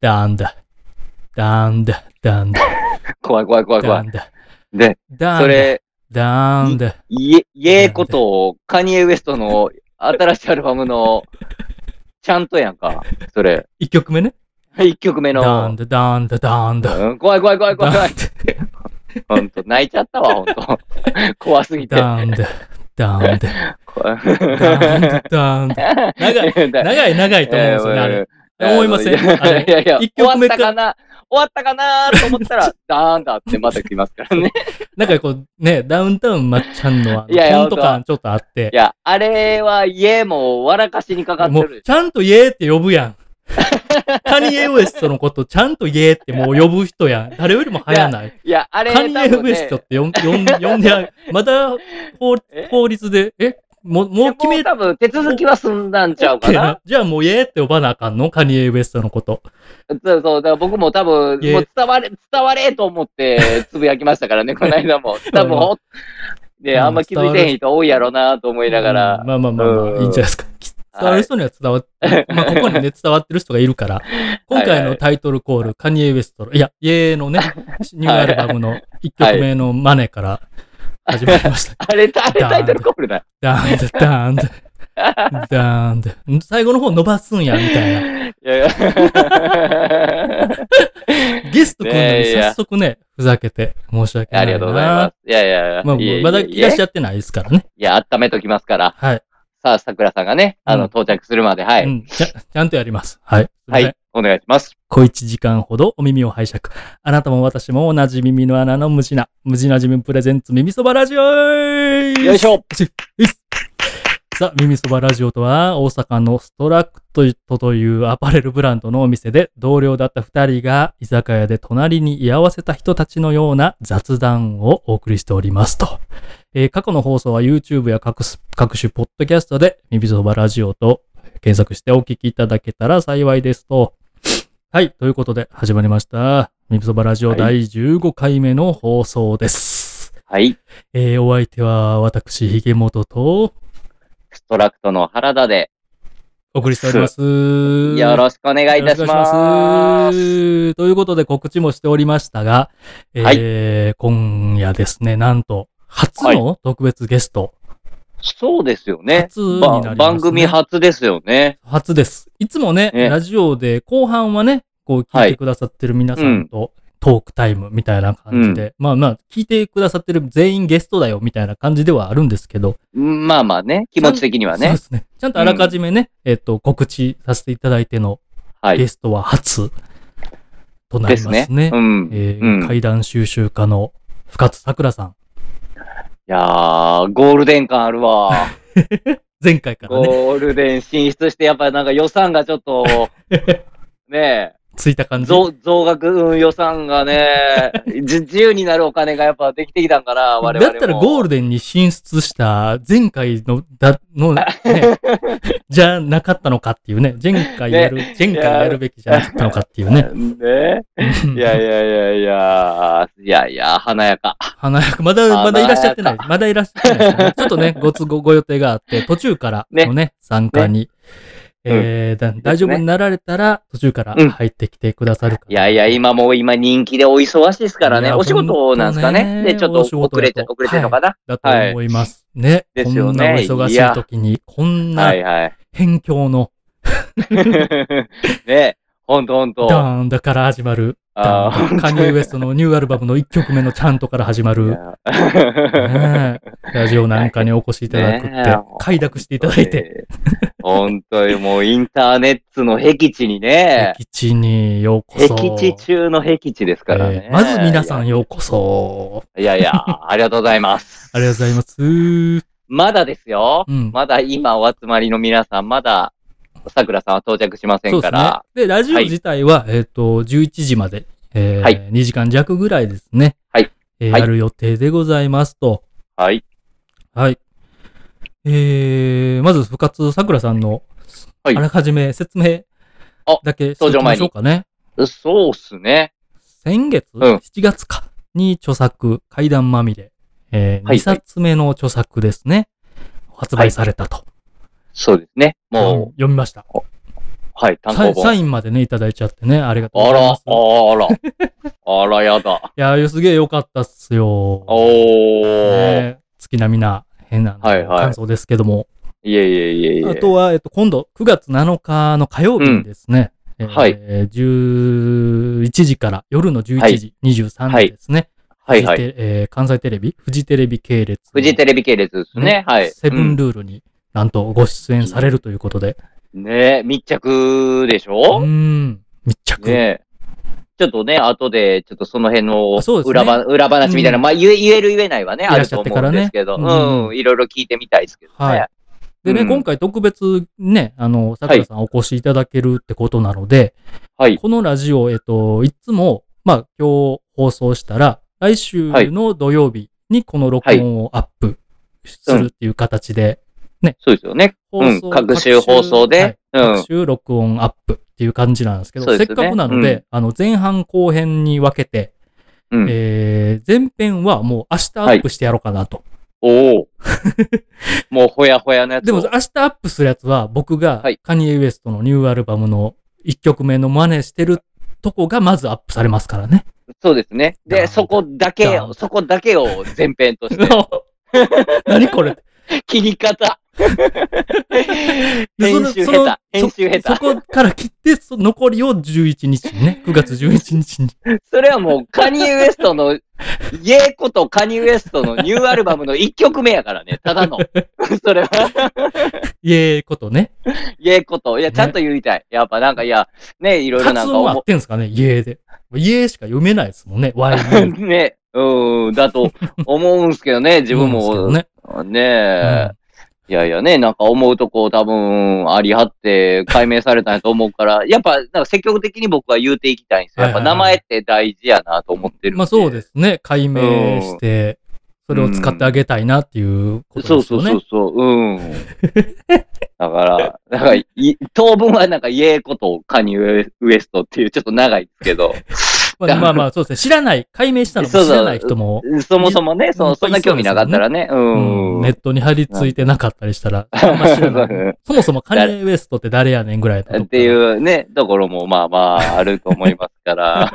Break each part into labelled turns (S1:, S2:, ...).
S1: だんだ、だんだ、だんだ、
S2: 怖い怖い怖い怖
S1: だ
S2: い。
S1: んだ、
S2: で、
S1: だん
S2: そ
S1: だ、
S2: れ、
S1: だんだ、
S2: イエ、イエーことを、カニエ・ウエストの新しいアルバ ムの、ちゃんとやんか。それ。
S1: 一曲目ね。
S2: 一曲目
S1: だん
S2: の。
S1: だ、だんだ、だんだ、
S2: うん怖い怖い怖い怖い怖い。
S1: だ
S2: ほんと、泣いちゃったわ、ほ んと。怖すぎて。
S1: んだ、だんだ、だんだ、
S2: 怖い
S1: だんだ。長い、長い長いと思うんですよね、あれ。思いません
S2: いや
S1: あれ
S2: いやいや、
S1: 一
S2: 終
S1: 曲
S2: わ
S1: 目
S2: っ
S1: か
S2: たかな終わったかなと思った ら、ダーンだってまた来ますからね。
S1: なんかこう、ね、ダウンタウンまっちゃんのあ
S2: いやいや
S1: の、コント感ちょっとあって
S2: い。や、あれは家も笑かしにかかって
S1: も
S2: る
S1: う、。ちゃんとイエーって呼ぶ やん。カニエ・ウエストのこと、ちゃんとイエーってもう呼ぶ人やん。誰よりも早ない。
S2: いや、あれ
S1: カニエ・
S2: 多分
S1: ウエ
S2: ね
S1: ストって呼ん呼ん 呼んである。まだ法
S2: え
S1: 法律で、えもう
S2: い
S1: も
S2: や
S1: う決め
S2: もう多分手続きは済んだんちゃうか
S1: OK
S2: な。
S1: じゃあもうイエーって呼ばなあかんのカニエ・ウエストのこと。
S2: そうそう、だから僕も多分、
S1: いえ
S2: もう伝われ、伝われと思ってつぶやきましたか らね、この間も。多分、おね、
S1: うん
S2: あんま気づいてへん人多いやろうなと思いなが
S1: う
S2: ら
S1: ん。まあまあまあま
S2: う
S1: あ、
S2: ん
S1: いいんじゃないですか。き伝わる人には伝わっ、まあここ にね、伝わってる人がいるから。今回のタイトルコール、カニエ・ウエストの、いや、イエーのね、ニューアルバムの1曲目のマネから始まりました。
S2: あれ、あれタイトルコールだ。
S1: ダーンだ、ダーンだ、ダーンだ。 ん最後の方伸ばすんや、みたいな。
S2: いやい や。
S1: ゲスト来るのに
S2: ねえいや
S1: 早速ね、ふざけて申し訳ないな。
S2: ありがとうございます。いやいや、
S1: まあ、
S2: いえいえ
S1: まだいらっし
S2: い
S1: ゃってないですからね。
S2: や、温めときますから。
S1: はい。
S2: さあ、桜さんがね、あ
S1: うん
S2: の、到着するまで、は
S1: う
S2: い。
S1: んちゃ、ちゃんとやります。はい。
S2: はい。、お願いします。
S1: 小一時間ほどお耳を拝借。あなたも私も同じ耳の穴の無地な、無地な自分プレゼンツ耳そばラジオ
S2: よいしょ
S1: さあ、耳そばラジオとは、大阪のストラクトというアパレルブランドのお店で、同僚だった二人が居酒屋で隣に居合わせた人たちのような雑談をお送りしておりますと。えー過去の放送は YouTube や各す各種ポッドキャストで、耳そばラジオと検索してお聞きいただけたら幸いですと。はい、ということで始まりました。耳そばラジオ
S2: はい
S1: 第15回目の放送です。
S2: はい。
S1: えーお相手は私、ひげもとと、
S2: ストラクトの原田で、
S1: お送りしております。
S2: よろしくお願いいたし
S1: よろしくお
S2: ま
S1: 願い
S2: す。
S1: しますということで告知もしておりましたが、えー今夜ですね、なんと、初の特別ゲスト。
S2: そうですよね。
S1: 初になりますね
S2: ば番組初ですよね。
S1: 初です。いつもね、
S2: ね
S1: ラジオで後半はね、こう聞いてくださってる皆さんとトークタイムみたいな感じで、まあまあ、聞いてくださってる全員ゲストだよみたいな感じではあるんですけど、
S2: うんまあまあね、気持ち的には
S1: そう
S2: ね
S1: で。すね。ちゃんとあらかじめね、えっと、告知させていただいての
S2: は
S1: ゲ
S2: い。
S1: ストは初とな
S2: で
S1: り
S2: す
S1: ま
S2: ね
S1: す。ね。
S2: うん。
S1: えー
S2: うん、い
S1: 怪談収集家の深津さくらさん。
S2: やー、ゴールデン感あ るわ。
S1: 前回からね、
S2: ゴールデン進出して、やっぱりなんか予算がちょっ と、ね
S1: ついた感
S2: え、
S1: じ。
S2: 増増額うん予算 がね、じ自由になるお金がやっぱできてきたんかな、我々
S1: だ
S2: も。
S1: ったらゴールデンに進出した前回の、だ、の、 ね、じゃなかったのかっていうね。前回やる、前回やるべきじゃなかったのかっていうね。
S2: ねいやいやいやいや、いやいや、華やか。
S1: 華やかまだ、
S2: 華やか
S1: まだいらっしゃってない。まだいらっしゃってないですね。ちょっとね、ご都合、ご予定があ って、途中からのね、参加に。えーだ大丈夫になられたら、途中から入ってきてくださるか
S2: いやいや、今もう今人気でお忙しいですから
S1: い
S2: ね。
S1: や
S2: お仕事なんですか
S1: 本当
S2: ね。
S1: ね
S2: で、ちょっと
S1: お仕事だと
S2: 遅れて、遅れてるのかな。
S1: だと思います。ね。
S2: で
S1: こ
S2: すよ
S1: んなお
S2: ね
S1: 忙しい時に、こんな
S2: はいはい。
S1: 辺境の
S2: ね、ほんとほん
S1: ダ
S2: と。
S1: ーンだから始まる、
S2: あー
S1: カニエ・ウエストのニューアルバムの1曲目のちゃんとから始ま
S2: い
S1: る、
S2: や
S1: ねえラジオなんかにお越しいただくっ
S2: ねえ
S1: て、快諾していただいて、。
S2: 本当にもうインターネットの僻地にね。
S1: 僻地にようこそ。
S2: 僻地中の僻地ですからね
S1: え。ーまず皆さんようこそ。
S2: いやいや、いやいやありがとうございます。
S1: ありがとうございます。うん。
S2: まだですよ。まだ今お集まりの皆さん、まだ、さくらさんは到着しませ
S1: そ
S2: ん
S1: うで
S2: か
S1: すねで、
S2: ら。。
S1: ラジオ自体は、えっ、と、11時まで、えー
S2: はい
S1: 2時間弱ぐらいですね。
S2: はい
S1: えー
S2: はい
S1: やる予定でございますと。
S2: はい。
S1: はい。えー、まず、深津さくらさんの、
S2: はい
S1: あらかじめ説明
S2: あ
S1: だけしておきましょうかね。
S2: そうっすね。
S1: 先月、
S2: ん
S1: 7月か、に著作、怪談まみれ、えー
S2: はい
S1: 2冊目の著作ですね。発売されたと。
S2: そうですね。
S1: うん
S2: も
S1: 読みました。
S2: う、はい、単
S1: サイ
S2: 行
S1: ンサ
S2: 本。
S1: インまでね、いただいちゃってね、ありがとうご
S2: あ
S1: ざい
S2: ら、
S1: ます。い
S2: あら、あら、 やだ。
S1: や、すげえ良かったっすよ。
S2: おー。
S1: ね、月並みな変なあの
S2: はいはい
S1: 感想ですけども。
S2: いえいえいえいえ。
S1: あとは、えっと、今度、9月7日の火曜日にですね、えー
S2: はい
S1: 11時から、夜の11時、23時ですね、
S2: はいは
S1: フ
S2: い。
S1: ジテえー関西テレビ、フジテレビ系列の。
S2: フジテレビ系列ですね。はい。
S1: セブン
S2: ル
S1: ルールになんとご出演されるということで。
S2: ね密着でし
S1: う
S2: ょ
S1: ん、密着。
S2: ねちょっとね、後で、ちょっとその辺の
S1: あそうですね
S2: 裏話、裏話みたいな、
S1: うん
S2: まあ言え、言える言えないはね、
S1: い
S2: あ
S1: らっ
S2: る
S1: しゃ
S2: と
S1: って
S2: 思
S1: から
S2: うん
S1: ね
S2: ですけど、
S1: うん
S2: うん、いろいろ聞いてみたいですけどね。
S1: はいでね、
S2: うん
S1: 今回特別ね、あの、桜さんお越しいただけるってことなので、
S2: はい
S1: このラジオ、えっと、いつも、まあ、今日放送したら、来週の土曜日にこの録音をアップするっていう形で、
S2: そうですよね。
S1: 放
S2: うん、各週放送で、、
S1: 各週はい
S2: うん
S1: 各。週録音アップっていう感じなんですけど、
S2: そう
S1: せ
S2: で
S1: っ
S2: すね
S1: かくなの
S2: う
S1: で、あの、前半後編に分けて、
S2: うん
S1: えー前編はもう明日アップしてやろうかなと。
S2: おお。 もうほやほやのやつを。
S1: でも明日アップするやつは僕が
S2: はい
S1: カニエ・ウエストのニューアルバムの1曲目の真似してるとこがまずアップされますからね。
S2: そうですね。
S1: ダーン
S2: で、そこだけ
S1: ダーン
S2: を、そこだけを前編 として。
S1: 何これ
S2: 切り方。編
S1: でその
S2: 集
S1: そ
S2: 下
S1: の
S2: 手。編集下
S1: そ
S2: 手。
S1: そこから切って、そ残りを11日にね、9月11日に。
S2: それはもうカニエ・ウエス トの、イエーことカニエ・ウエストのニューアルバムの1曲目やからね。ただの。 それは、
S1: イエーことね。
S2: イエーこと。いや、ちゃんと言いたい。やっぱなんか、いや、ね、いろいろな
S1: 発
S2: んか
S1: 音は合
S2: 思
S1: ってんすかね、イエーで。イエーしか読めないですもんね、ワイ
S2: う。 ね、うん、だと思うんすけどね、自分も。
S1: ね。
S2: ね
S1: う
S2: え。
S1: ん
S2: いやいやね、なんか思うとこ多分ありはって解明されたんやと思うから、やっぱなんか積極的に僕は言うていきたいんですよ。やっぱ
S1: はいは
S2: 名
S1: いはい
S2: 前って大事やなと思ってるんで。
S1: まあそうですね、解明して、それを使ってあげたいなっていうこと
S2: そ
S1: で
S2: う
S1: す
S2: そ
S1: よ
S2: う
S1: ね。
S2: そうそう。うん。だから、 なんかい当分はなんかイエーことカニウエストっていうちょっと長いですけど、
S1: まあまあまあ、そうですね。知らない、解明したのも
S2: そう
S1: 知
S2: そう
S1: らない人も、
S2: そもそもね、
S1: い
S2: そ
S1: っ
S2: う
S1: ぱ
S2: そ
S1: い
S2: んな興味なかったらね、う
S1: うん
S2: ん。
S1: ネットに張り付いてなかったり したら、あんま知らない。そもそもカニエ・ウエストって誰やねんぐらいのとこから
S2: っていうね、ところもまあまああると思います から。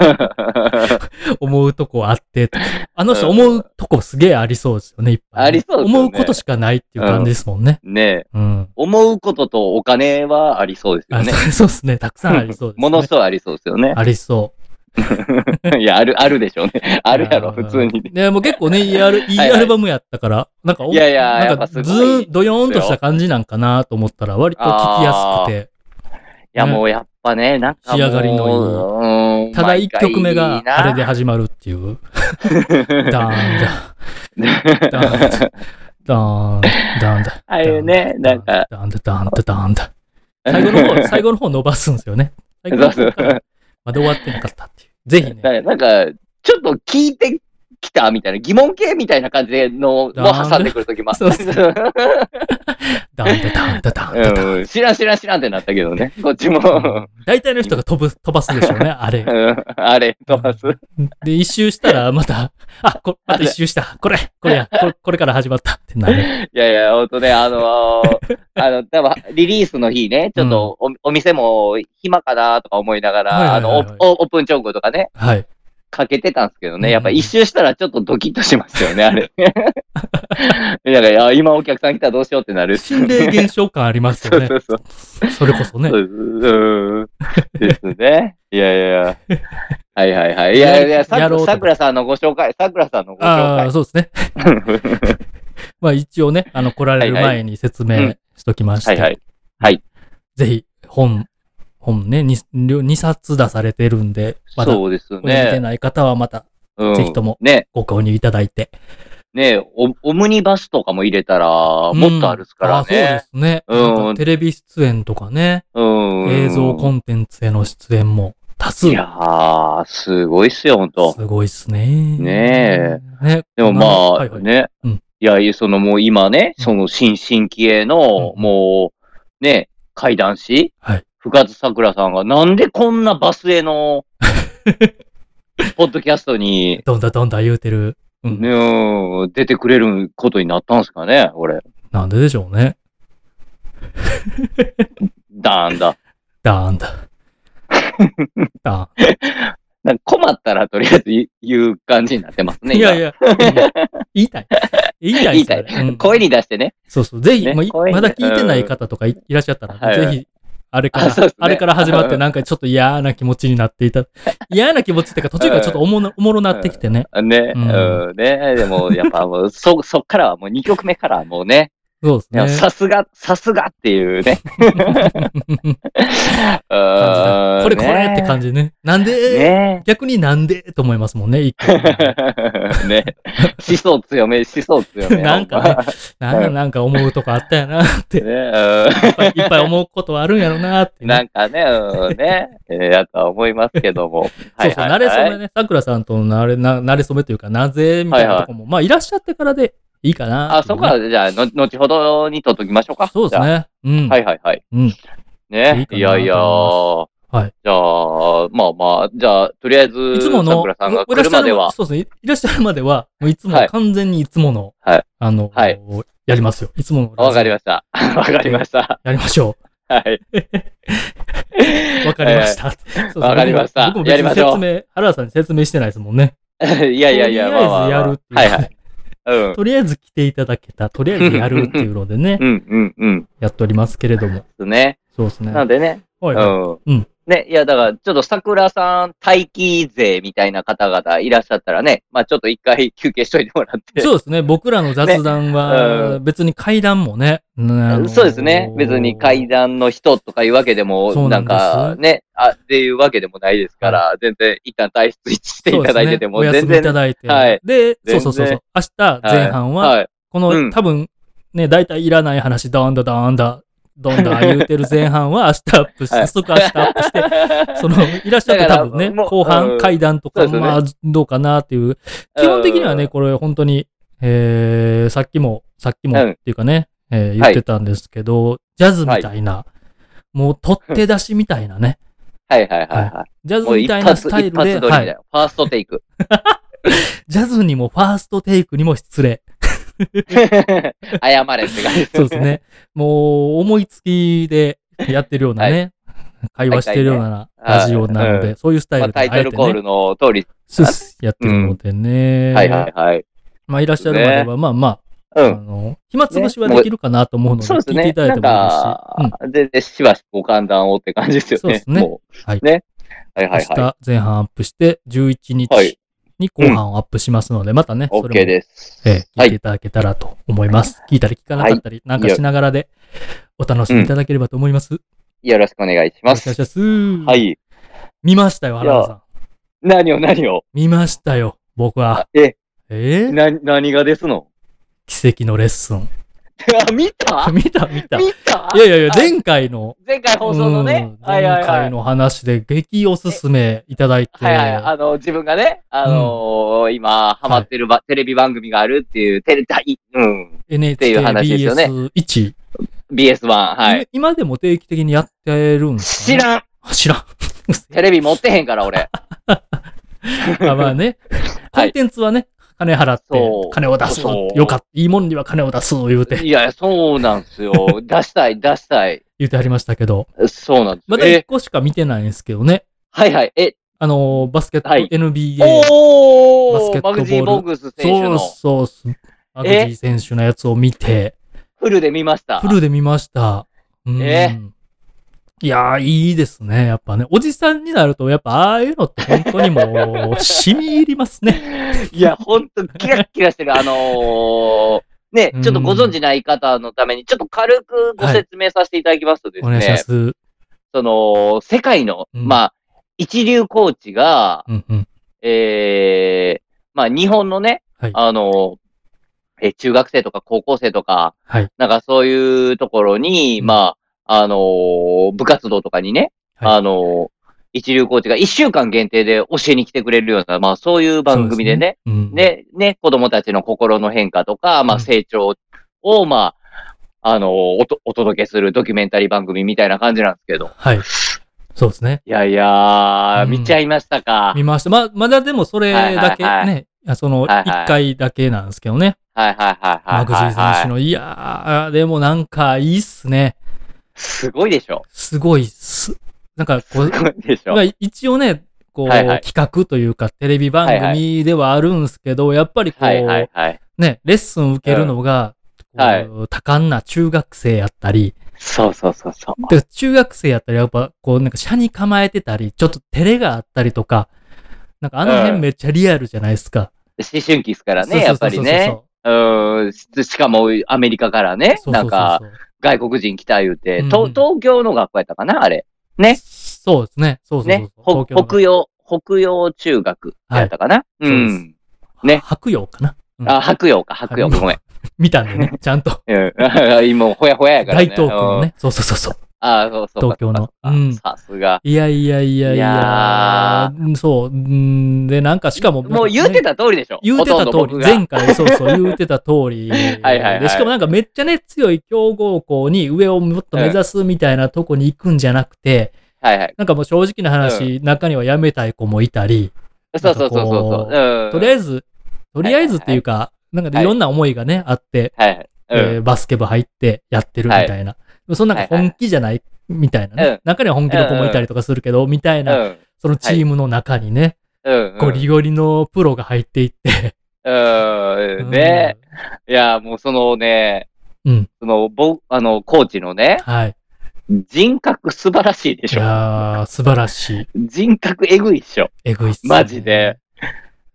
S1: 思うとこあっ て、あの人思うとこすげえありそうですよね、いっぱい。
S2: ありそうですよね
S1: 思うことしかないっていう感じですもんね。
S2: ねえ。
S1: うん。
S2: 思うこととお金はありそうですよ
S1: あ
S2: ね。
S1: そうですね。たくさんありそうで す、ね。
S2: ものすごいありそうですよね。
S1: ありそう。
S2: いや、ある、あるでしょうね。あるやろ、普通にね。
S1: ね、もう結構ね、いいアルいい
S2: はいは
S1: ア
S2: い
S1: ルバムやったから、なんかお、
S2: いやいや
S1: な
S2: や
S1: んか
S2: っぱ
S1: ず
S2: すごい
S1: ーん、どよーんとした感じなんかなと思ったら、割と聞きやすくて。
S2: いや、もうやっぱね、なんかもう。
S1: 仕上がりの
S2: うーん
S1: ただ一曲目があれで。
S2: 毎
S1: 始まるっていう。
S2: 回いい
S1: ダ
S2: な
S1: ーンだ。ダーンだ。ダーンだ。ダーンだ。
S2: ああいうね、なんか、
S1: ダーンだ、ダーンだ、ダーンだ。最後の 方、最後の方伸ばすんですよね。最後の
S2: そう
S1: 方
S2: そ
S1: か
S2: う
S1: らまだ終わってなかったっていう。ぜひね。
S2: ななんか、ちょっと聞いてきたみたいな、疑問系みたいな感じでの、も挟んでくるときもあ
S1: そうそうダーンだ、ダーンだ、ダーンだ、ダーン
S2: うん知らん知らん知らんってなったけどね、こっち
S1: だ
S2: も。。
S1: 大体の人が飛ぶ、 飛ばすでしょうね、あれ
S2: う。んあれ、飛ばす。
S1: で、一周したら、また、あ、こ、また一周した。これ、これや、ここれから始まったってなる。
S2: いやいや、ほんとね、あの ーあの、多分リリースの日ね、ちょっとお,、お店も暇かなとか思いながら、
S1: はいはいはいはい
S2: あのオ、オオープンチョングとかね、
S1: はい。
S2: かけてたんですけど
S1: うんう
S2: ね、
S1: ん
S2: やっぱ一周したらちょっとドキッとしますよね、あれ。だからいや、今お客さん来たらどうしようってなる。
S1: 心霊現象感あります
S2: そ
S1: よ
S2: う
S1: ね
S2: そ。うそう。
S1: それこそね
S2: そ。ううんですね。いやいや。はいはいはい。いやいや、さ
S1: やろうと
S2: くらさんのご紹介、さくらさんのご
S1: ああ、
S2: 紹
S1: そうですね。
S2: 介。
S1: まあ一応ね、あの、来られる
S2: はいはい
S1: 前に説明しときまして、
S2: はいはい。
S1: ぜひ、本、本ね、2, 二冊出されてるんで、まだ、
S2: そうです
S1: 見て
S2: ね。
S1: ない方はまた
S2: うん
S1: ぜひとも
S2: ね。
S1: ご購入いただいて。
S2: ねえオ、オムニバスとかも入れたら、もっとあるっすから
S1: うんあ
S2: ね。
S1: そうですね。
S2: うん
S1: なんかテレビ出演とかね、
S2: うん。
S1: 映像コンテンツへの出演も多数
S2: い。やー、すごいっすよ、ほんと。
S1: すごいっすね。
S2: ね
S1: え。ね
S2: でもまあ、
S1: はいはい
S2: ね。
S1: うん
S2: いや、そのもう今ね、
S1: うん
S2: その新進気鋭の、
S1: うん
S2: もう、ね、怪談師、
S1: はい
S2: 深津さくらさんが、なんでこんなバス への、ポッドキャストに、
S1: どんだどんだ言うてる。うん
S2: ね、うん出てくれることになったんすかね、これ。
S1: なんででしょうね。
S2: だんだ。
S1: ダーン だ。ダ
S2: なんか困ったらとりあえず言う言う感じになってます
S1: ー
S2: ね。
S1: ン。い
S2: 今
S1: やいや、言いたい。言いたい
S2: 言
S1: で
S2: い
S1: す
S2: た
S1: よ
S2: い
S1: ね。うん
S2: 声に出してね。
S1: そうそう。ぜひ、
S2: ね
S1: もうい
S2: 声に
S1: まだ聞いてない方とかいいらっしゃったら、
S2: はいはい
S1: ぜひ、あれから、
S2: あそうですね
S1: あれから始まって、なんかちょっと嫌な気持ちになっていた。嫌な気持ちっていうか、途中からちょっとおもろおもろなってきてね。
S2: ね、
S1: う
S2: うんん、ね、でも、やっぱもう、そ、そっからはもう2曲目からはもうね、
S1: そう
S2: いや
S1: ですね。
S2: さすが、さすがっていうね。
S1: 感じだこ
S2: こ
S1: れこれって感
S2: じ。
S1: じね。なんで、
S2: ね
S1: 逆になんでと思いますもんね、一回。
S2: ね思想強め、思想強め。
S1: なんかね、なんかなんか思うとこあったやなって、い
S2: ね
S1: っ
S2: う
S1: ぱいいっ ぱい思うことはあるんやろなって
S2: ん、
S1: ね、
S2: なんかね、うんね、えーやとは思いますけども。
S1: そうそう、慣
S2: はいはい
S1: れ
S2: はい
S1: 初めね、さくらさんとの慣れ、な慣れ初めというか、なぜみたいなとこも、まあ、いらっしゃってからでいいかな
S2: あ、
S1: ってい
S2: そうこ
S1: ね、
S2: は、じゃあ、の後ほどにとっときましょうか。
S1: そうです
S2: じゃ
S1: ね。うん。
S2: あ。はいはいはい。
S1: うん。いい
S2: ね
S1: かなと思います
S2: いやいやー
S1: はい
S2: じゃあ、まあまあ、じゃあ、とりあえず、
S1: いつもの、
S2: 桜さんが
S1: い
S2: 来
S1: らっ
S2: る
S1: しゃ
S2: ま
S1: る
S2: で
S1: ま
S2: は、
S1: そうですね。いらっしゃるまでは、もういつも、
S2: はい
S1: 完全にいつもの、
S2: はい
S1: あの、
S2: はい
S1: やりますよ。いつもの。
S2: わかりました。 わかりました。
S1: やりましょ
S2: はい。
S1: う。わかりました。 そうそう
S2: わかりました
S1: 僕も僕も別
S2: やりま
S1: に
S2: しょう
S1: 説明、原田さんに説明してないですもんね。
S2: いやいやいや、
S1: とりあえずやるっていう。
S2: まあまあまあはいはい。うん。
S1: とりあえず来ていただけた、とりあえずやるっていうのでね
S2: う、んうんうん。で
S1: やっておりますけれども。
S2: すね。
S1: そうですね。
S2: なのでね。
S1: は
S2: う
S1: いはい
S2: ん。
S1: うん
S2: ね、いや、だから、ちょっと桜さん待機勢みたいな方々いらっしゃったらね、まあちょっと一回休憩しといてもらって。
S1: そうですね。僕らの雑談
S2: ね
S1: は、
S2: う
S1: 別に階段もね。うんあのー
S2: そうですね。別に階段の人とかいうわけでも、
S1: そうな
S2: なんん
S1: です
S2: かね、あ、っていうわけでもないですから、全然一旦退出していただいてても、
S1: そうです
S2: 全
S1: ねお休みいた
S2: 然。
S1: だいて。
S2: はい
S1: で、そう
S2: 全然
S1: そうそうそう。明日前半は、
S2: はい。
S1: この、
S2: うん
S1: 多分、ね、大体いらない話、どんだどんだ、どんだ言うてる前半は、明日アップし
S2: は
S1: て、
S2: い
S1: そこ明日アップして、そ の、いらっしゃって
S2: だか
S1: 多
S2: ら
S1: 分ね、
S2: もう
S1: 後
S2: う
S1: 半
S2: ん
S1: 階段とか、
S2: そうですね
S1: まあ、どうかなっていう。基本的にはね、これ本当に、えー、さっきも、さっきも
S2: うん
S1: っていうかね、えー言ってたんですけど、ジャズみたいな、もう取って出しみたいなね、
S2: うん、はいはいはいは
S1: ジャ
S2: い。
S1: ズ
S2: もう
S1: み
S2: 一
S1: たいな
S2: 発、
S1: スタイ
S2: 一
S1: ルで、
S2: 発撮りみ
S1: は
S2: たいな。
S1: い、
S2: ファーストテイク。
S1: ジャズにもファーストテイクにも失礼。
S2: 謝れって感じですね
S1: そうです。 ね。もう思いつきでやってるようなね、会話してるようなラジオなの
S2: は
S1: で、そういうスタイ
S2: まあ
S1: ルで
S2: タ
S1: あ
S2: イト
S1: え
S2: ル
S1: て
S2: コール
S1: ね、
S2: の通り。
S1: スッスやってるのでね。
S2: はいはいはい。
S1: まあ、いらっしゃるまでは、まあまあ、
S2: う
S1: あ
S2: ん。
S1: の、暇つぶしはできるかなと思うので、
S2: そうです
S1: 聞いてい
S2: ね。
S1: ただい
S2: な
S1: ても
S2: んか
S1: いいし、、
S2: 全然しばしご勘談をって感じですよね。
S1: そうですね
S2: もう
S1: はい
S2: ね。はい
S1: うん。
S2: はい
S1: 明
S2: は
S1: 日前半アップして、11
S2: い。はい
S1: 日。に後半をアップしますので、またね、そ
S2: OK
S1: れも、
S2: です。
S1: えー
S2: は
S1: 聞いて
S2: い。
S1: いただけたらと思います。聞いたり聞かなかったり、なんかしながらで、お楽しみいただければと思います。よ
S2: よろしくお願いしま
S1: ろしくお願い
S2: す
S1: し。ます。
S2: は。い。
S1: 見ましたよ、原田さん。
S2: 何を何を
S1: 見ましたよ、僕は。
S2: え、
S1: えー、
S2: な、何がですの
S1: 奇跡のレッスン。
S2: あ見 た
S1: 見た、見た。い
S2: 見た
S1: やいやいや、
S2: はい
S1: 前回の、
S2: 前回放送のね
S1: う。ん
S2: はいは
S1: 前
S2: いは
S1: 回
S2: い。
S1: の話で激おすすめいただいて、
S2: はいはい。あの、自分がね、あのー今、ハマってるば、テレビ番組があるっていう、テレ、たいうん、ていう話ですよね
S1: NHKBS1、
S2: BS1、はい。
S1: 今でも定期的にやってるんですかね、
S2: 知らん
S1: あ知らん。
S2: テレビ持ってへんから、俺。
S1: あまあね、コ
S2: はい
S1: ンテンツはね、金払って
S2: そ、う
S1: 金を出す
S2: そ。う
S1: よかった。いいもんには金を出す、言うて、
S2: いや、そうなんですよ。 出したい、出したい。
S1: 言うてありましたけど、
S2: そうなんです
S1: ま
S2: よ。
S1: だ1
S2: え、
S1: 個しか見てないんですけどね。
S2: はいはい。え、
S1: あの、バスケット
S2: はい
S1: NBA。バス
S2: お
S1: ケットボール
S2: ーマグジー・ボグス選手
S1: そう
S2: の
S1: そうそう。アグジー選手のやつを見て、
S2: フルで見ました
S1: フ。ルで見ました。うん。
S2: え
S1: いやー、いいですね。やっぱね、おじさんになると、やっぱ、ああいうのって本当にもう、染み入りますね。
S2: いや、ほんと、キラッキラしてる。あのー、ね、ちょっとご存知ない方のために、ちょっと軽くご説明させていただきますとで
S1: お
S2: す
S1: 願いしま
S2: ね、
S1: す。うん
S2: その、世界の、
S1: うん
S2: まあ、一流コーチが、
S1: うん。
S2: えー、まあ、日本のね、
S1: はい
S2: あの、え、中学生とか高校生とか、
S1: はい。
S2: なんかそういうところに、
S1: うん
S2: まあ、あのー部活動とかにね、
S1: はい
S2: あのー一流コーチが一週間限定で教えに来てくれるような、まあそういう番組でね、
S1: そうですね。うん
S2: ねね、子供たちの心の変化とか、ま
S1: う
S2: あ
S1: ん
S2: 成長を、まあ、あのーおと、お届けするドキュメンタリー番組みたいな感じなんですけど。
S1: はい。そうですね。
S2: いやいやー、
S1: うん
S2: 見ちゃいましたか。
S1: 見ました。まあ、まだでもそれだけね、
S2: はいはい
S1: あその、
S2: はいはい
S1: 1回だけなんですけどね。
S2: はいはいはいは
S1: マ
S2: い
S1: グジ
S2: はい、
S1: ー選手
S2: はい。
S1: の、いやー、でもなんか、いいっすね。
S2: すごいでしょ。
S1: すごいっす。なんかこう、
S2: すごいでしょ
S1: まあ、一応ね、こう、
S2: はいはい
S1: 企画というか、テレビ番組ではあるんですけど、やっぱりこう、
S2: はいはいはい。
S1: ね、レッスン受けるのが、
S2: うんはい
S1: こう多感な中学生やったり、
S2: そうそうそうそう。
S1: で中学生やったらやっぱこうなんか車に構えてたり、ちょっと照れがあったりとか、なんかあの辺めっちゃリアルじゃないですか。
S2: 思春期ですから
S1: そう
S2: ね、やっぱりね。うん。ししかも、アメリカからね、
S1: そうそうそうそう。
S2: なんか、
S1: そうそうそうそう
S2: 外国人来た言うて、
S1: うん
S2: と東京の学校やったかな、あれ。ね。
S1: そうですね。そうそうそう
S2: ね。ほ
S1: 東京の
S2: 北洋、北洋中学やったかな。う
S1: そうで
S2: ん。ね
S1: 白洋かな。うん
S2: あ、白洋か、白洋か、ごめん。
S1: 見たんでね、ちゃんと。
S2: うん。 今、ほやほややから
S1: 大
S2: ね。
S1: 東区の
S2: うん。
S1: ね。そうそうそうそう。
S2: あそうそうか。
S1: 東京の
S2: そうか
S1: うん
S2: さすが。
S1: いやいやいやい
S2: い
S1: や
S2: や
S1: そう。んで、なんかしかも、
S2: もう言うて
S1: ね
S2: た通りでしょ。
S1: 言うてた
S2: ほ
S1: 通
S2: とんど
S1: り、
S2: 僕が
S1: 前回、そうそう、言うてた通り。
S2: はいはい
S1: で、しかもなんかめっちゃね、強い強豪校に上をもっと目指すみたいなとこに行くんじゃなくて、
S2: はいはい。
S1: なんかもう正直な話、中には辞めたい子もいたり、
S2: そうそうそう
S1: なんかこ
S2: そうう。うん。
S1: とりあえ
S2: ず。
S1: ず、とりあえずっていうか、なんかいろんな思いがね、あって、
S2: はいはい。う
S1: え
S2: ん。
S1: ーバスケ部入ってやってるみたいな。でもそんなんか本気じゃないみたいなね。
S2: はいはいうん
S1: 中には本気の子もいたりとかするけど、みたいうな、
S2: ん。
S1: そのチームの中にね、
S2: うん。
S1: ゴリゴリのプロが入っていって。
S2: うん。ねいや、もうそのね、
S1: うん。
S2: その、ぼ、あの、コーチのね、
S1: はい。
S2: 人格素晴らしいで
S1: い
S2: しょ。
S1: やー、素晴らしい。
S2: 人格えぐいっしょ。
S1: えぐいっすね。
S2: マジで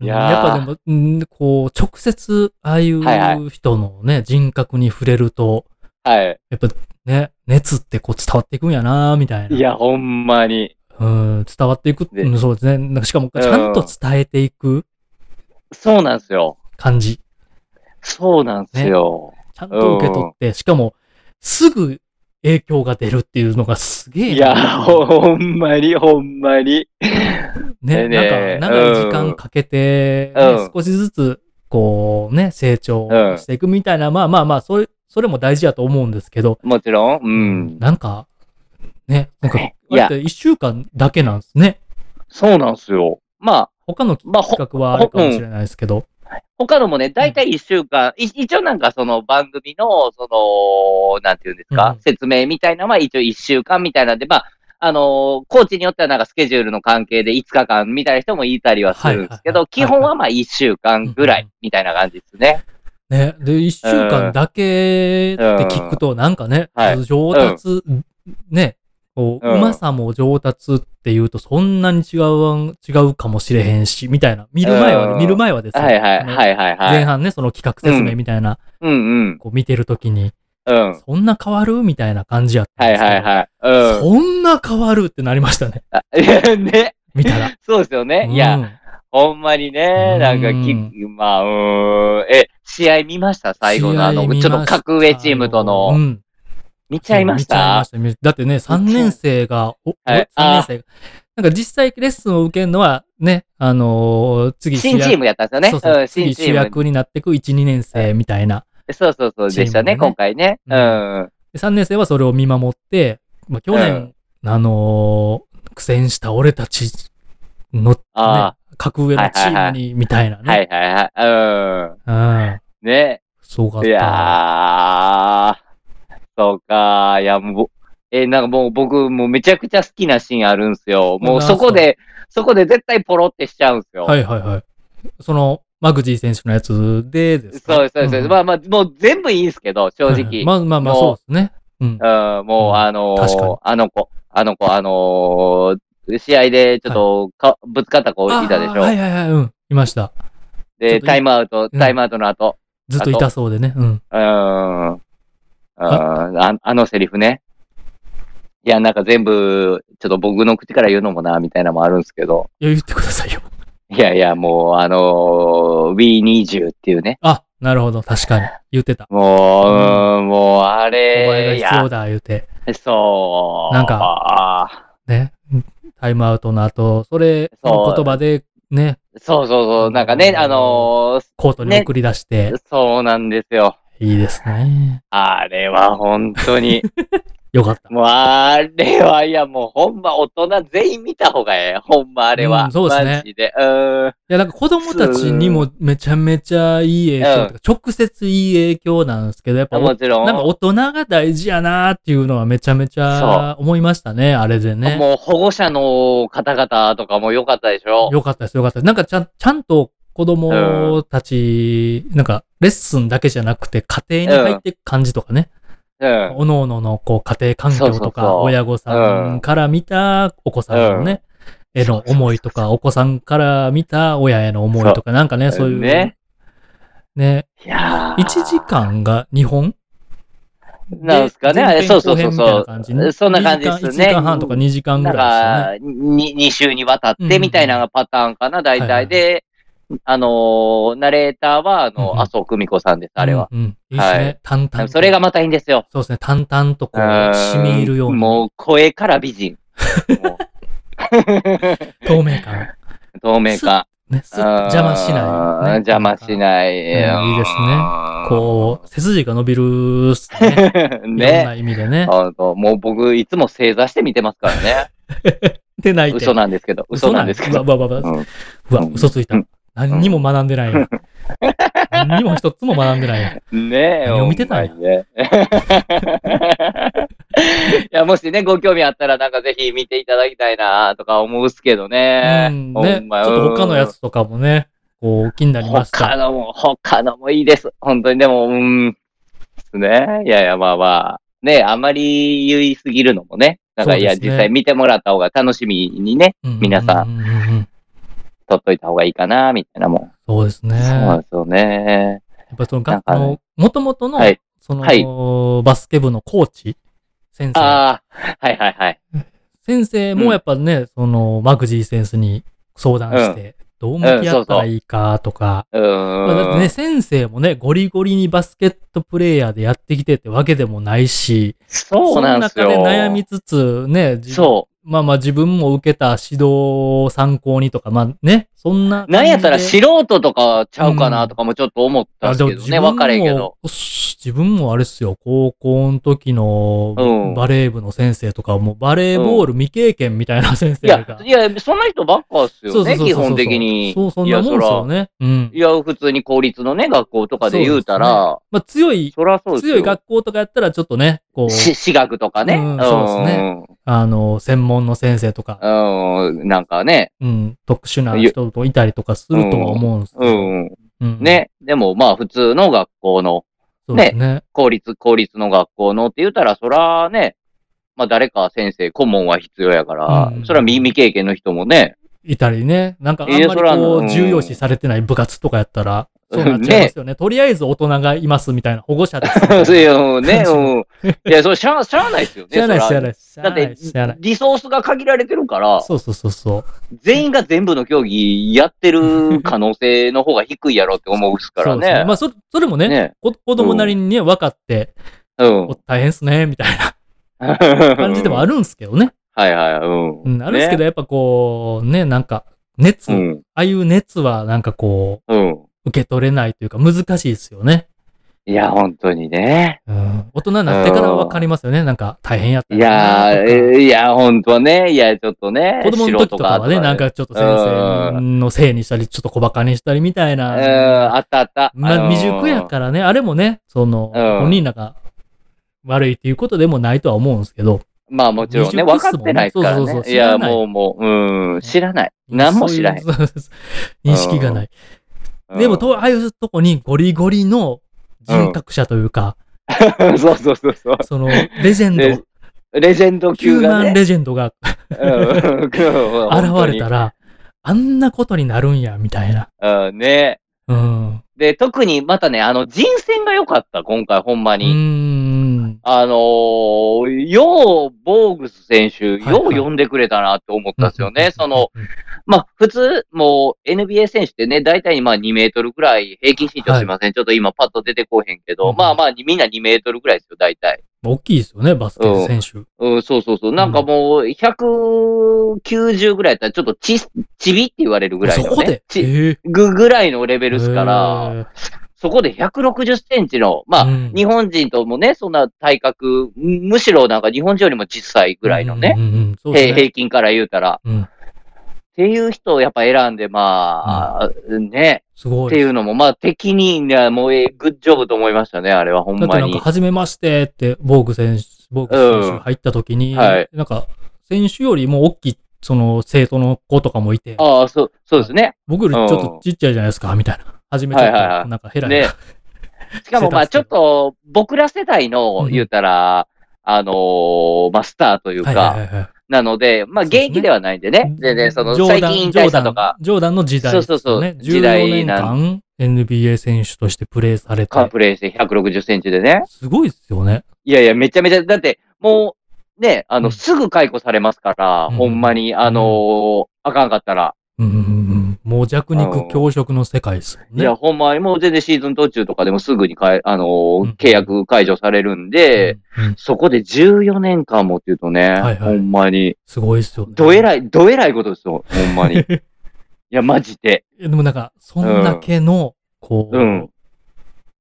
S1: うん。
S2: い
S1: や
S2: やー
S1: っぱでも、うんこう、直接、ああい
S2: はいは
S1: う人のね、人格に触れると、
S2: はい。
S1: やっぱね、熱ってこう伝わっていくんやなーみたいな。
S2: いや、ほんまに。
S1: うん、伝わっていく。
S2: で
S1: うんそうですね。なんかしかも、ちゃんと伝えていく
S2: そうなんですよ。
S1: 感じ。
S2: そうなんですよ。
S1: ちゃんと受け取って、しかも、すぐ影響が出るっていうのがすげえな。
S2: いや、ほんまに、ほんまに。
S1: ね、
S2: ね
S1: なんか、長い時間かけて、ね
S2: うん
S1: 少しずつ、こうね、成長していくみたいな、まあまあまあ、それ、それも大事だと思うんですけど、
S2: もちろん、うん。
S1: なんか、ね、なんか、
S2: いや
S1: あれって1週間だけなんですね。
S2: そうなんですよ。まあ、
S1: 他の企
S2: まあほ
S1: 画はあれかもしれないですけど。
S2: 他のもね、だいたい1週間、い一応なんかその番組の、その、なんていうんですか、
S1: うん
S2: 説明みたいなのは一応1週間みたいなんで、まあ、あのーコーチによってはなんかスケジュールの関係で5日間みたいな人もいたりはするんです
S1: はい
S2: けど、
S1: はいはい
S2: 基本はまあ1週間ぐ
S1: う
S2: ら
S1: ん
S2: いみたいな感じですね。
S1: ね、で、1週間だけって聞くと、なんかね、
S2: はい
S1: 上達、ね、こう、
S2: う
S1: うんまさも上達っていうと、そんなに違う、違うかもしれへんし、みたいな。見る前はね、
S2: うん
S1: 見る前はですね、
S2: はいはい
S1: ね
S2: はいはいはい。
S1: 前半ね、その企画説明みたいな、
S2: うんうん。
S1: こう見てるときに、
S2: うん。
S1: そんな変わるみたいな感じやったん
S2: は
S1: で
S2: い
S1: すけど、
S2: はいはい。うん
S1: そんな変わるってなりましたね、
S2: あ。いや ね。
S1: 見たら。
S2: そうですよね。いや、
S1: うん
S2: ほんまに
S1: う
S2: ね、
S1: ん
S2: なんかき、まあ、うーん。え、試合見ました最後のあ
S1: 試合
S2: の、
S1: 見まし
S2: ち
S1: た
S2: ょっと格上チームと
S1: う
S2: の。
S1: ん
S2: 見ちゃいまし
S1: そう見ちゃいま
S2: た
S1: した見だってね、3年生が、お、
S2: はい
S1: 3年生が。なんか実際レッスンを受けるのは、ね、あのー次
S2: 新チームやったんです
S1: そ
S2: よ
S1: うそう
S2: ね。うん、
S1: 次
S2: 新チ
S1: 主
S2: ーム。
S1: 役になってく1、2年生みたいな。
S2: そうそうそう、でし
S1: チー
S2: たね、
S1: ムでね
S2: 今回ね。
S1: う
S2: うんん。
S1: で3年生はそれを見守って、まあ、去年、あのー苦戦した俺たちの、ね
S2: あ、
S1: 格上のチーム
S2: はいは
S1: に、みたいな
S2: は
S1: ね。
S2: いはいはい。
S1: うん。
S2: うん。ね。
S1: すごかっ
S2: い
S1: た。
S2: やー。そうかー。いや、もう、え、なんかもう僕、もうめちゃくちゃ好きなシーンあるんすよ。も
S1: な
S2: う
S1: んすか
S2: そこで、そこで絶対ポロってしちゃうんすよ。
S1: はいはいはい。その、マグジー選手のやつでですか
S2: そうです、そうです。
S1: ん
S2: まあまあ、もう全部いいんすけど、正直。
S1: まあまあまあ、そうですね。うん。
S2: うん、もう、あの
S1: 確かに
S2: ー、あの子、あの子、あのー、試合でちょっとか、ぶつかった子いたでし
S1: あーはい
S2: ょ。
S1: はいはい、うん。いました。ちょっ
S2: で、
S1: とい
S2: タイムアウト、
S1: うん
S2: タイムアウトの後。
S1: ずっと痛そうでね。うん。
S2: うーん。うんああのセリフね。いや、なんか全部、ちょっと僕の口から言うのもな、みたいなのもあるんですけど。
S1: いや、言ってくださいよ。
S2: いやいや、もう、あのー、We Need You っていうね。
S1: あ、なるほど。確かに。言ってた。
S2: もう、うんもう、あ
S1: お
S2: れ、
S1: 前が必要
S2: い
S1: だ、言うて。
S2: や、そう。
S1: なんか
S2: か、
S1: ね。タイムアウトの後、それの言葉で、ね、
S2: そうそうそう、なんかね、あの
S1: コートに送り出して
S2: ー、、そうなんですよ。
S1: いいですね。
S2: あれは本当に、
S1: よかった。
S2: もうあれは、いやもうほんま大人全員見た方がええ。ほんまあれは。
S1: うんそうですね
S2: マジで。うん。
S1: いや、なんか子供たちにもめちゃめちゃいい影響とか、直接いい影響なんですけど、やっぱお、な
S2: も
S1: ん
S2: ちろん。
S1: か大人が大事やなっていうのはめちゃめちゃ思いましたね、あれでね。
S2: もう保護者の方々とかも良かったでしょ。
S1: よかったです、よかったです。なんかちゃん、ちゃんと子供たち、なんか、レッスンだけじゃなくて、家庭に入っていく感じとかね。
S2: うん。
S1: おのおののこう家庭環境
S2: そう
S1: と
S2: そうそう
S1: か、親御さんから見たお子さんのね、
S2: うん
S1: への思いとか、お子さんから見た親への思いとか、なんかね、そういう。
S2: ね。
S1: ね。
S2: いやー
S1: 1時間が2本
S2: なんすかねあれそうそうそうそう
S1: う
S2: そんな感じですね
S1: 1時間半とか2時間ぐ
S2: なん
S1: らい
S2: か、に2週にわたってみたいなのがパターンかな、大
S1: はいはい
S2: 体。で、あのー、ナレーターは、あ
S1: うんう
S2: の、
S1: ん
S2: 麻生久美子さんです、
S1: ですよね。
S2: あれは。
S1: うん。うんいいです
S2: は
S1: ね。淡々と。
S2: それが、またいいんですよ。
S1: そうですね。淡々とこう、
S2: うん
S1: 染み入るような
S2: もう、声から美人。も
S1: 透明感。
S2: う透明感。
S1: ね、すっと邪魔しない、ね。
S2: 邪魔しない。
S1: うんいいですねこう、背筋が伸びるっすね。
S2: うん。
S1: いろんな
S2: ね。
S1: 意味でね。
S2: あのもう僕、いつも正座して見てますからね。
S1: で泣いて。
S2: 嘘なんですけど、嘘なんですけど。
S1: うわ、うわ、うわ、
S2: うん
S1: うわ嘘ついた
S2: うん。
S1: 何にも学んでないや。何にも一つも学んでないや。
S2: ねえ。
S1: 何を見てたんや
S2: ほんまにね いや、もしね、ご興味あったら、なんかぜひ見ていただきたいなとか思うっすけどね。
S1: うん、
S2: ほ
S1: ね、
S2: ん
S1: ちょ
S2: ま
S1: っと他のやつとかもね、こう、気になりまし
S2: 他
S1: た。
S2: のも、他のもいいです。本当に、でも、うん。ですね。いやいや、まあまあ。ねあまり言いすぎるのもね。なんか、
S1: そう
S2: い
S1: で
S2: や、
S1: すね
S2: 実際見てもらった方が楽しみにね、
S1: うん
S2: 皆さん
S1: うううんうん
S2: 撮っといた方がいいかな、みたいなもん。
S1: そうですね。
S2: そうなん
S1: や
S2: ですよね。
S1: っぱその、
S2: なん
S1: が
S2: か
S1: あ
S2: ね
S1: の、もともとの
S2: はい、
S1: その、
S2: は
S1: バスケ部のコーチ、先生。
S2: ああ、はいはいはい。
S1: 先生もやっぱね、その、マグジー先生に相談して、どう向き合ったらいいかとか、
S2: うーん。
S1: まあ、だってね、先生もね、ゴリゴリにバスケットプレイヤーでやってきてってわけでもないし、
S2: そうなんですよ。
S1: その中で悩みつつ、ね、自
S2: そ
S1: まあまあ自分も受けた指導を参考にとか、まあね、そんな感じ
S2: う。
S1: で。
S2: なんやったら素人とかちゃうかなとかもちょっと思ったん
S1: あです
S2: で
S1: も
S2: けど
S1: 自
S2: ね、分かれへんけ
S1: 分
S2: ど
S1: も。、自分もあれっすよ、高校の時
S2: う
S1: の
S2: ん
S1: バレー部の先生とか、もうバレーボール未経験みたいな先
S2: い
S1: 生
S2: や
S1: が。、
S2: いや、そんな人ばっかっすよね、基本的に。
S1: そう、そんなもんですよね。うん
S2: い。や、普通に公立のね、学校とかで言うたら、
S1: まあ強い、
S2: そりゃそうですよ。
S1: 強い学校とかやったらちょっとね、こう、
S2: し私学とかね。
S1: うんそうですねあの、専門の先生とか、
S2: うん。うん、なんかね。
S1: うん、特殊な人といたりとかするとは思うんですけ
S2: う
S1: ど。
S2: ん。
S1: うん
S2: ね。でも、まあ、普通の学校の、
S1: そうですね。
S2: 公立、公立の学校のって言ったら、そらね、まあ、誰か先生、顧問は必要やから、
S1: うん
S2: そら未経験の人もね、
S1: いたりね。なんかあん
S2: いや
S1: まり
S2: そら
S1: こ
S2: う
S1: うん重要視されてない部活とかやったら、そうなっちゃいますよ ね。とりあえず大人がいますみたいな保護者ですみたいな。
S2: そうい うね、
S1: そう
S2: うん。いや、それしゃあ、しゃあないですよね。
S1: 知らない
S2: そ
S1: 知ら
S2: ら
S1: ない知
S2: だ
S1: ら
S2: っ
S1: ない知らな
S2: て
S1: い。、
S2: リソースが限られてるから、
S1: そうそうそうそう。
S2: 全員が全部の競技やってる可能性の方が低いやろって思うっすから
S1: そうです
S2: ね。
S1: まあそ、それもね、
S2: ね。
S1: こ子供なりにね、分かって、
S2: うん
S1: お。大変っすね、みたいな感
S2: 感
S1: じでもあ
S2: る。
S1: るんですけどね。
S2: はいはい、うん。
S1: うん、あるんですけど、
S2: ね。
S1: やっぱこう、ね、なんか、熱、
S2: う
S1: あ
S2: ん。
S1: あいう熱はなんかこ
S2: うん。
S1: う、受け取れないというか難しいですよね。
S2: いや、本当にね。
S1: うん、大人になってから分かりますよね。なんか大変やった
S2: い
S1: な
S2: やー、
S1: とか
S2: えーいや、本当ね。いや、ちょっとね。
S1: 子供の時とかはね、
S2: 素人
S1: なん、かちょっと先生のせいにしたり、ちょっと小馬鹿にしたりみたい
S2: うん、
S1: な。
S2: あったあった。
S1: まあ、
S2: あのー
S1: 未熟やからね、あれもね、その、
S2: うん
S1: 本人なんか悪いっていうことでもないとは思うんですけど、
S2: まあもちろんね、
S1: 未熟
S2: 分
S1: っす
S2: か
S1: もんね
S2: ってないから
S1: そうそうそう
S2: ね。い
S1: 知ら
S2: や、
S1: ない
S2: もうもう、うん、知らない。何も知らへん。
S1: そういう認識がない。
S2: うん
S1: でも、とああいうとこにゴリゴリの人格者というか、
S2: そうそうそうそう。
S1: その、レジェンド、
S2: ねレジェンド
S1: ヒュ
S2: 級
S1: ー
S2: が
S1: マン
S2: ね。
S1: レジェンドが
S2: 現
S1: 現れたら、あんなことになるんや、みたいな。
S2: ら。うん、ね。
S1: うん。
S2: で、特にまたね、あの、人選が良かった、今回、ほんま
S1: う
S2: に。
S1: ーん。
S2: あのー、よう、ボーグス選
S1: は
S2: 手、
S1: い
S2: よう呼んでくれたなって思ったんですよね。その、
S1: うん、
S2: まあ、普通、もう NBA 選手ってね、大体まあ2メートルくらい、平均身長すいません、ちょっと今パッと出てこうへんけど、
S1: うん
S2: まあまあ、みんな2メートルくらいですよ、大体。
S1: 大きいですよね、バスケ選手。
S2: うん、そうそうそう。なんかもう、190ぐらいやったら、ちょっとち、ちびって言われるぐらいの、
S1: そこ
S2: ね
S1: で。
S2: ち
S1: ええ
S2: ぐ、ぐらいのレベルっすから、
S1: へえ
S2: そこで160センチの、まあ、
S1: うん
S2: 日本人ともね、そんな体格、むむしろなんか日本人よりも小さいぐらいのね、
S1: うんうんうんそうです
S2: 平
S1: ね。
S2: 平均から言うたら、
S1: うん
S2: っていう人をやっぱ選んで、まあ、ね、
S1: すご
S2: っ
S1: い
S2: て。いうのも、まあ、敵に、ね、もうええ、グッジョブと思いましたね、あれは、ほん
S1: だって
S2: ま
S1: なんか、
S2: に。
S1: 初めましてって、ボーグ選手、ボーグ選手が入った時に、
S2: うんはい
S1: なんか、選手よりも大きい、その、生徒の子とかもいて、
S2: ああ、そう、そうですね。
S1: 僕よりちょっとちっちゃいじゃないですか、みたいな。初めちょっと、
S2: はいはいはい
S1: なんかヘラヘラ。
S2: ねしかも、まあ、ちょっと、僕ら世代の、言うたら、あのーまあ、スターというか、
S1: はいはいはいはい
S2: なので、まあ、
S1: そうですね
S2: 現役ではないんでね、全然、その、最近引退したとか、
S1: ジョーダンジョーダンの時代、ね。
S2: そうそうそう時代
S1: 14年間 NBA 選手としてプレーされ
S2: カー
S1: て。
S2: プレイして160センチでね。
S1: すごいですよね。
S2: いやいや、めちゃめちゃ、だって、もう、ね、あの、
S1: うん
S2: すぐ解雇されますから、
S1: うん
S2: ほんまに、あのーあかんかったら。
S1: うんうんうんうん。もう弱肉強食の世界ですよね。
S2: いや、ほんまにもう全然シーズン途中とかでもすぐにかえ、あのー
S1: うん
S2: 契約解除されるんで、
S1: うんうん
S2: そこで14年間もっていうとね、
S1: はい
S2: ほんまに、
S1: すごいですよね。
S2: どえらい、どえらいことですよ、ほん まに。いや、マジで。
S1: いやでもなんか、そんだけの、こう、
S2: うん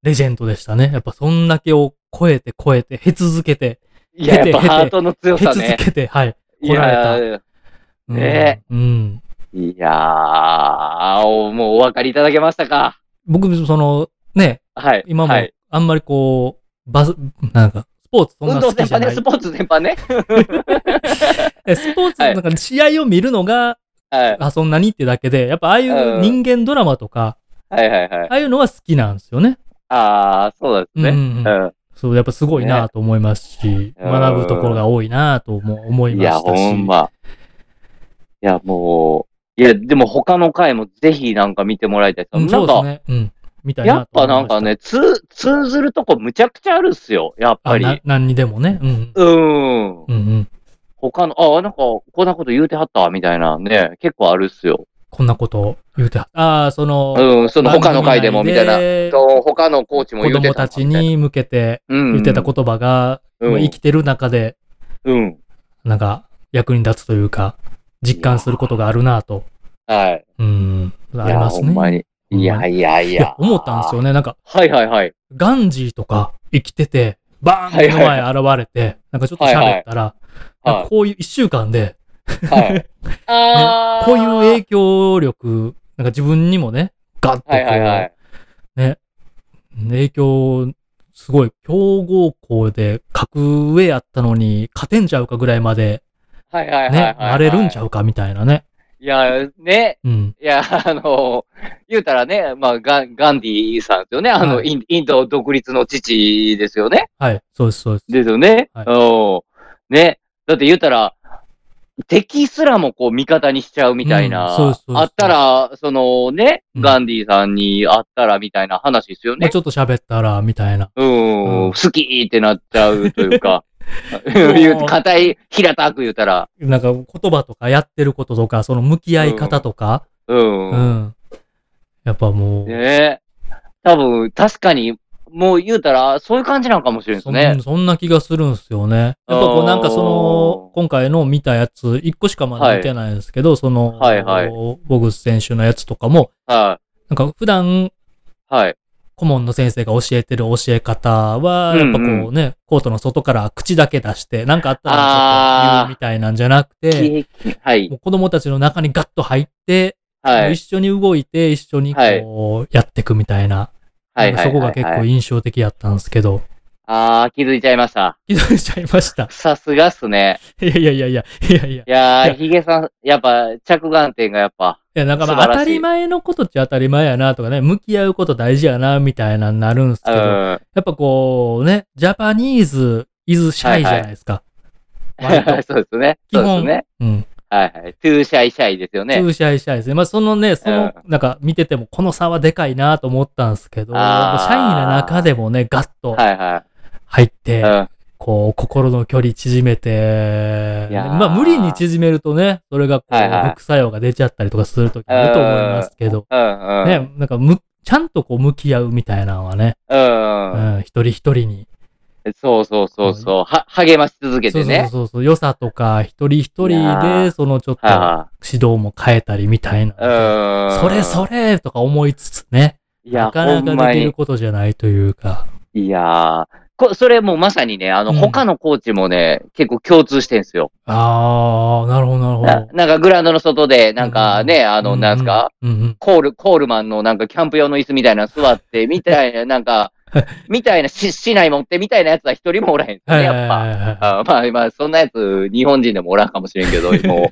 S1: レジェンドでしたね。やっぱそんだけを超えて超えて、へ続けて、
S2: いや、やっぱ
S1: へてへて
S2: ハートの強
S1: へ
S2: さ
S1: 続
S2: ね。
S1: けて、はい。
S2: い
S1: こら
S2: や
S1: れ
S2: ー、
S1: うん
S2: ね
S1: うん。
S2: いやー、おもうお分かりいただけましたか
S1: 僕、その、ね、
S2: はい。
S1: 今も
S2: はい、、
S1: あんまりこう、バズ、なんか、スポーツそん
S2: 運
S1: な
S2: 動
S1: 好
S2: 全
S1: きじゃ
S2: 般
S1: な
S2: ね、
S1: い
S2: ス。ポーツ全般ね。
S1: えスポーツ、
S2: はい
S1: なんか試合を見るのが、
S2: はい。
S1: あ、そんなにってだけで、やっぱああいう人間ドラマとか、
S2: はいはいはい。
S1: ああいうのは好きなんですよね。
S2: ああ、そう
S1: う
S2: で
S1: ん
S2: す
S1: う
S2: ね。
S1: ん
S2: う
S1: うん。
S2: ん。
S1: そう、やっぱすごいなと思いますし、学ぶところが多いなとも思い
S2: い
S1: ま
S2: や、
S1: したし。
S2: ほんま。いや、もう、いや、でも他の回もぜひなんか見てもらいたい。
S1: うん
S2: な
S1: そ
S2: ん
S1: うです
S2: か、
S1: ね。うん。みたいな
S2: やっぱなんかね、通、通ずるとこむちゃくちゃあるっすよ、やっ
S1: と思
S2: ぱ
S1: いました、あな
S2: り。
S1: 何にでもね。うん。
S2: うーん。
S1: うんうん。
S2: 他の、ああ、なんか、こんなこと言うてはった、みたいなね、結構あるっすよ。
S1: こんなことを言うてはああ、その、
S2: うん、その他の回でも、みたいな。
S1: な
S2: と他のコーチも
S1: 子
S2: 言うて
S1: 供た
S2: たな。
S1: ちに向けて
S2: 言
S1: 言ってた言葉が、
S2: うん
S1: 生きてる中で、
S2: と。うん。
S1: なんか役に立つというか、実感することがあるなと。
S2: はい。
S1: うん。あります
S2: いやほんま
S1: ね。
S2: に。いやいやい
S1: い
S2: や
S1: や。、思ったんですよね。なんか、
S2: はいはいはい。
S1: ガンジーとか生きてて、バーンって目の前現れて、なんかちょっと喋ったら、なん
S2: は
S1: かこういう一週間で、
S2: い。はい、あー
S1: こういう影響力、なんか自分にもね、ガッとこう、
S2: はいはいはい。
S1: 影響、すごい、強豪校で格上やったのに、勝てんちゃうかぐらいまで、
S2: はいはいはいはい、
S1: ね、なれるんちゃ
S2: う
S1: うかみたいなね。
S2: いや、ね。
S1: うん。
S2: いや、あの、言うたらね、まあ、ガンガンディさんですよね。あの、
S1: はい
S2: インインド独立の父ですよね。
S1: はい、そうです、そうです。
S2: ですよね。
S1: はい
S2: おね。だって言うたら、敵すらもこう味方にしちゃうみたいな。
S1: うんそうそうそう
S2: あったら、そのね、
S1: うん
S2: ガンディさんに会ったらみたいな話ですよ
S1: まあ
S2: ね
S1: ち。ょっと喋ったら、みたいな。
S2: うん、
S1: うん
S2: 好きってなっちゃうとい うか、
S1: う
S2: 言う硬い、平たく言うたら、
S1: なんか言葉とかやってることとか、その向き合い方とか、
S2: うん。
S1: うん。やっぱもう、
S2: ねえ。多分、確かに、もう言うたら、そういう感じなのかもしれないです
S1: そん
S2: ね。
S1: そんな気がするんですよね。やっぱこ
S2: あ
S1: う
S2: ー
S1: なんかその、今回の見たやつ、一個しかまだ見てないんですけど、その、
S2: はいはい
S1: ボグス選手のやつとかも、
S2: は
S1: なんか普段、
S2: い。はい。
S1: 顧問の先生が教えてる教え方は、やっぱこうね、
S2: うん
S1: コートの外から口だけ出して、なんかあったらちょっと言
S2: あー
S1: うみたいなんじゃなくて、
S2: きはい
S1: も。う子供たちの中にガッと入って、
S2: は
S1: もう
S2: い。
S1: 一緒に動いて、一緒にこう、やっていくみたいな、
S2: はい。
S1: なんかそこが結構
S2: い。
S1: 印象的やったんですけど、
S2: あー、気づいちゃいました。
S1: 気づいちゃいました。
S2: さすがっすね。
S1: いやいやいやいや、いやいや。
S2: い
S1: い
S2: やー、
S1: や
S2: ヒゲさん、やっぱ、着眼点がやっぱ、
S1: いや、なんかま
S2: 素
S1: あ
S2: 晴
S1: 当
S2: らしい
S1: たり前のことっちゃ当たり前やなとかね、向き合うこと大事やなみたいなになるんす
S2: う
S1: けど、や
S2: ん。
S1: っぱこうね、ジャパニーズ、イズシャイじゃないですか。割と
S2: そうですね。
S1: 基
S2: そうで
S1: 本
S2: すね。
S1: うん。
S2: はいはい。トゥーシャイシャイですよ
S1: ツ
S2: ね。
S1: ーシャイシャイですね。まあそのね、その、
S2: う
S1: なんか見ててもこの差はでかいなと思ったんすけど、や
S2: あー
S1: っぱシャイな中でもね、ガッと
S2: はいは
S1: 入っ
S2: い。
S1: て、
S2: うん。
S1: こう、心の距離縮めて、
S2: いやー
S1: まあ無理に縮めるとね、それがこう、
S2: はいはい
S1: 副作用が出ちゃったりとかするときあると思いますけど、
S2: うんうん。
S1: ね、なんかむ、ちゃんとこう向き合うみたいなのはね、
S2: うん。
S1: うん、一人一人に。
S2: そうそうそうそう。は、励まし続け
S1: そう
S2: て
S1: そう
S2: ね。
S1: そうそう、良さとか、一人一
S2: い
S1: 人
S2: や
S1: で、
S2: ー
S1: そのちょっと
S2: は
S1: 指導も変えたりみたい
S2: いは
S1: な。
S2: い。うん。
S1: それそれとか思いつつね。
S2: いや、
S1: なかな
S2: ほんま
S1: かでき
S2: に
S1: る。ことじゃないというか。
S2: いやーこ、それもうまさにね、あの、
S1: うん
S2: 他のコーチもね、結構共通してんすよ。
S1: ああ、なるほど、なるほ
S2: な
S1: ど。
S2: なんかグラウンドの外で、なんかね、あの、
S1: う
S2: なんすか、
S1: うんうん。
S2: コール、コールマンのなんかキャンプ用の椅子みたいなの座って、み たいな、なんか、みたいな、し、市内持ってみたいなやつは一人もおらへんす
S1: は
S2: ね、
S1: い
S2: やっぱ。
S1: ぱ。
S2: あまあまあ、そんなやつ、日本人でもおらんかもしれん けど、もう、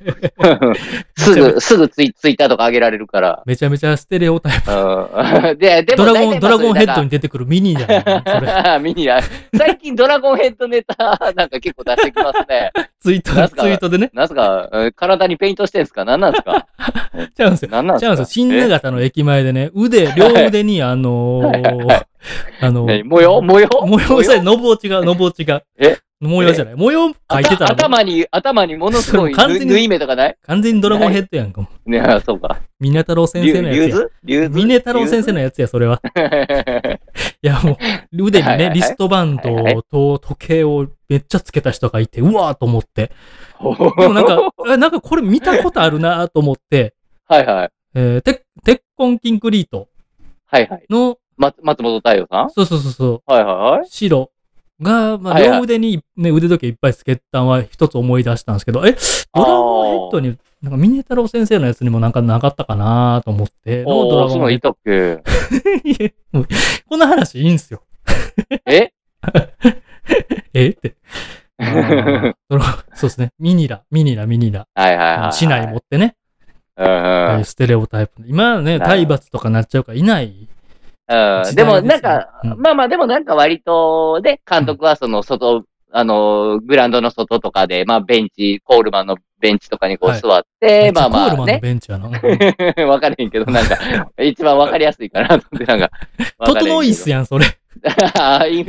S2: すぐ、すぐツイツイッターとか上げられるから。
S1: めちゃめちゃステレオタイプ。
S2: うん で、でも
S1: ドラ
S2: 大体ま
S1: ゴ
S2: あ
S1: ン、ドラゴンヘッド
S2: そ
S1: に出てくるミニじゃないのそ
S2: れ
S1: れ。
S2: が見にや最近ドラゴンヘッドネタなんか結構出してきますね。
S1: ツイート、
S2: なんすか
S1: ツイートでね。
S2: なんすか、え体にペイントしてんすか何なん すか
S1: ちゃうんですよ。
S2: 何なん
S1: ちゃうん
S2: す
S1: です
S2: か
S1: よ。新長方の駅前でね、腕、両腕に、あのー、あの
S2: え何模様模様
S1: 模様さえ、のぼう違う、のぼう違う。
S2: え
S1: 模様じゃない。模様書いてた
S2: あ
S1: ら、
S2: 頭に、頭にものすごい
S1: そう 完全
S2: ぬ
S1: に
S2: 縫い目とかない
S1: 完全にドラゴンヘッドやんか。も
S2: ねあそうか。
S1: うミネ太郎先
S2: 竜
S1: 生のやつや。
S2: 図竜図
S1: ミネ太郎先生のやつや、それは。いや、もう、腕に
S2: はいはい
S1: ね、
S2: はい
S1: リストバン
S2: はいはい
S1: ドと時計をめっちゃつけた人がいて、うわーと思って。 で
S2: で
S1: もなん か、えなんかこれ見たことあるなーと思って、
S2: はいはい。
S1: えー、て鉄痕キンクリート
S2: はいはい。
S1: の、
S2: 松松本太陽さん
S1: そうそうそうそう、
S2: はいはいはい。
S1: 白が、まあ、
S2: はいはい
S1: 両腕に、ね、腕時計いっぱいつけたんは一つ思い出したんですけど、え、ドラゴンヘッドに、なんか、ミネ太郎先生のやつにもなんかなかったかなと思って、のド
S2: お
S1: ラ
S2: ー、そ
S1: ゴ
S2: ういうの
S1: ンヘ
S2: い
S1: ッ
S2: たっけ
S1: ドいやもう この話いいんすよ。
S2: え
S1: え って。あードラそうですね。ミニラ、ミニラ、ミニラ。
S2: はいはいはい。
S1: 市内持ってね、
S2: うんうん。
S1: ステレオタイプ。今はね、
S2: なるほど
S1: 体罰とかなっちゃうからいない。
S2: うん
S1: 時代ですよ
S2: でもなんか、
S1: うん
S2: まあまあでもなんか割と、で、監督はその外、あの、グラウンドの外とかで、まあベンチ、コールマンのベンチとかにこう
S1: はい
S2: 座って、まあ
S1: コールマ
S2: まあ
S1: ンの
S2: ね。
S1: ベンチやな。
S2: わかれへんけど、なんか、一番わかりやすいかなと思って、なんか。
S1: 整いっす
S2: や。
S1: やん、それ。
S2: インフ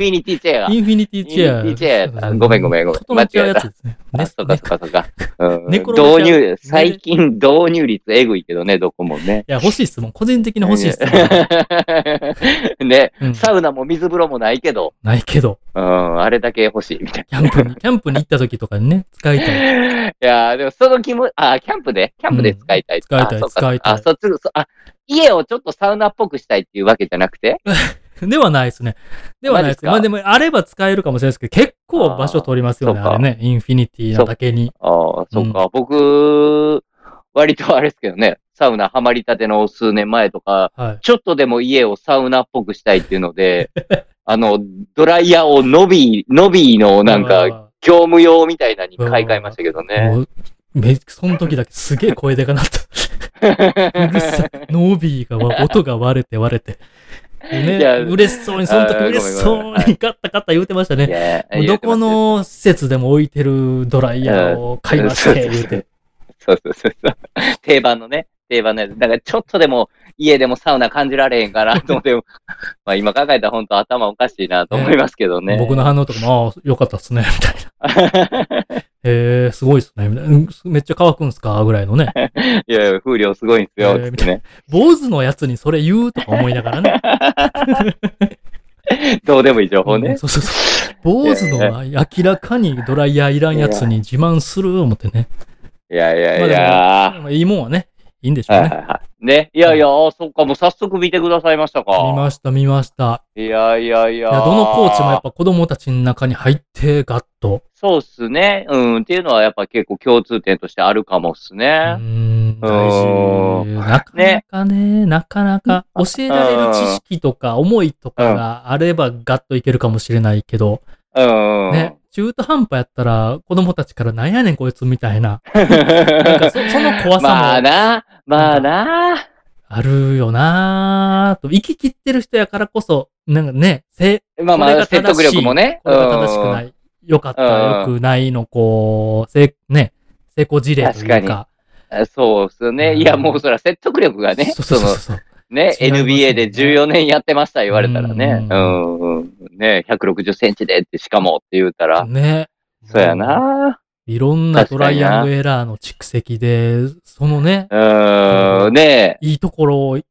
S2: ィニティチェア。
S1: インフィニティチェア。
S2: インフィニティチェアやったごめんごめんごめん
S1: 整っちゃうやつ ですね。
S2: あ、そっかそっかそっか。うん
S1: 寝転
S2: 導
S1: がっちゃう
S2: 入、最近導入率えぐいけどね、どこもね。
S1: いや、欲しい質問。個人的に欲しい質問。
S2: ね、
S1: うん
S2: サウナも水風呂もないけど、
S1: ないけど、
S2: うん、あれだけ欲しいみたいな。
S1: キャンプに、キャンプに行った時とかにね、使い たい。
S2: いやーでもその気も、あー、キャンプでキャンプで使いたい。
S1: うん使いたい
S2: あそっか
S1: 使いたい
S2: あ、そっち、そあ、家をちょっとサウナっぽくしたいっていうわけじゃなくて
S1: ではないですね。ではないです。ま
S2: マ
S1: あ
S2: ジ
S1: で
S2: っ
S1: も、あれば使えるかもしれないですけど、結構場所取りますよね、
S2: あー
S1: あれね。インフィニティなだけに。
S2: ああ、そっか。僕、割とあれですけどね、サウナハマりたての数年前とか、
S1: はい。
S2: ちょっとでも家をサウナっぽくしたいっていう ので、あの、ドライヤーをノビー、ノビーのなんか、
S1: か、
S2: 業務用みたいなに買い替えましたけどね。
S1: もうめその時だけすげえ声でかなった。うるさいノービーがわ音が割れて割れて。
S2: いや
S1: ね、嬉しそうに、その時
S2: あー
S1: 嬉しそう
S2: ごめんごめんは
S1: にガッタガッタ言うてましたね
S2: い。や
S1: もうどこ、の施設でも置いてるドライヤーを買いま して、
S2: うん
S1: 言うて。
S2: そうそうそうそう。定番のね、定番のやつ。だからちょっとでも家でもサウナ感じられへんかなと 思って、まあ今考えたら本当頭おかしいなと思いますけどね。
S1: 僕の反応とかも、ああ、よかったっすね、みたいな。 へえ、すごいっすね、みたいなうんめっちゃ乾くんすかぐらいの ね。
S2: いやいや、風量すごいんです
S1: え
S2: よ、
S1: ー
S2: つってね。
S1: 坊主のやつにそれ言うとか思いながら ね。
S2: どうでもいい情報
S1: う
S2: ね
S1: ん。そうそうそう。坊主の明らかにドライヤーいらんやつに自慢する思ってね。
S2: いやいやい
S1: ま
S2: や。
S1: あいいもんはね、いいんでしょ
S2: は
S1: う
S2: いはい
S1: ね。
S2: はい。ね。いやいや、あそっか、もう早速見てくださいましたか。
S1: 見ました、見ました。
S2: いやいやいや。
S1: いやどのコーチもやっぱ子供たちの中に入って、ガッと。
S2: そうっすね。うん。っていうのはやっぱ結構共通点としてあるかもっす
S1: う
S2: ね。
S1: ーん、
S2: う
S1: 大事。なかなかね、なかなか教えられる知識とか思いとかがあればガッといけるかもしれないけど、
S2: うん。
S1: ね、中途半端やったら子供たちからなんやねんこいつみたいな、
S2: な
S1: なんかそその怖
S2: ま
S1: さ
S2: あ
S1: も
S2: な、まあな。
S1: あるよなぁと、生き切ってる人やからこそ、なんかね、せ、
S2: まあま
S1: これ
S2: あ、
S1: が正しい
S2: 説得力もね。
S1: これが正しくな
S2: うん
S1: い、良かった、良くないの、こう、せ、ね、成功事例という
S2: 確
S1: か
S2: か、そうっすね。いや、もうそら説得力がね、
S1: そうそうそ
S2: そ
S1: う
S2: の
S1: そう。
S2: ね、
S1: 違いますもんね
S2: NBA で14年やってました言われたらね、
S1: う
S2: うんん、うんね、160センチでってしかもって言うたら、
S1: ね。
S2: そうや。な。
S1: いろんなトライアングルエラーの蓄積で、そのね、
S2: うん、ね
S1: いいところをい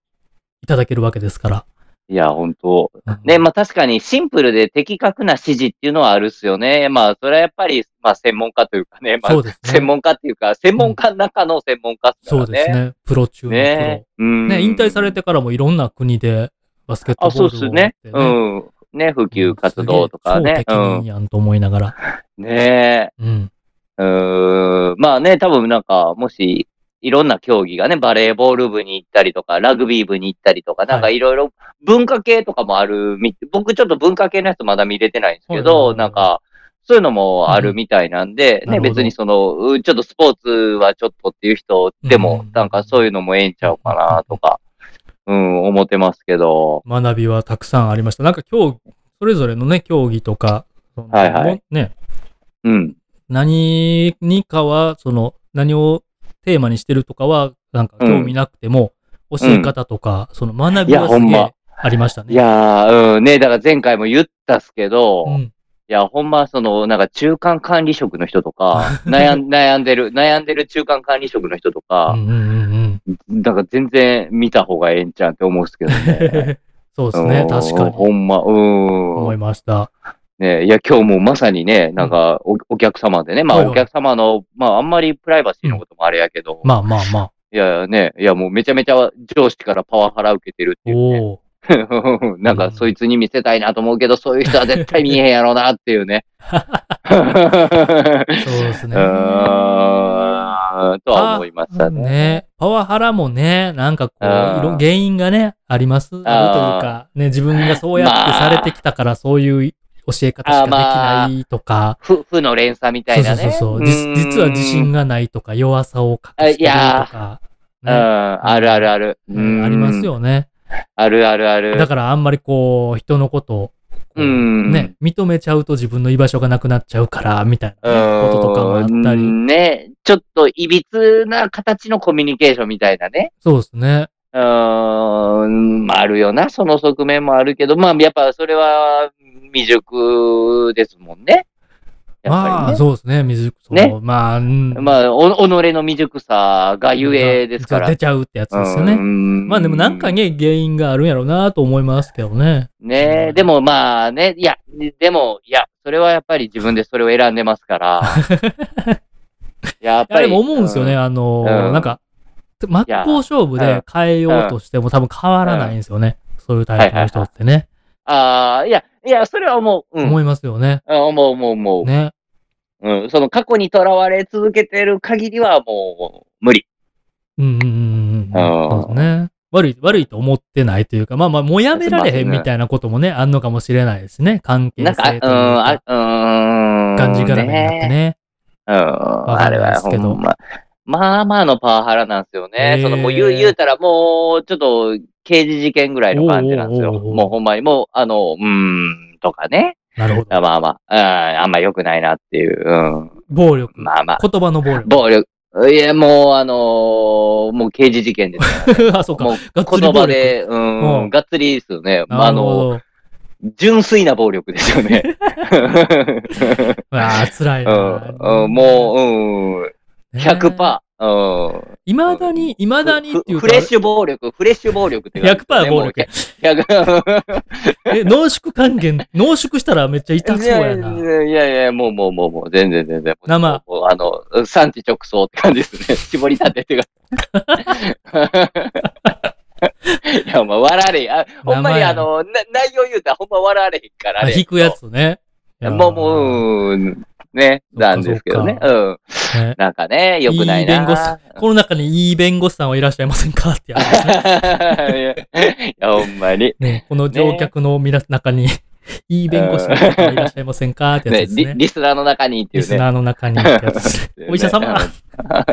S1: ただけるわけですから。
S2: いや、本当
S1: うん
S2: ね、まあ確かにシンプルで的確な指示っていうのはあるっすよね。まあ、それはやっぱり、まあ専門家というかね、まあ
S1: そうですね。
S2: 専門家っていうか、専門家の中の専門家っすか
S1: そ
S2: ら
S1: うです
S2: ね。
S1: ね。プロ中のプロ。
S2: ね。うん
S1: ね、引退されてからもいろんな国で、バスケット
S2: あ、
S1: ボールを
S2: そうっすね。
S1: やって
S2: うん。ね、普及活動とか
S1: す。
S2: ね
S1: げえ超適任やんと思いながら。
S2: うん。ね
S1: うん。
S2: え。うーん。まあね、多分なんか、もし、いろんな競技がね、バレーボール部に行ったりとか、ラグビー部に行ったりとか、なんか
S1: はい
S2: ろいろ文化系とかもあるみ、僕ちょっと文化系のやつまだ見れてないんです
S1: は
S2: けど、
S1: いはいはい
S2: なんか、そういうのもあるみたいなんで、
S1: うんな
S2: ね、
S1: るほど
S2: 別にその、うちょっとスポーツはちょっとっていう人でも、
S1: うん
S2: なんかそういうのもええんちゃうかなとか、うん、思ってますけど、
S1: 学びはたくさんありました。なんか競技、それぞれのね、競技とか、その
S2: はいはい
S1: もね、
S2: うん。
S1: 何にかは、その、何をテーマにしてるとかは、なんか興味なくても、教え方とか、その学び
S2: いや
S1: はす
S2: ほん
S1: げ
S2: ま
S1: えありましたね。
S2: いやー、うん、ね、だから前回も言ったっすけど、
S1: う
S2: い
S1: ん、
S2: や、ほんま、その、なんか中間管理職の人 とか、悩ん悩んでる、悩んでる中間管理職の人と
S1: う
S2: か、
S1: んうんうんうん。
S2: なんか全然見た方がええんちゃうんって思うんですけどね。
S1: そうですね
S2: う、ん
S1: 確か
S2: ほ
S1: に。
S2: んま、
S1: 思
S2: う
S1: い
S2: ん。
S1: ました。
S2: ね、いや、今日もまさにね、なんかお、お客様でね、ま
S1: はい
S2: あ、
S1: はい
S2: お客様の、まあ、あんまりプライバシーのこともあれやけど、
S1: まあまあまあ。
S2: いや、ね、いや、もうめちゃめちゃ上司からパワハラ受けてるっていう、ね。
S1: おお。
S2: なんか、そいつに見せたいなと思うけど、そういう人は絶対見えへんやろうなっていう ね。
S1: そうです
S2: う
S1: ね。
S2: ーん、とは思いましたね。
S1: ね。パワハラもね、なんかこう、い
S2: あー
S1: ろ原因がね、あります。あるというか、ね、自分がそうやってされてきたから、そういう教え方しかできないとか、
S2: ふ、負の連鎖みたい
S1: そ
S2: な
S1: う
S2: ね。
S1: そうそうそう、実実は自信がないとか、弱さを隠してるとか、
S2: うん、
S1: ね、
S2: あるあるある。
S1: うんあります。よね。
S2: あるあるある。
S1: だからあんまりこう、人のことを、こう
S2: うん
S1: ね、認めちゃうと自分の居場所がなくなっちゃうから、みたいなね、こととかもあった
S2: う
S1: り。
S2: んね、ちょっといびつな形のコミュニケーションみたいなね。
S1: そうですね。
S2: うーん、まああるよな、その側面もあるけど、まあやっぱそれは未熟ですもんね。やっ
S1: ま
S2: ぱ
S1: あ、
S2: りね。
S1: そうですね、水、そう、
S2: ね
S1: まあ、うん
S2: まあ、お、己の未熟さがゆえですから。
S1: 出ちゃうってやつですよね。
S2: ん
S1: まあでもなんか。ね、原因があるんやろうなと思いますけどね。
S2: ねでもまあね、いや、でも、いや、それはやっぱり自分でそれを選んでま すから。やっ
S1: あ
S2: ぱり。
S1: れも思うんですよね、
S2: う。
S1: あの、
S2: うん
S1: なんか、真っ向勝負で変えようとしても多分変わらないんですよね。そういうタイプの人ってね。
S2: ああ、いや、いや、それは思う。うん。
S1: 思いますよね。
S2: うん思う、思う、思う。
S1: ね。
S2: うん。その過去にとらわれ続けてる限りはもう無理。
S1: うんうんうんうん。
S2: あー
S1: そうですね。悪い、悪いと思ってないというか、まあまあ、もうやめられへんみたいなこともね、あんのかもしれないですね。関係
S2: な
S1: 性
S2: ん
S1: と
S2: か、う
S1: い
S2: ん
S1: う、か、
S2: あ、うん。
S1: 感じからになって。ね。
S2: うん。あ
S1: かん
S2: れ
S1: ないです
S2: はほ
S1: けど
S2: んま。まあまあのパワハラなんですよね。
S1: へー
S2: そのもう言う言うたらもうちょっと刑事事件ぐらいの感じなんですよ。
S1: おうおうおうおう
S2: もうほんまにもう、あの、うーん、とかね。
S1: なるほど。
S2: まあまあ、うん、あんま良くないなっていう。うん。
S1: 暴力。
S2: まあまあ。
S1: 言葉の暴力。
S2: 暴力。いや、もう、あのーもう刑事事件ですよ。
S1: あ、そうか。
S2: もう
S1: がっつり
S2: 言
S1: 暴
S2: 葉
S1: 力
S2: で、う、
S1: うんん
S2: がっつりですよね。まあ
S1: な
S2: あ
S1: るほ
S2: の、
S1: ど。
S2: 純粋な暴力ですよね。
S1: ああ、 辛いな。
S2: うんうんもう、うん、100%。うん
S1: いまだに、いまだにっていう
S2: フ
S1: か、
S2: レッシュ暴力、フレッシュ暴力って感じですね、
S1: 100%暴力。
S2: 100%
S1: え、濃縮還 元、濃縮したらめっちゃ痛そうやな。
S2: いやいやいや、もうもうもうもう、全然全然。
S1: 生
S2: もうあの、産地直送って感じですね。 絞り立てっていうか。いや、まあ、笑われへん。あほんま
S1: 生
S2: に
S1: や
S2: あの、な内容言うたらほんま笑われへんから
S1: あ
S2: ね。
S1: 引くやつね。いやー
S2: もうもう、うんね、なんですけどね。
S1: そっ
S2: うん。
S1: ね
S2: なんかね、良くないな。
S1: いい弁 護士この中にいい弁護士さんはいらっしゃいませんかってや つね
S2: いや、ほん まに。
S1: ね。この乗客の皆中に、いい弁護士さんはいらっしゃいませんかって
S2: ね
S1: やつです
S2: リ、
S1: ね。
S2: リスナーの中にって
S1: リ
S2: いう
S1: ス
S2: ね。
S1: ナーの中にってやつですね。お医者様ほんま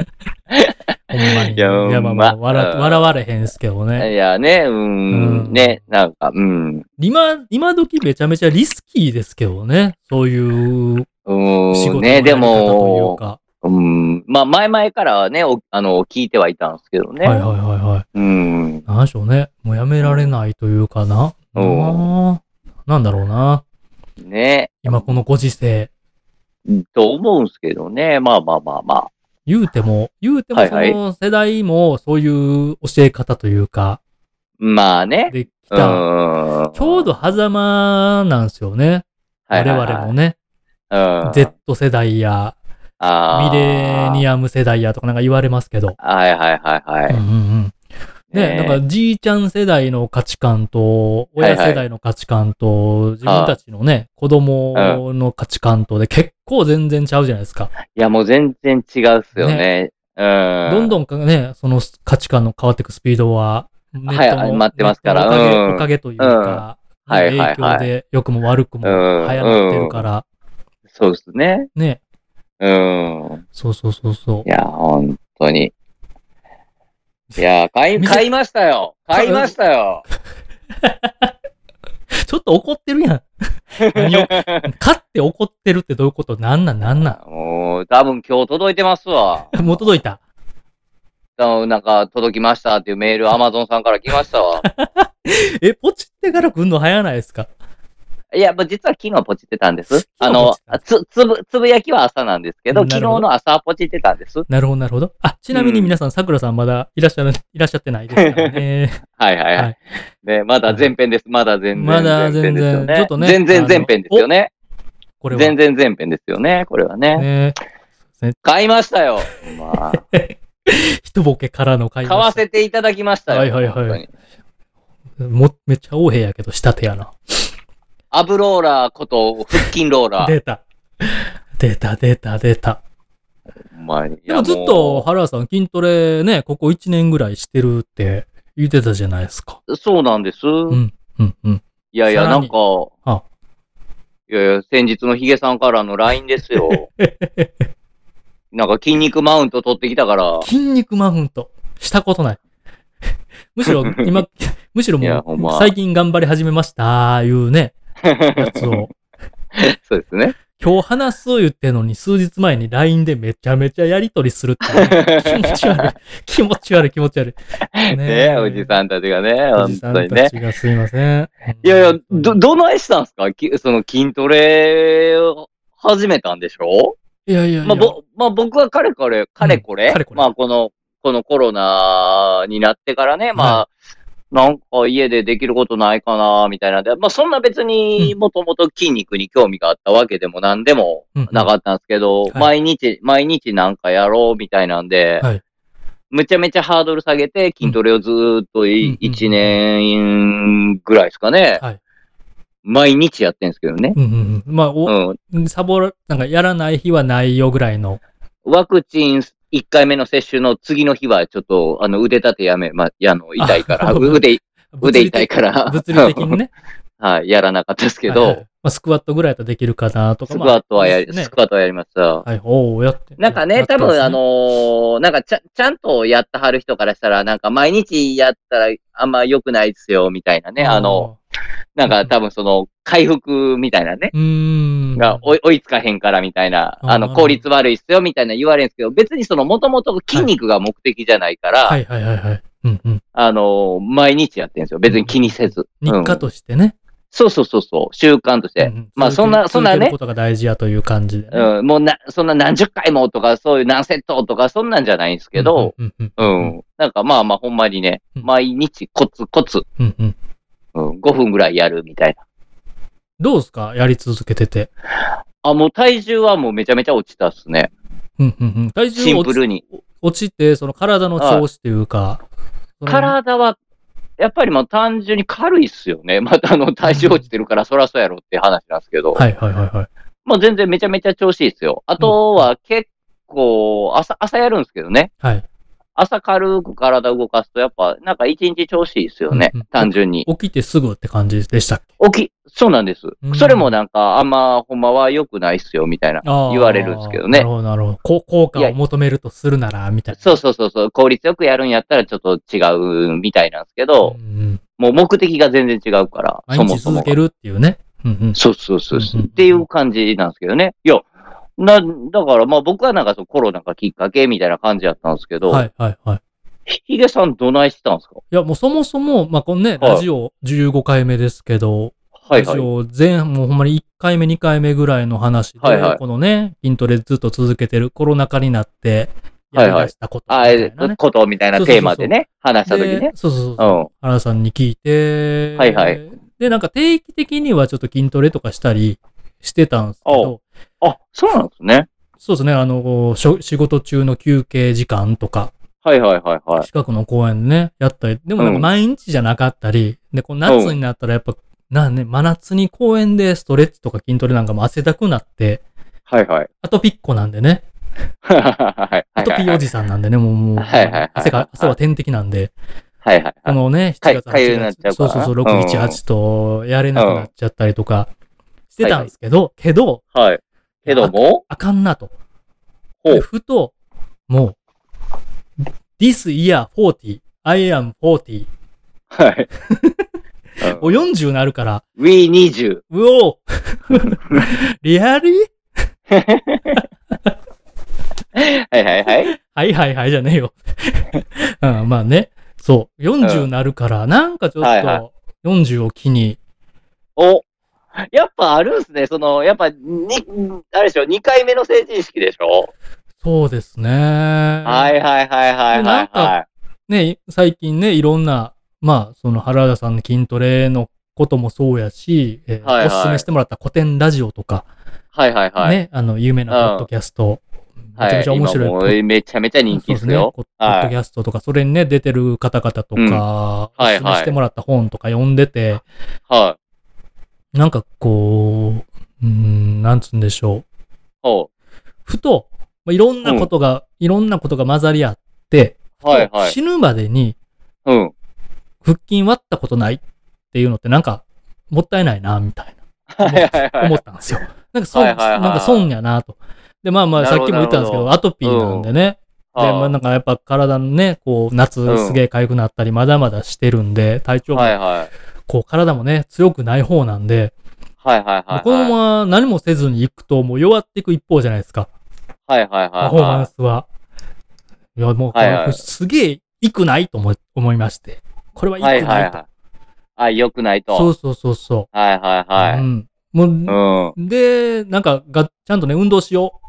S1: に。
S2: いやほんま
S1: まあまあ、笑
S2: うん
S1: 笑われへんすけどね。
S2: いやね、うーん、
S1: うん
S2: ん、ね、なんか、うん、う
S1: 今、今時めちゃめちゃリスキーですけどね。そういう仕
S2: ー
S1: 事
S2: ん、
S1: のや
S2: ね、
S1: り
S2: で
S1: 方という
S2: も、
S1: か。
S2: うん、まあ、前々からはね、おあの、聞いてはいたんですけどね。
S1: はいはいはいはい。
S2: うん、
S1: なんでしょうね。もうやめられないというかな。
S2: う
S1: なあなんだろうな。
S2: ね、
S1: 今このご時世。
S2: と思うんですけどね、まあまあまあまあ。
S1: 言うても、言うても
S2: はい
S1: そ
S2: はい
S1: の世代もそういう教え方というか、
S2: まあね、
S1: でき
S2: う
S1: た。
S2: ん。
S1: ちょうど狭間なんですよね。
S2: はい
S1: 我
S2: はいはい、
S1: 々もね。
S2: うん、
S1: Z 世代や、ミ
S2: あー
S1: レニアム世代やとかなんか言われますけど。
S2: はいはいはいは
S1: うんう
S2: い。
S1: んうんね、なんかじいちゃん世代の価値観と、
S2: はいは
S1: 親
S2: い
S1: 世代の価値観と、自分たちのね、子供の価値観とで結構全然ちゃうじゃないですか。
S2: いや、もう全然違うっすよね。うん。
S1: どん
S2: ん。
S1: どんかね、その価値観の変わっていくスピードは、ネ
S2: はい
S1: の
S2: 待ってますから
S1: ネットのおかげ
S2: うん
S1: おかげというか、
S2: うんはいはいはい
S1: 影響で良くも悪くも流
S2: うん
S1: 行ってるから、
S2: そうですね。
S1: ね、
S2: うん。
S1: そうそうそうそ
S2: いや、本当に。いや、買い、
S1: 店
S2: 買いましたよ。買いましたよ。
S1: う。ちょっと怒ってる やん。何を、勝って怒ってるってどういうことなんなんなんな
S2: もう、多分今日届いてますわ。
S1: ん。も う届いた。
S2: 多分なんか、届きましたっていうメール、アマゾンさんから来ました わ。
S1: え、ポチってから来んの早ないですか
S2: いや、まあ実は昨日ポチってたんです。あ
S1: 昨日ポ
S2: の
S1: チった、
S2: つ、つぶ、つぶやきは朝なんですけど、
S1: な
S2: 昨日
S1: るほど
S2: の朝はポチってたんです。
S1: なるほど、なるほど。あ、ちなみに皆さん、桜さんまだいらっしゃら、いらっしゃってないですからね。
S2: はいはい
S1: は
S2: はいい。ね、まだ前編です。まだ全然。
S1: まだ全然
S2: ですよ
S1: ちょっとね
S2: 全然前編ですよね。
S1: これは。
S2: 全然前編ですよね。これはね。
S1: ね。
S2: 買いましたよ。まあ、
S1: 一ボケからの会
S2: 買
S1: 話。
S2: わせていただきましたよ。
S1: はいはいはい
S2: 本当に。
S1: もめっちゃ横柄やけど、仕立てやな。
S2: アブローラーこと腹筋ローラー。
S1: 出た。出た、出た、出た。
S2: ほんまに。い
S1: で
S2: や
S1: もずっと原田さん筋トレね、ここ1年ぐらいしてるって言ってたじゃないですか。
S2: もうそうなんです。
S1: うん、うん、 うん。
S2: いやいや、
S1: さら
S2: な
S1: に
S2: んか
S1: あ、
S2: いやいや、先日のヒゲさんからの LINE で すよ。なんか筋肉マウント取ってきたから。
S1: 筋肉マウント。したことない。 むしろ、今、むしろ
S2: いやほん
S1: もう、
S2: ま
S1: 最近頑張り始めました、いうね、やつを。
S2: そうですね。
S1: 今日話す言ってんのに数日前に LINE でめちゃめちゃやりとりするっていう気持ち 悪い。気持ち悪い、気持ち悪い。
S2: ねおじさんたちがね、
S1: おじ
S2: 本
S1: さん
S2: 当にね
S1: た。ちがすいません。
S2: いやいや、ど、どないしたんですかきその筋トレを始めたんでしょ
S1: いやいやいや、
S2: まあ、ぼ、まあ、僕はかれこれ、かれこれ、
S1: かれこれ
S2: まあ、この、このコロナになってからね、まあ、なんか家でできることないかな、みたいなんで、まあ、そんな別にもともと筋肉に興味があったわけでも何でも
S1: うんうん
S2: なかったんですけど、
S1: はい
S2: 毎日、毎日なんかやろう、みたいなんで、
S1: はい
S2: むちゃめちゃハードル下げて筋トレをずーっと
S1: うんうん
S2: い1年ぐらいですかね。
S1: はい
S2: 毎日やってんですけどね。
S1: うんうんうん。まあ、
S2: う
S1: お、
S2: ん。
S1: サボら、なんかやらない日はないよぐらいの。
S2: ワクチン1回目の接種の次の日はちょっと、あの、腕立てやめ、ま、やの、痛いから、
S1: あ
S2: 腕、腕痛い
S1: か
S2: から、
S1: 物理的にね。
S2: はい、やらなかったですけ
S1: はいはい
S2: ど、
S1: まあ、スクワットぐらいだとできるかなとか。
S2: スクワットはやり、
S1: まあね
S2: スクワットはやりました。
S1: はい、おおやって。
S2: なんかね、
S1: やって
S2: 多
S1: ます
S2: 分あの、ーなんかちゃちゃんとやってはる人からしたら、なんか毎日やったらあんま良くないですよ、みたいなね、あの、、なんか多分その、回復みたいなね、
S1: うーん。
S2: が追い追いつかへんからみたいな、
S1: あー
S2: あの、効率悪いっすよみたいな言われるんですけど、別にその、もともと筋肉が目的じゃないから、
S1: はいはいはいはい。うんうん。
S2: あの、毎日やってるんですよ。別に気にせず。
S1: 日課としてね。
S2: そうそうそうそう、習慣として。
S1: うう
S2: まあ、そんな、
S1: 続
S2: そん
S1: け
S2: な
S1: る
S2: ね、
S1: ことが大事やという感じでね。
S2: うん、もうな、そんな何十回もとか、そういう何セットとか、そんなんじゃないんですけど、
S1: うんうん
S2: う
S1: うん
S2: ん、なんかまあまあ、ほんまにね、
S1: うん
S2: 毎日コツコツ、
S1: うんうん。
S2: うん、5分ぐらいやるみたいな。
S1: どうですかやり続けてて。
S2: あ、もう体重はもうめちゃめちゃ落ちたっすね。
S1: うんうんうん。体重
S2: シン
S1: 落
S2: プ
S1: ち
S2: ルに。
S1: 落ちて、その体の調子というか。その
S2: 体は、やっぱりまあ単純に軽いっすよね。 またあの体重落ちてるからそらそうやろっていう話なんですけど。
S1: はいはいはいはい。
S2: まあ全然めちゃめちゃ調子いいっすよ。あとは結構、朝、朝やるんですけどね。
S1: はい。
S2: 朝軽く体動かすとやっぱなんか一日調子いいっすよね。
S1: うんうん
S2: 単純に。
S1: 起きてすぐって感じでしたっけ
S2: 起き、そうなんです
S1: うん。
S2: それもなんかあんまほんまは良くないっすよみたいな。
S1: あー
S2: 言われるんですけどね
S1: なるほどなるほど。こう効果を求めるとするなら、みたいな。
S2: そうそうそうそう。効率よくやるんやったらちょっと違うみたいなんですけど、
S1: うんうん
S2: もう目的が全然違うから、
S1: 毎
S2: そも
S1: 日
S2: そ
S1: 続
S2: もが
S1: け。るっていうね。うんうん。
S2: そうそうそう
S1: うん
S2: そう。
S1: うんうん
S2: っていう感じなんですけどね。いや、な、だからまあ僕はなんかそのコロナがきっかけみたいな感じだったんですけど、
S1: はいはいはい。
S2: ヒゲさんどないしてたんですか
S1: いや、もうそもそも、まあ、このね、
S2: はい
S1: ラジオ15回目ですけど、
S2: はい
S1: ラ
S2: は
S1: ジ
S2: い。
S1: オ前、もうほんまに1回目、2回目ぐらいの話で、
S2: はいはい
S1: このね、筋トレずっと続けてるコロナ禍になって、やりだしたことみた
S2: ああ
S1: いなね。
S2: いうことみたいなテーマでね、話したとき
S1: で
S2: ね。
S1: そうそうそう。
S2: うん。
S1: 原田さんに聞いて、
S2: はいはい
S1: で、なんか定期的にはちょっと筋トレとかしたりしてたんですけ
S2: お
S1: ど、
S2: あ、そうなんですね。
S1: そうですね、あの、しょ仕事中の休憩時間とか、
S2: はいはいはいはい。
S1: 近くの公園ね、やったり。でもなんか
S2: うん
S1: 毎日じゃなかったり、で、こう夏になったらやっぱ、なんね、真夏に公園でストレッチとか筋トレなんかも汗だくなって、
S2: はいはい。
S1: アトピッコなんでね、
S2: はいはい
S1: アトピーおじさんなんでね、もう、もう、
S2: はいはいはい
S1: 汗が、汗は天敵なんで、
S2: はいはい
S1: あ
S2: はい。
S1: のね、
S2: か
S1: 7月、
S2: かゆくなっ
S1: 8
S2: ちゃ
S1: 月、
S2: うか
S1: そう
S2: ら
S1: そうそう、
S2: うん
S1: 618とやれなくなっちゃったりとかしてたんですけど、けど、
S2: はい。けども、
S1: あかんなと。
S2: ほう
S1: でふと、もう、This year 40, I am 40。
S2: はい。
S1: もう40なるから、
S2: We need you.
S1: う おーリアリ
S2: はいはいはい。
S1: はいはいはいじゃねえよ、 うん。まあね、そう、40なるから、なんかちょ
S2: は
S1: っ
S2: いは
S1: と、40を機に、
S2: おやっぱあるんすね。その、やっぱ、に、あれでしょ、2回目の成人式でしょ、
S1: そうですね。は
S2: はいはいはいはいは
S1: なん
S2: いは
S1: かね、最近ね、いろんな、まあ、その原田さんの筋トレのこともそうやし、えー
S2: はいはい
S1: おすすめしてもらった古典ラジオとか、
S2: い。はいはいはい。
S1: ね、あの、有名なポッドキャスト、めちゃ
S2: は
S1: め
S2: い
S1: ちゃ面白い。
S2: 今もうめちゃめちゃ人気ですよ。
S1: そうですね。ポ
S2: はい
S1: ッドキャストとか、それにね、出てる方々と
S2: うん
S1: か、
S2: は
S1: お
S2: いはい
S1: すすめしてもらった本とか読んでて、
S2: はい。
S1: なんかこう、うーん、なんつうんでしょう。
S2: ほ
S1: ふと、まあ、いろんなことが、いろんなことが混ざり合って、
S2: う。はいはい。
S1: 死ぬまでに、
S2: うん。
S1: 腹筋割ったことないっていうのってなんか、もったいないな、みたい
S2: はいはい
S1: な、
S2: は
S1: 思
S2: い。
S1: ったんですよ。なんか損、
S2: はいはいはい
S1: なんか損やなと。で、まあまあ、
S2: な
S1: さ
S2: る
S1: っ
S2: ほ
S1: き
S2: ど
S1: も言ったんですけど、
S2: な
S1: アトピーなんでね。で、まあなんかやっぱ体のね、こう、夏すげえ痒くなったり、まだまだしてるんで、体調も、
S2: はいはい。
S1: こう、体もね、強くない方なんで、
S2: はいはいはい。
S1: このまま何もせずに行くと、もう弱っていく一方じゃないですか、
S2: はいはいは
S1: パ
S2: い。
S1: フォーマンスは。いや、もうこれ、
S2: はいはい
S1: すげえ、いくないと思い思いまして。これはいくな
S2: はいい
S1: と。
S2: はいはい。あ、良くないと。
S1: そうそうそうそう。
S2: はいはいは
S1: う
S2: い。
S1: ん。も
S2: う
S1: う、
S2: ん。
S1: で、なんかが、ちゃんとね、運動しよ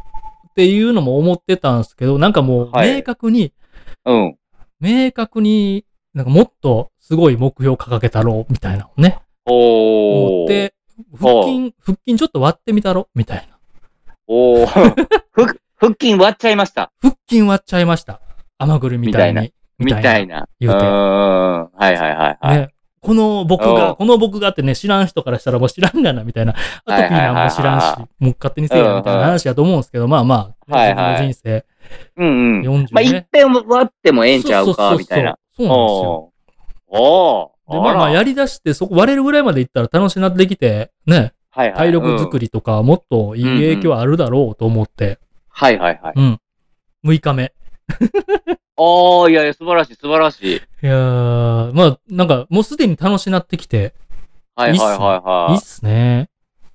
S1: うっていうのも思ってたんですけど、なんかもう、
S2: はい
S1: 明確に、
S2: うん。
S1: 明確に、なんかもっとすごい目標掲げたろう、みたいなのをね、思
S2: お
S1: っ
S2: ー。
S1: て、腹筋、腹筋ちょっと割ってみたろ、みたいな。
S2: おー。腹腹筋割っちゃいました。
S1: 腹筋割っちゃいました。甘栗みたいに。
S2: みたい
S1: な。
S2: な。
S1: 言うて
S2: ん。はいはいはいはい。
S1: ね。この僕
S2: う
S1: が、
S2: ん
S1: この僕がってね、知らん人からしたらもう知らんがな、みたいな。アトピーなんも知らん
S2: はいはいはい
S1: し
S2: は、
S1: もう勝手にせえや、みたいな話やと思うんですけど、まあまあ、
S2: はいはい
S1: 僕の人生、
S2: うんうん。
S1: 40
S2: まあ、
S1: ね
S2: いっ。ぺん割ってもええんちゃうか、みたいな。。
S1: そうなんですよ。
S2: おー。おー。
S1: で、まあまあ、やりだして、そこ割れるぐらいまでいったら楽しくなってきて、ね、
S2: はいはい
S1: 体力作
S2: り。
S1: りとかもっといい影響あるだろうと思って、
S2: はいはいはい。
S1: うん。6日目。
S2: おー、いやいや、素晴らしい、素晴らしい。
S1: いやー、まあ、なんか、もうすでに楽しなってきて、
S2: はいはいはいはい
S1: いっ。すね。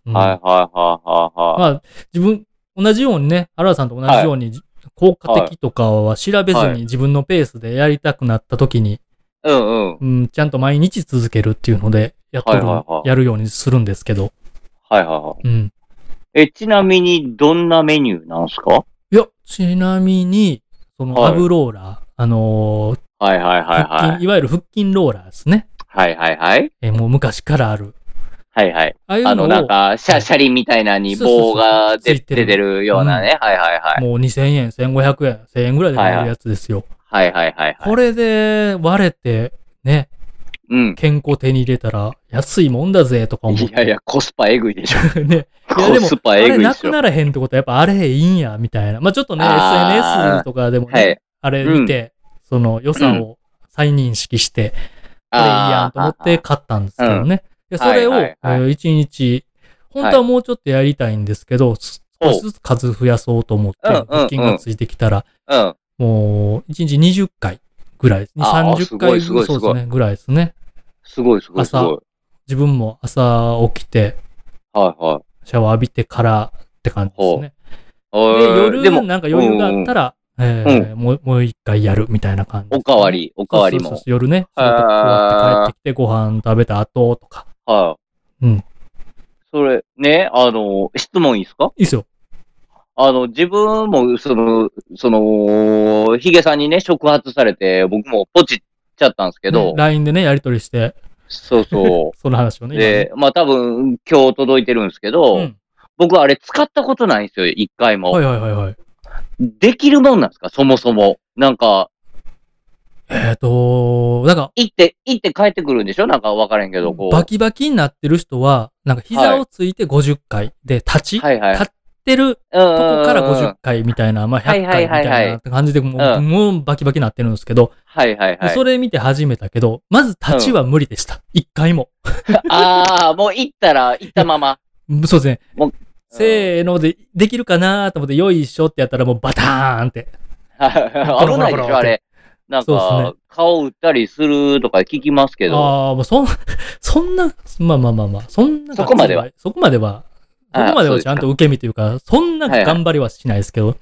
S1: うん
S2: はいはいはいはいはい。
S1: まあ、自分、同じようにね、原田さんと同じように、効果的とかは調べず
S2: はい
S1: に自分のペースでやりたくなった時に、
S2: うんうん。
S1: うん、ちゃんと毎日続けるっていうので、やっとる、
S2: はいはいはい
S1: やるようにするんですけど、
S2: はいはいは
S1: うん。
S2: い。え、ちなみに、どんなメニューなんすか
S1: いや、ちなみに、その
S2: はい
S1: アブローラー、あのー
S2: はいはいはい
S1: 腹筋、
S2: はい
S1: い、。わゆる腹筋ローラーですね。
S2: はいはいはい。
S1: えーもう昔からある。
S2: はいはい。
S1: ああいう
S2: あ
S1: の
S2: の、
S1: を、
S2: なんか、シャシャリみたいなに
S1: そうそうそう
S2: 棒が出
S1: ついてる
S2: 出てるようなね。はいはいはい。
S1: もう2000円、1500円、1000円ぐらいで買えるやつですよ。
S2: はいはいはいはい。
S1: これで割れて、ね、
S2: うん。
S1: 健康手に入れたら安いもんだぜとか思っ
S2: い
S1: て。
S2: やいや、コスパエグいでしょ。
S1: ね、いやでも
S2: コス、パ
S1: あ
S2: エ
S1: れ
S2: グいで
S1: な
S2: し
S1: く
S2: ょ。
S1: ならへんってことはやっぱあれへんいいんや、みたいな。まあちょっとね、
S2: あー
S1: SNS とかでもね、
S2: はい
S1: あれ見て、その良さを再認識して、これいいやんと思って買ったんですけどね。でそれを、
S2: はいは
S1: え
S2: いはい
S1: ー一日、本当はもうちょっとやりたいんですけど、す
S2: ほう
S1: 少しずつ数増やそうと思って、
S2: うんうんうん
S1: 腹筋がついてきたら、
S2: あー。うん。
S1: もう、一日20回ぐらい、
S2: あー
S1: 30回
S2: すごいすごい
S1: そうですね、ぐらいですね。
S2: すごいすごいす
S1: 朝
S2: ごい。
S1: 自分も朝起きて、
S2: はいはい。
S1: シャワー浴びてからって感じですね。
S2: お
S1: で、
S2: ーで
S1: 夜、
S2: も
S1: なんか余裕があったら、えーもうもう一回やるみたいな感じですね、
S2: おかわり、お
S1: そ
S2: か
S1: う
S2: わり
S1: そう
S2: も
S1: そう。夜ね、そうやって終わって帰ってきてご飯食べた後とか。
S2: はい。
S1: うん。
S2: それ、ね、あの、質問いいですか
S1: いいっすよ。
S2: あの、自分も、その、その、ヒゲさんにね、触発されて、僕もポチっちゃったんですけ
S1: ね
S2: ど、
S1: LINE でね、やり取りして、
S2: そ うそ
S1: その話を
S2: う。
S1: ね。
S2: で、まあ多分、今日届いてるんですけ
S1: 今
S2: ど、
S1: ね
S2: 僕あれ使ったことないんですよ、一回
S1: うん、
S2: も。
S1: はいはいはいはい。
S2: できるもんなんですか、そもそも。なんか、
S1: えっ、と、なんか、
S2: 行って、行って帰ってくるんでしょなんか分からへんけど、こう。
S1: バキバキになってる人は、なんか膝をついて50回で立ち、
S2: はいはい。
S1: 立ってるとこから50回みたいな、まあ100回みたいなって感じで、もう、
S2: うん
S1: もうバキバキになってるんですけど、
S2: はいはいはい。
S1: それ見て始めたけど、まず立ちは無理でした。一、回も。
S2: ああ、もう行ったら、行ったまま。
S1: うんそうですね。
S2: もう
S1: せーので、できるかなと思って、よいしょってやったらもうバターンって。
S2: はい危ないでしょ、あれ。なん
S1: そうです
S2: か、顔打ったりするとか聞きますけど。
S1: ああ、もうそん、 そんな、まあまあまあまあ、そんな
S2: そこまでは。
S1: そこまでは、そ
S2: あ
S1: こまで
S2: そ
S1: は
S2: うです
S1: ち
S2: か
S1: ゃんと受け身というか、そんな頑張りはしないですけど。うん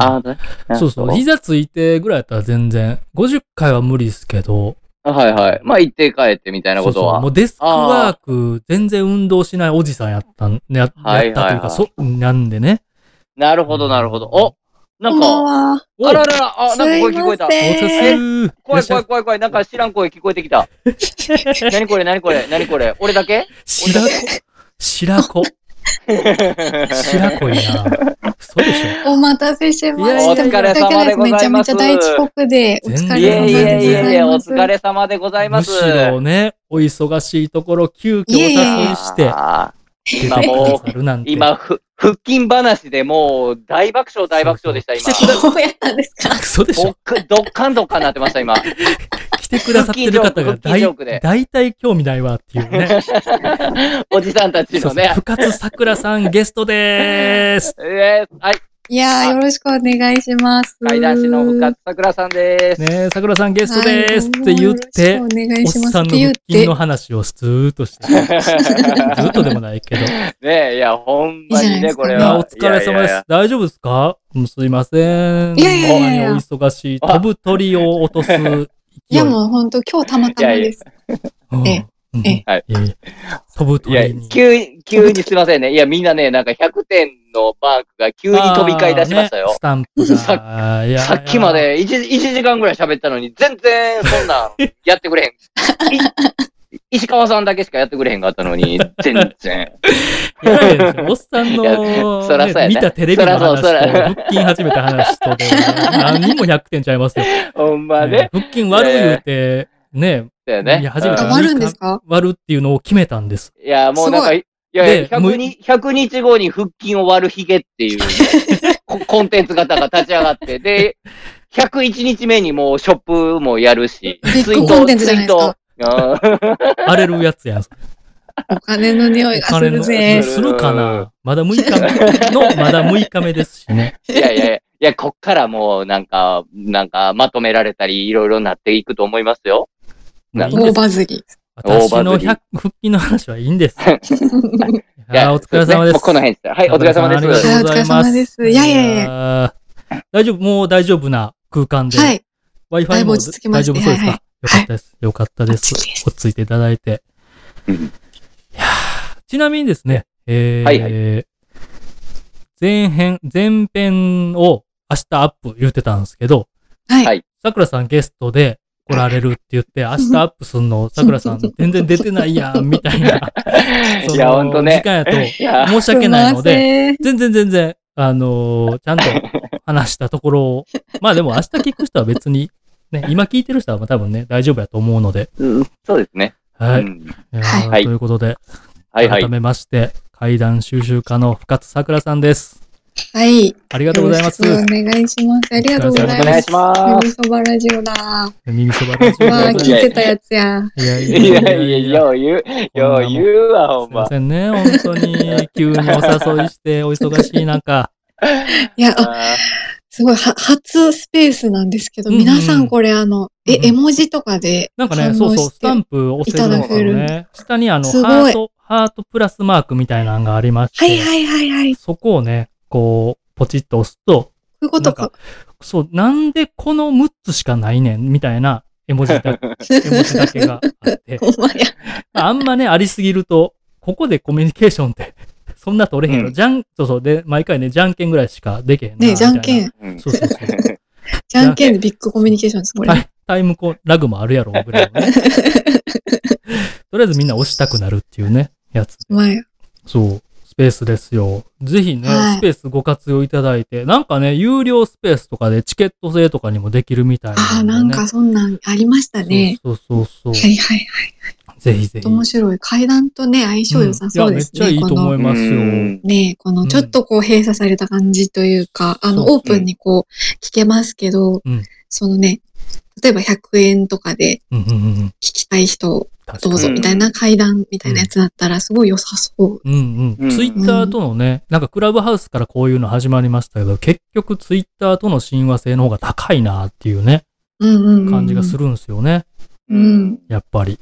S2: あーね
S1: そうそう。膝ついてぐらいやったら全然、50回は無理ですけど、
S2: はいはい。まあ、行って帰ってみたいな
S1: そ
S2: こ
S1: う
S2: と
S1: そう。
S2: は
S1: も。うデスクワーク、全全然運動しないおじさんやったん、ややった
S2: は
S1: とい
S2: いう
S1: か、
S2: はいはい
S1: そ、なんでね。
S2: なるほど、なるほど。おな
S3: こ
S2: ん
S3: んばん
S2: か、
S3: は。
S1: お
S2: あららら、あ、なんか声聞こえた。
S3: すいません
S1: お疲
S3: え
S1: れ様です
S2: 怖い怖い怖い怖い。なんか知らん声聞こえてきた。何これ何これ何これ俺だけ
S1: 白子。白子。白子いな。そうでしょ。
S3: お待たせしました。
S1: いやいやいや
S3: 1ヶ月めちゃめちゃ大遅刻で、お疲
S1: 全然
S3: れ
S2: いえ
S3: 様
S2: いえいえ
S3: でご
S2: い
S3: ざ
S2: え、
S3: い
S2: お
S3: ます。
S2: 疲れ様でございま
S1: む
S2: す。
S1: しろね、お忙しいところ、急遽お
S3: いえいえ
S1: 誘いして、
S2: あ
S1: 出て
S2: 今もう
S1: くださるなん
S2: ー
S1: て。
S2: 今、ふ腹筋話でもう大爆笑大爆笑でした、今。
S3: そうやったんですか
S1: 嘘でし
S2: どっ
S1: ょ
S2: かどっかんどっかんなってま した、今。
S1: 来てくださってる方が
S2: 腹筋
S1: 大
S2: ジョークで
S1: 大体興味ないわっていうね。
S2: おじさんたち
S1: そう
S2: の
S1: そう
S2: ね。
S1: 深津さくらさんゲストでーす。
S2: えー、はい、
S3: いやー、よろしくお願いします。
S2: 階段師の深津桜さんです。
S1: ねえ、さくらさんゲストでーすって言って、
S3: はいどうもよろしくお願い
S1: おっ
S3: します
S1: さ
S3: っ
S1: ん
S3: て
S1: の
S3: 言っ
S1: 腹筋の
S3: て、
S1: 話をずーっとして、ずーっとでもないけど。い
S2: ねえ、いや、ほんまにね、これ
S1: や、
S2: は。
S1: お疲れ様
S2: いやいやい
S1: です
S2: や。。
S1: 大丈夫ですかもうすいません。
S3: いやいやいやいや
S1: もうお忙しい。飛ぶ鳥を落とす勢い。
S3: いやもう本当今日たまたまです。
S1: うん
S3: え
S1: うん
S3: え
S2: はい
S1: え飛ぶ
S2: いや
S1: 鳥に。
S2: 急に、急にすいませんね。いや、みんなね、なんか100点のマークが急に飛び交い出しました
S1: あーね
S2: よ
S1: ス。タンプが。いや
S2: さっきま。で 1, 時間ぐらい喋ったのに、全然そんなんやってくれ へん。い石川さんだけしかやってくれへんかったのに、全 然。
S1: いやいやいやおっさん
S2: いや
S1: の、
S2: そらそうやな
S1: 見たテレビの話と、
S2: そらそうそら
S1: 腹筋始めた話とで、何にも100点ちゃいますよ。
S2: ほんまね。
S1: 腹筋割る言うて、ね、
S2: だよね。
S1: いや初めて
S3: あ、
S1: うん
S3: 終わるんですか
S1: 割るっていうのを決めたんです。
S2: いや、もうなんか、
S3: すご
S2: いやい
S1: で
S2: や
S1: む
S2: 100, 日100日後に腹筋を割るヒゲっていう ココンテンツ型が立ち上がって、で、101日目にもうショップもやるし、
S3: ビッグコンテンツじゃないですか。
S2: ツイートうん
S1: 荒れるやつやん。
S3: お金の匂いがする
S1: の、
S3: ぜ。
S1: するかなまだ6日目の、 まだ6日目ですしね。
S2: いやいやいや、いや、こっからもうなんか、なんかまとめられたり、いろいろなっていくと思いますよ。
S1: もういいんです
S3: 大バズり。
S1: 私の
S2: 大バズ
S1: 100
S2: り
S1: 腹筋の話はいいんです。い
S2: いや
S1: やーお疲れ様
S2: そうね
S1: で
S2: も
S1: す
S2: う。この辺です。はい、お疲れ様で
S1: ありが
S2: す。
S1: とうございます。
S3: お疲れ様ですいやいやいや
S1: や。大丈夫、もう大丈夫な空間で。
S3: はい。だ
S1: Wi-Fi
S3: いぶ
S1: も大丈
S3: 落ち
S1: 夫
S3: 着きまし
S1: そう
S3: て
S1: です
S3: はいは
S1: かよかったです。よかったです。
S3: バッチリです
S1: 落ち着いていただいて。
S2: うん
S1: いやーちなみにですね、えー
S2: はいは
S1: 前編、前編を明日アップ言ってたんですけど、
S3: はい。
S1: さくらさんゲストで来られるって言って、明日アップすんの、さくらさん全然出てないやん、みたいな。その
S2: いや、ほんとね
S1: 時。間やと
S2: いや、
S1: 申し訳ないので、
S3: で。
S1: 全然全然、あのーちゃんと話したところを、まあでも明日聞く人は別に、ね、今聞いてる人は多分ね、大丈夫やと思うので、
S2: うんそうですね。
S1: はい。
S2: うん
S1: えー
S3: はい
S1: ということで、
S2: はいはい
S1: 改。めまして、怪談収集家の深津さくらさんです。
S3: はい。
S1: ありがとうございます。
S3: よろしくお願いします。ありがとうござい
S2: よろ
S3: ま
S2: し
S3: す。
S2: くお願いしま
S3: ゆるそばラジオだ。わ
S1: 耳そばラジオでござ
S3: あ、
S1: います。
S3: 聞いてたやつや。
S1: いやい
S2: す。
S1: や
S2: い
S1: い
S2: や
S1: や
S2: い
S1: い
S2: や、
S1: やいや。
S2: よう言う、よう言うわ、ほ
S1: す
S2: ん
S1: いま
S2: ま。
S1: せんね、本当 に。急にお誘いして、お忙しい中。
S3: いや、あ
S2: あ
S3: すごい、は、初スペースなんですけど、
S1: うんうん
S3: 皆さんこれあ
S1: う
S3: の、
S1: ん
S3: え、
S1: うん
S3: 絵文字とかで
S1: なんか
S3: 反
S1: ね、
S3: 応
S1: そうそう、
S3: し
S1: ス
S3: て
S1: タンプ押せるんですよ
S3: いただけ
S1: ね。下にあの、
S3: すごい
S1: ハート、ハートプラスマークみたいなのがありまして、
S3: はいはいはいはい。こ
S1: そこをね、こう、ポチッと押すと、
S3: ういうことか。
S1: そう、なんでこの6つしかないねん、みたいな絵文字 だ絵文字だけがあって、
S3: ほんまや。
S1: あんまね、ありすぎると、ここでコミュニケーションって、そんな取れへんの、
S2: うん
S1: じゃん、そうそう、で、毎回ね、じゃんけんぐらいしかできへんな。
S3: ねじゃんけ
S1: み
S3: ん。
S2: ーうん
S1: そうそうそう
S3: じゃんけんでビッグコミュニケーションです、こ
S1: たいな。
S3: れ。
S1: タイタイムコラグもあるやろ、ぐらいの ね。とりあえずみんな押したくなるっていうね、やつ。
S3: ほんまや。
S1: そう。スペースですよ。ぜひね、
S3: はい
S1: スペースご活用いただいて、なんかね、有料スペースとかでチケット制とかにもできるみたい
S3: ああ、
S1: でね
S3: なんかそんなんありましたね。
S1: そうそうそう
S3: は
S1: そう。
S3: いはいはい。
S1: ぜひぜひ。
S3: 面白い。階段とね、相性良さそうですね。
S1: んいや、めっちゃいいと思い
S2: い
S1: ますよ。
S3: このね、こ
S1: うん
S3: のちょっとこう閉鎖された感じというか、あ
S1: そう
S3: の、オープンにこう聞けますけど、
S1: うん
S3: そのね、例えば100円とかで
S1: うんうんうんうん。
S3: 聞きたい人
S1: 確か
S3: ど
S1: に
S3: うぞみたいな階段みたいなやつだったらすごい良さそう。
S1: うんう。
S2: うんん
S1: ツイッターとのね、なんかクラブハウスからこういうの始まりましたけど、結局ツイッターとの親和性の方が高いなっていうね、
S3: うんうんうん。
S1: 感じがするんですよね。
S2: うん。
S1: やっぱり。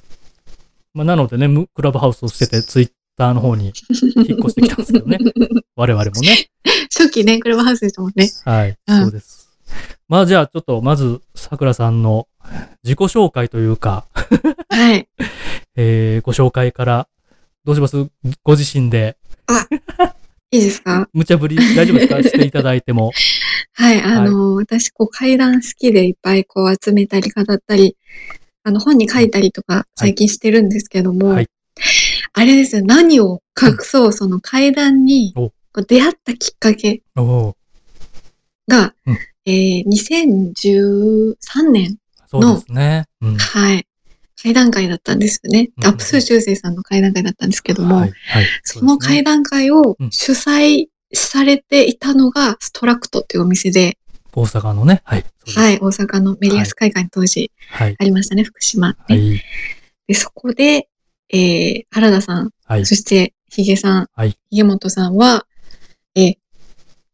S1: まあ、なのでね、むクラブハウスを捨ててツイッターの方に引っ越してきたんですけ どね。我々もね。
S3: 初期ね、車ハウスでしたもん ね。
S1: はい。
S3: うん
S1: そうです。まあじゃあちょっとまず、さくらさんの自己紹介というか、
S3: はい。
S1: えー、ご紹介から、どうしますご自身で、
S3: いいですか
S1: 無茶ぶり、大丈夫です かしていただいても。
S3: はい、あの、私、こう、階段好きでいっぱいこう集めたり語ったり、あの、本に書いたりとか最近してるんですけども、
S1: はい
S3: あれですね、何を隠そう、その階段に
S1: お
S3: こう出会ったきっかけ
S1: おお
S3: が、
S1: うん
S3: えー2013年、
S1: そうですね。うん。
S3: はい、階段会だったんですよね。
S1: うん
S3: アップスー修正さんの階段会だったんですけども、
S1: はい。はい。
S3: その
S1: そうです
S3: 階
S1: ね
S3: 段会を
S1: うん
S3: 主催されていたのがストラクトっていうお店で、
S1: 大阪のね。はい。。
S3: はいい、大阪のメリアス会館に当時
S1: はい。
S3: ありましたね、福島ね、
S1: はい。
S3: で、そこで、えー、原田さん、
S1: はい。
S3: そしてヒゲさん、
S1: はい
S3: ヒゲモトさんは、えー、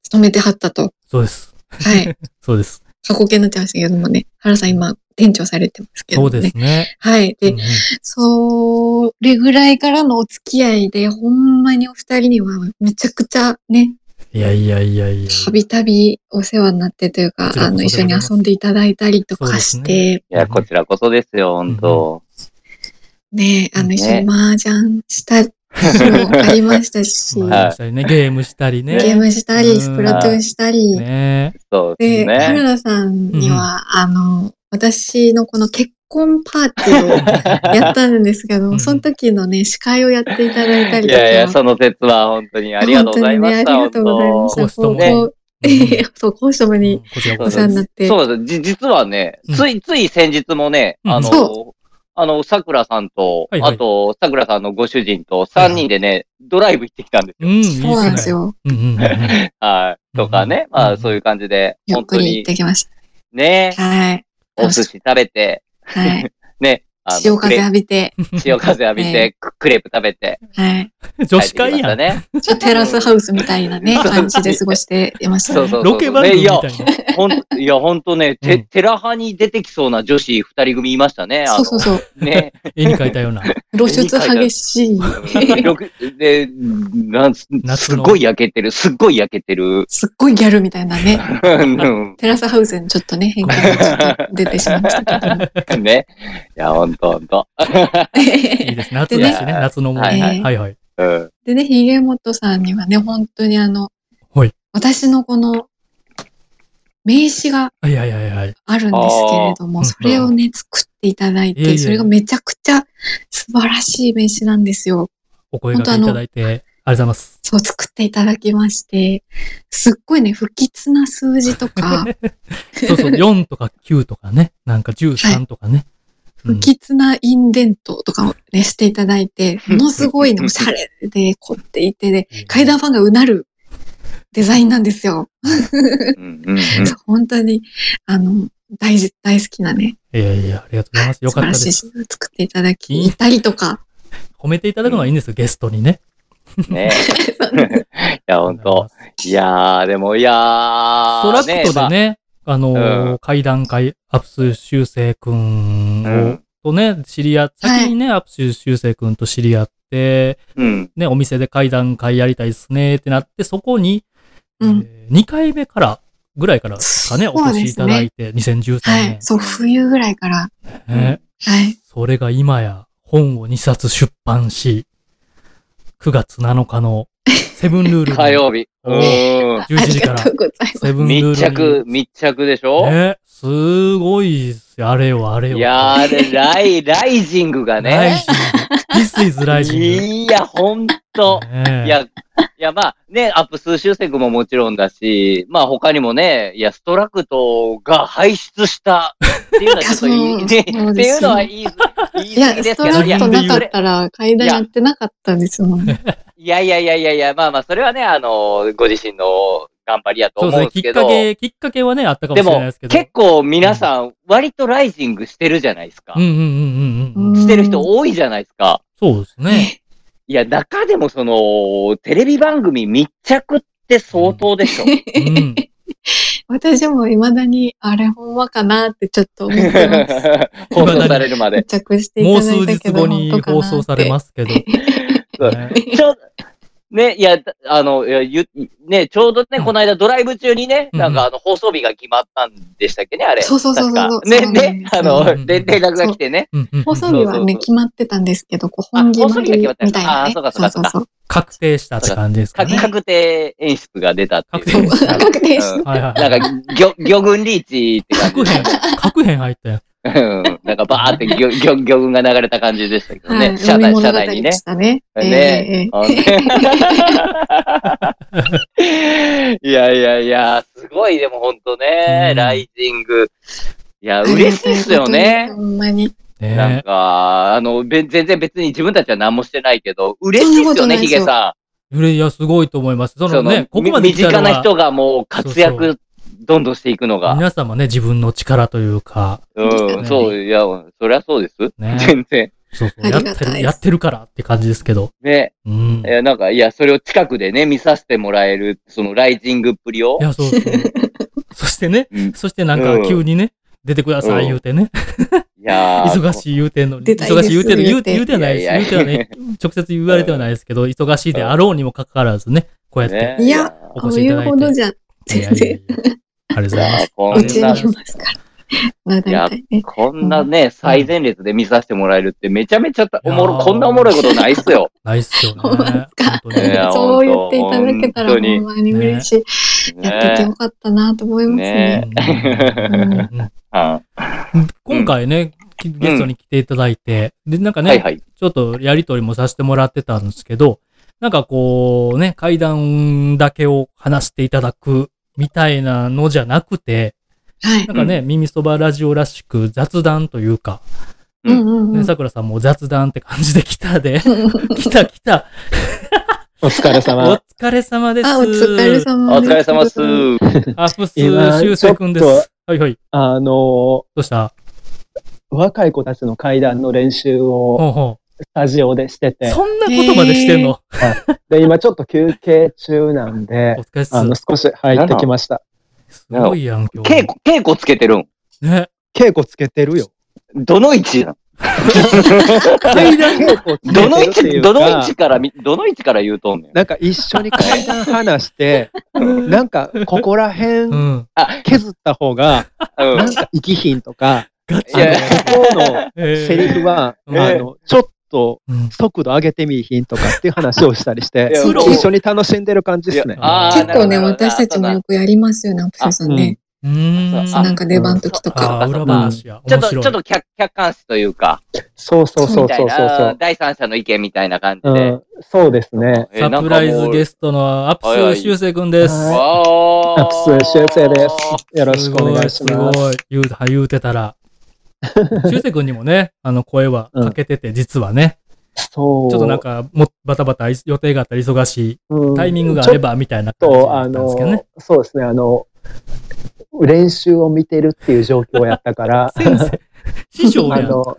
S3: 勤めてはった と。
S1: そうです。
S3: はい。
S1: そうです。
S3: 過去形になっちゃいましたけどもね。原さん今、店長されてますけど
S1: そ
S3: も
S1: う
S3: ね。
S1: ですね。
S3: はい。
S1: う
S3: で、
S1: んうん
S3: それぐらいからのお付き合いで、ほんまにお二人にはめちゃくちゃね、
S1: いやいやいやいや。
S3: たびたびお世話になってというか
S1: こ、ちらこそ
S3: あの、
S1: でご
S3: 一
S1: ざ
S3: 緒
S1: い
S3: に
S1: ます
S3: 遊んでいただいたりと
S1: そう
S3: か
S1: ですね
S3: して、
S2: いや、こちらこそですよ、本当。
S3: ね、あの、
S1: ね
S3: 一緒に麻雀した日もありまし たし、
S1: まあしたりね、ゲームしたりね。
S3: ゲームした
S1: うん
S3: り、スプラトゥーンしたり。
S1: ね
S2: そうで
S3: で、
S2: すね。
S3: 原田さんには、あの、私のこの結婚パーティーをやったんですけ
S1: う
S3: ど、
S1: ん
S3: その時のね、司会をやっていただいたり
S2: い
S3: とか。
S2: やいや、その説は本当にありがとうございました。
S3: 本当にね、ありがとうございました。
S1: 本当
S3: こう、
S1: え。
S3: そう、講師とも
S1: うん
S3: に
S1: こちらこ
S3: お
S1: そ
S3: 世話になって。
S2: そうです。じ実はね、
S1: うん
S2: つい、つい先日もね、
S1: うん
S2: あの
S3: そ、
S2: あの、桜さんと、
S1: はいはい
S2: あと、桜さんのご主人と3人でね、ドライブ行ってきたんです
S1: う
S2: よ。
S1: ん、いいっすね
S3: そうなんです。よ。
S1: うんうんうんうん
S2: はい。とかね、ま
S1: う
S2: あ、
S1: ん
S2: そういう感じで、
S3: ゆっ
S2: 本
S3: く
S2: 当
S3: り行っ
S2: に
S3: てきまし
S2: ね、
S3: た。はい。
S2: お寿司食べて、
S3: はい。
S2: ね、 あの
S3: 潮風浴びて。
S2: クレ潮風浴び
S3: え
S2: て、ククレープ食べて、
S3: はい。
S1: 女子会やん。
S2: ね。
S3: ちょっとテラスハウスみたいなね、感じで過ごしていましたね。
S2: そうそうそう。
S1: ロケ番
S2: ね
S1: 組
S2: い
S1: みた
S2: や
S1: い、な。
S2: ほん、いや、ほんとね、
S1: う
S2: て、
S1: ん
S2: テラ派に出てきそうな女子二人組いましたね。あ
S3: そ
S2: の
S3: うそうそう。
S2: ね。
S1: 絵に描いたような。
S3: 露出激しい。
S2: よくで、なんす
S1: の
S2: すっごい焼けてる、すっごい焼けてる。
S3: すっごいギャルみたいなね。
S2: うん
S3: テラスハウスにちょっとね、変化がちょっと出てしまいましたけども。
S2: ね。いや、ほんとほんと。
S1: いい ですね。夏だしね、
S2: でね
S1: 夏のもの。は
S2: はいい
S1: は
S3: はいい。
S1: はい。
S2: うん。
S3: でね、ひげもとさんにはね、本当にあの、
S1: はい
S3: 私のこの名刺が
S1: はいはいはいはい。
S3: あるんですけれど
S1: あー
S3: も、それをね、作っていただい
S1: いえいえ
S3: て、それがめちゃくちゃ素晴らしい名刺なんですよ。
S1: お声掛けいただいて、ありがとうございます。
S3: そう、作っていただきまして、すっごいね、不吉な数字とか、
S1: そうそう、4とか9とかね、なんか13とかね。う
S3: 不
S1: ん
S3: 吉なインデントとかをね、していただいて、ものすごいね、おしゃれで凝っていて、ね、階段ファンがうなるデザインなんですよ。
S2: うんうんうん
S3: 本当に、あの、大事、大好きなね、
S1: いやいや、ありがとうございます。よ
S3: 素
S1: かった
S3: 晴ら
S1: で
S3: しい
S1: す
S3: 詩。を作っていただき、いたりとか、
S1: 褒めていただくのはいいんですよ、ゲストにね。
S2: ね。いや、ほんと。いやー、でも、いやー。
S1: ストラクトで
S2: ね
S1: ね、あのー
S2: う
S1: 会談会、アプス修正くん
S2: まあ。う
S1: を
S2: ん
S1: とね、知り合っ、
S3: はい
S1: 先にね、アプス修正くんと知り合って、
S2: うん。
S1: ね、お店で会談会やりたいっすねってなって、そこに、
S3: うん
S1: えー2回目から、ぐらいからですかね、
S3: そう
S1: お
S3: ですね
S1: 越しいただいて、2013
S3: はい
S1: 年、、
S3: そう、冬ぐらいから、
S1: ね
S3: はい、
S1: それが今や、本を2冊出版し、9月7日の、セブンルー ルに
S2: 火曜日。
S1: お
S2: うん。
S3: あ
S1: 11時
S3: り
S1: から
S3: がと、うございま
S1: セブンルールに
S2: 密着、密着でしょ
S1: ね、すごいっすよあれよ、あれよ。
S2: いやー、でライ、 ライジングが
S1: ライ
S2: ね。
S1: ジング。This is ライジング。
S2: いや、ほんと。
S1: ねえ
S2: いや、いや、まあね、アップ数修正ももちろんだし、まあ他にもね、いや、ストラクトが排出したっていうのはちょっといい、
S3: いやそう
S2: ね、って
S3: そうですよ
S2: いうのは言い言い
S3: い
S2: 過ぎ
S3: や、
S2: で
S3: ス
S2: す
S3: ト
S2: けど、
S3: ラ
S2: い
S3: ク
S2: や、
S3: ト
S2: い
S3: なかったら階段やってなかったんですもんね。
S2: やいやいやいやいや、まあまあ、それはね、あの、ご自身の頑張りやと
S1: そう
S2: 思
S1: で
S2: う
S1: すね。
S2: ん
S1: き
S2: です
S1: っ
S2: け
S1: か
S2: ど、
S1: け、きっかけはね、あったかも
S2: で
S1: しれない
S2: も
S1: ですけど。
S2: 結構皆さん、割とライジングしてるじゃないですか。
S1: うんうんうんうんうん。
S2: してる人多いじゃないですか。
S1: そうですね。
S2: いや、中でもその、テレビ番組密着って相当で しょ。
S1: うん。
S3: 私も未だに、あれほんまかなってちょっと思っ てます。
S2: 放送されるま
S3: 密
S2: で。
S3: 着してい
S1: もう
S3: ただ
S1: 数
S3: いた
S1: 日
S3: けど、
S1: 後に
S3: 本当か
S1: 放
S3: なって
S1: 送されますけど。
S2: そう
S1: ね
S2: ちょね、いや、あの、いやゆね、ちょうどね、この間ドライブ中にね、
S1: うん
S2: なんかあの、放送日が決まったんでしたっけね、あれ。
S3: そうそうそうそう
S2: 確かね、
S3: そうなん
S2: ね
S3: で、す
S2: あ
S3: よ
S2: の、
S1: うん
S2: で連絡が来てね。
S1: うんうんうん
S3: 放送日は
S2: そうそうそう
S3: ね、決まってたんですけど、こう本気
S2: あ放送日が決まってた
S3: みたいな、ね。
S2: あそうかそうかそうか
S3: そう
S1: 確定したって感じですか
S2: か
S1: ね。
S2: 確定演出が出たっていう。
S1: 確定
S3: そうそう確定し
S2: うん
S1: はいはいは。
S2: ないんか、魚、魚群リーチって感
S1: 各
S2: じ
S1: 編、各編入ったよ。
S2: で。うんなんか、バーって魚、魚、魚群が流れた感じでしたけ
S3: た。
S2: どね。車
S3: 飲み
S2: 内、
S3: 物
S2: 車
S3: 語
S2: 内にね
S3: でし。たね。え
S2: ね
S3: えええ
S2: いやいやいや、すごい、でも本当ね
S1: う、ん
S2: ライジング。いや、
S3: ありがた
S2: 嬉しいですよね
S3: こ。とにほんまに。
S2: なん
S1: ね
S2: か、あの、べ全然別に自分たちは何もしてないけど、嬉しいですよね、
S3: そんなことない
S2: ヒ
S3: ですよ
S2: ゲさ
S1: いや、すごいと思います。そ
S2: ん。そ
S1: の
S2: の、
S1: ね、ここ
S2: み
S1: まで
S2: 身
S1: 来た
S2: 近
S1: の
S2: な
S1: は、
S2: 人がもう活躍、
S1: そ
S2: どんどんしていくのが。
S1: 皆様ね、自分の力というか、
S2: うん、そう、いや、そりゃそうです。
S1: ね
S2: 全然。
S1: そうそう、
S3: あり
S1: や
S3: が
S1: った
S3: い
S1: てる、やってるからって感じですけど。
S2: ね。
S1: うん。
S2: いや、なんか、いや、それを近くでね、見させてもらえる、そのライジングっぷりを
S1: い。や、そう そう。そしてね、
S2: うん
S1: そしてなんか急にね、出てください言うてね、
S2: いやー
S1: 忙しい言うてんのに、
S3: 出たいです
S1: 忙しい言うてる、言
S3: 言
S1: う
S3: う
S1: て
S3: て
S1: 言うてはないです、
S2: いやい
S1: 言うて
S2: や
S1: はね、直接言われてはないですけど、忙しいであろうにもかかわらずね、こうやって
S2: ね
S3: いや
S1: お
S3: こ
S1: 越
S3: う
S1: しい
S3: い
S1: ただい
S3: う
S1: て。
S3: ほどじゃ、
S1: いや
S3: 全
S1: いやいや
S3: 然、
S1: ありがとうご
S2: い
S1: ざいま
S2: や
S1: す。
S2: こ
S3: 落ち
S2: ん
S3: に、
S2: ない
S3: ますから。まあ、大体ね。
S2: こんなね、最前列で見させてもらえるってめちゃめちゃたおも
S1: い
S2: ろ、
S1: やー
S2: こんなおもろいことないっすよ。
S1: ないっすよね。
S3: ほんまっすか
S1: 本当に
S2: いや
S3: そう言っていただけたら、
S2: 本当
S3: ほ
S2: に
S3: んまに嬉 しい。やっててよ
S2: ね
S3: かったなと思いますね。
S2: ね
S1: うんうん
S2: は
S1: 今回ね、きゲストに来ていただいて、で、なんか
S2: い
S1: ね、
S2: はいはい。
S1: ちょっとやりとりもさせてもらってたんですけど、なんかこうね、階段だけを話していただくみたいなのじゃなくて、
S3: はい
S1: な。んかね、耳そばラジオらしく雑談というか、
S2: う
S3: うんんうんう
S1: ね、
S3: ん。
S1: さくらさんも雑談って感じで来た で、来た来た、
S4: お疲れ
S1: お
S4: 様。
S1: 疲れ様です。
S3: あ、お疲れ
S2: お
S3: 様です。
S2: 疲れ様っす。
S1: アップス、
S4: 今
S1: 修正くんです。
S4: ちょっ
S1: はいはい。
S4: あの、
S1: どうした
S4: 若い子たちの階段の練習を
S1: ほうほ
S4: スタジオでして
S1: う。
S4: て、
S1: そんなことまでしてんの、
S4: で、今ちょっと休憩中なんで
S1: お、疲れっす
S4: あの、少し入ってきました。
S1: すごいやん、今日。
S2: 稽古、稽古つけてるん。
S1: ね。
S4: 稽古つけてる よ。
S2: どの位置なん
S4: 階段稽古つけ
S2: どの位
S4: てるってい
S2: 置、
S4: うか
S2: どの位置からみ、どの位置から言うとんねん。
S4: なんか一緒に階段話 して、なんかここら
S1: う
S4: 辺
S1: ん。
S4: 削った方が、
S2: うん
S4: なんか生きひんとか、
S1: ガ
S4: あ
S1: チ
S4: の
S1: やね。
S2: い
S4: ここの
S1: えー
S4: セリフは、
S1: え
S4: あの、ちょっと、
S1: うん
S4: 速度上げてみいひんとかっていう話をしたりし
S2: い
S4: て
S2: や、
S3: プロ
S4: 一緒に楽しんでる感じですね
S1: い。や
S2: あー
S3: 結構ね、
S2: なるほど
S3: 私たちもよくやりますよね、アップショさんね。
S1: うーん。
S2: そうあ
S3: なんか出番時とか。
S1: あー裏話や。
S2: ちょ
S1: 面
S2: っと、
S1: 白い。
S2: ちょっと客、客観視というか、
S4: そうそうそ
S2: み
S4: う
S2: た
S4: そ
S2: いう
S4: そうそ
S2: な、
S4: う。
S2: 第三者の意見みたいな感じ
S4: う
S2: で。
S4: ん、そうですね。
S2: えー
S1: サプライズゲ
S2: す。
S1: ストのアップス修正くんです。
S4: はい
S2: わ
S4: アッ プス修正です。よろし
S1: す
S4: くお
S1: ご
S4: 願
S1: い、
S4: いし
S1: す
S4: ます。
S1: ごい。言う、は言うてた ら。修正くんにもね、あの、声はかけてて、実はね、
S4: そう。
S1: ちょっとなんか、も、バタバタ予定があったり忙し
S4: うん、
S1: い、タイミングがあれ
S4: ば。
S1: ば、みたいな
S4: ちょ
S1: 感
S4: っ
S1: じ
S4: と、
S1: だったん
S4: あ
S1: ですけどね
S4: の。、そうですね、あの、練習を見てるっていう状況やった から、
S1: 先生、師匠
S4: あ
S1: やん。
S4: の、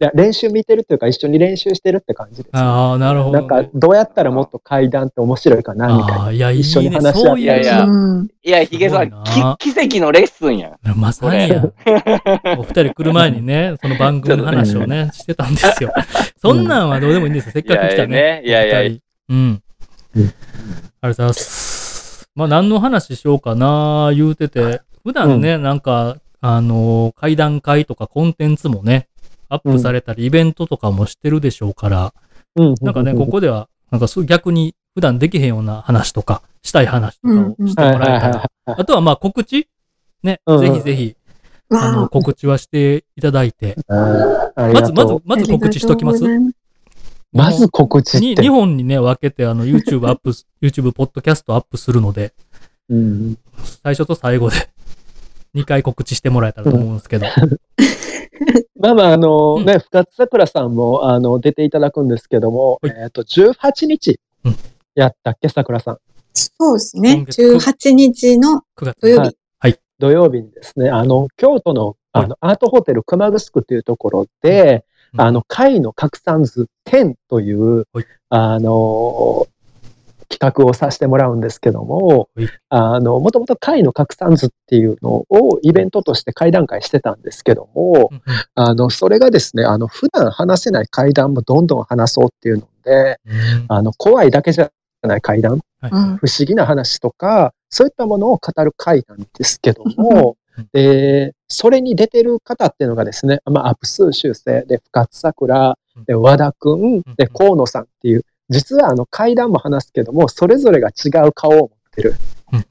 S4: いや練習見てるというか、一緒に練習してるって感じです。
S1: ああ、なるほ
S4: な
S1: ど
S4: ん。か、どうやったらもっと階段って面白いかな、みたい
S1: あ
S4: な
S1: あ、。いや、いいね。
S4: 一緒に話し合
S1: そ
S4: っ
S1: う
S4: て
S1: いう
S2: や
S3: うん。
S2: いや、ヒゲさ、
S1: すごいなん
S2: き奇跡のレッスンやん。
S1: まさにやん。 お二人来る前にね、その番組の話をね、してたんですよ。そんなんはどうでもいいんですよ。せっかく来たね。
S2: いやいやね
S1: お
S2: いやいや
S1: 二人うん。あ
S4: う
S1: りがとう
S4: ん
S1: ございます。まあ、何の話しようかな、言うてて。普段ね、なんか、あの、会談会とかコンテンツもね、アップされたり、イベントとかもしてるでしょうから、
S4: うん
S1: なんかね、ここでは、なんかそう逆に普段できへんような話とか、したい話とかをしてもらえたら。あとはまあ告知ね、
S4: うんうん
S1: ぜひぜひ、あの、
S3: わ
S1: 告知はしていただいて。
S4: ま
S1: まず、まず、まず告知しときます。
S3: ありがとうござい
S4: まず告知
S1: に
S4: って
S1: 2。本にね、分けて、あの、YouTube アップす、YouTube ポッドキャストアップするので、
S4: うん、
S1: 最初と最後で、2回告知してもらえたらと思うんですけど。
S4: まあまあ、あの、
S1: うん
S4: ね、深津さくらさんも、あの、出ていただくんですけども、
S1: はい
S4: えっ、と、18日
S1: うん、
S4: やったっけ、さくらさん。
S3: そうです
S1: 今
S3: ね。
S1: 月
S3: 18日の
S1: 9月。
S3: 土曜
S4: は
S3: 日
S4: い。土曜日にですね、あの、京都の、あの、アートホテル熊城というところで、
S1: うん
S4: あの、会の拡散図10という、
S1: はい
S4: あの、企画をさせてもらうんですけども
S1: はい、
S4: あの、もともと会の拡散図っていうのをイベントとして会談会してたんですけども
S1: う、ん
S4: あの、それがですね、あの、普段話せない会談もどんどん話そうっていうので、
S1: うん
S4: あの、怖いだけじゃない会談
S3: う
S1: は
S3: ん。
S4: 不思議な話とか、そういったものを語る会なんですけども
S1: うん、
S4: で、それに出てる方っていうのがですね、まあ、アプスー修正で、深津桜、で和田くん、で、河野さんっていう、実はあの、会談も話すけども、それぞれが違う顔を持ってる。
S1: いうん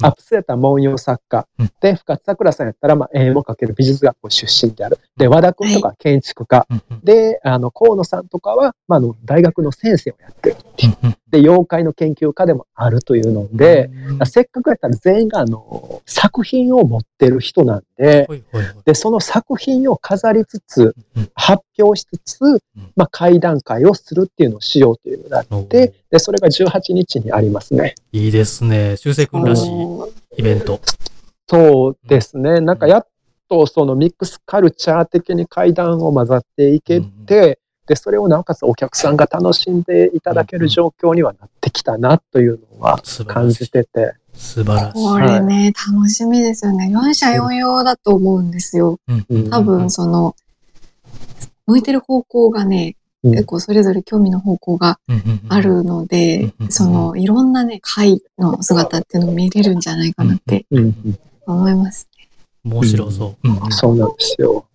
S4: アップスやったら文様作家
S1: うん。
S4: で、深津桜さんやったら、まあ、絵も描ける美術学校出身である。で、和田くんとか建築家。
S1: うんうん
S4: で、あの、河野さんとかは、まあ、あの、大学の先生をやってる。
S1: うんうん
S4: で、妖怪の研究家でもあるというので、せっかくやったら全員があの作品を持ってる人なんで、
S1: ほいほいほい
S4: で、その作品を飾りつつ、
S1: うん
S4: 発表しつつ、まあ、会談会をするっていうのをしようというのがあっ
S1: うん
S4: て、で、それが18日にありますね。
S1: いいですね。修正くんらしい
S3: おー
S1: イベント。
S4: そうですね。なんかやっとそのミックスカルチャー的に会談を混ざっていけて、で、それをなおかつお客さんが楽しんでいただける状況にはなってきたなというのは
S1: 素晴
S4: 感
S1: らしい
S4: じ。てて。
S1: 素晴らしい。
S3: これね、楽しみですよね。4社4用だと思うんですよ。
S1: うん
S4: うん
S3: 多分、その、向いてる方向がね、
S4: うん
S3: 結構それぞれ興味の方向が
S1: うんうんうん
S3: あるので
S1: う、ん
S3: その、いろんなね、会の姿っていうのを見れるんじゃないかなって
S4: うんうん
S3: 思います。
S1: 面白そう。うんうん
S4: そうなんですよ。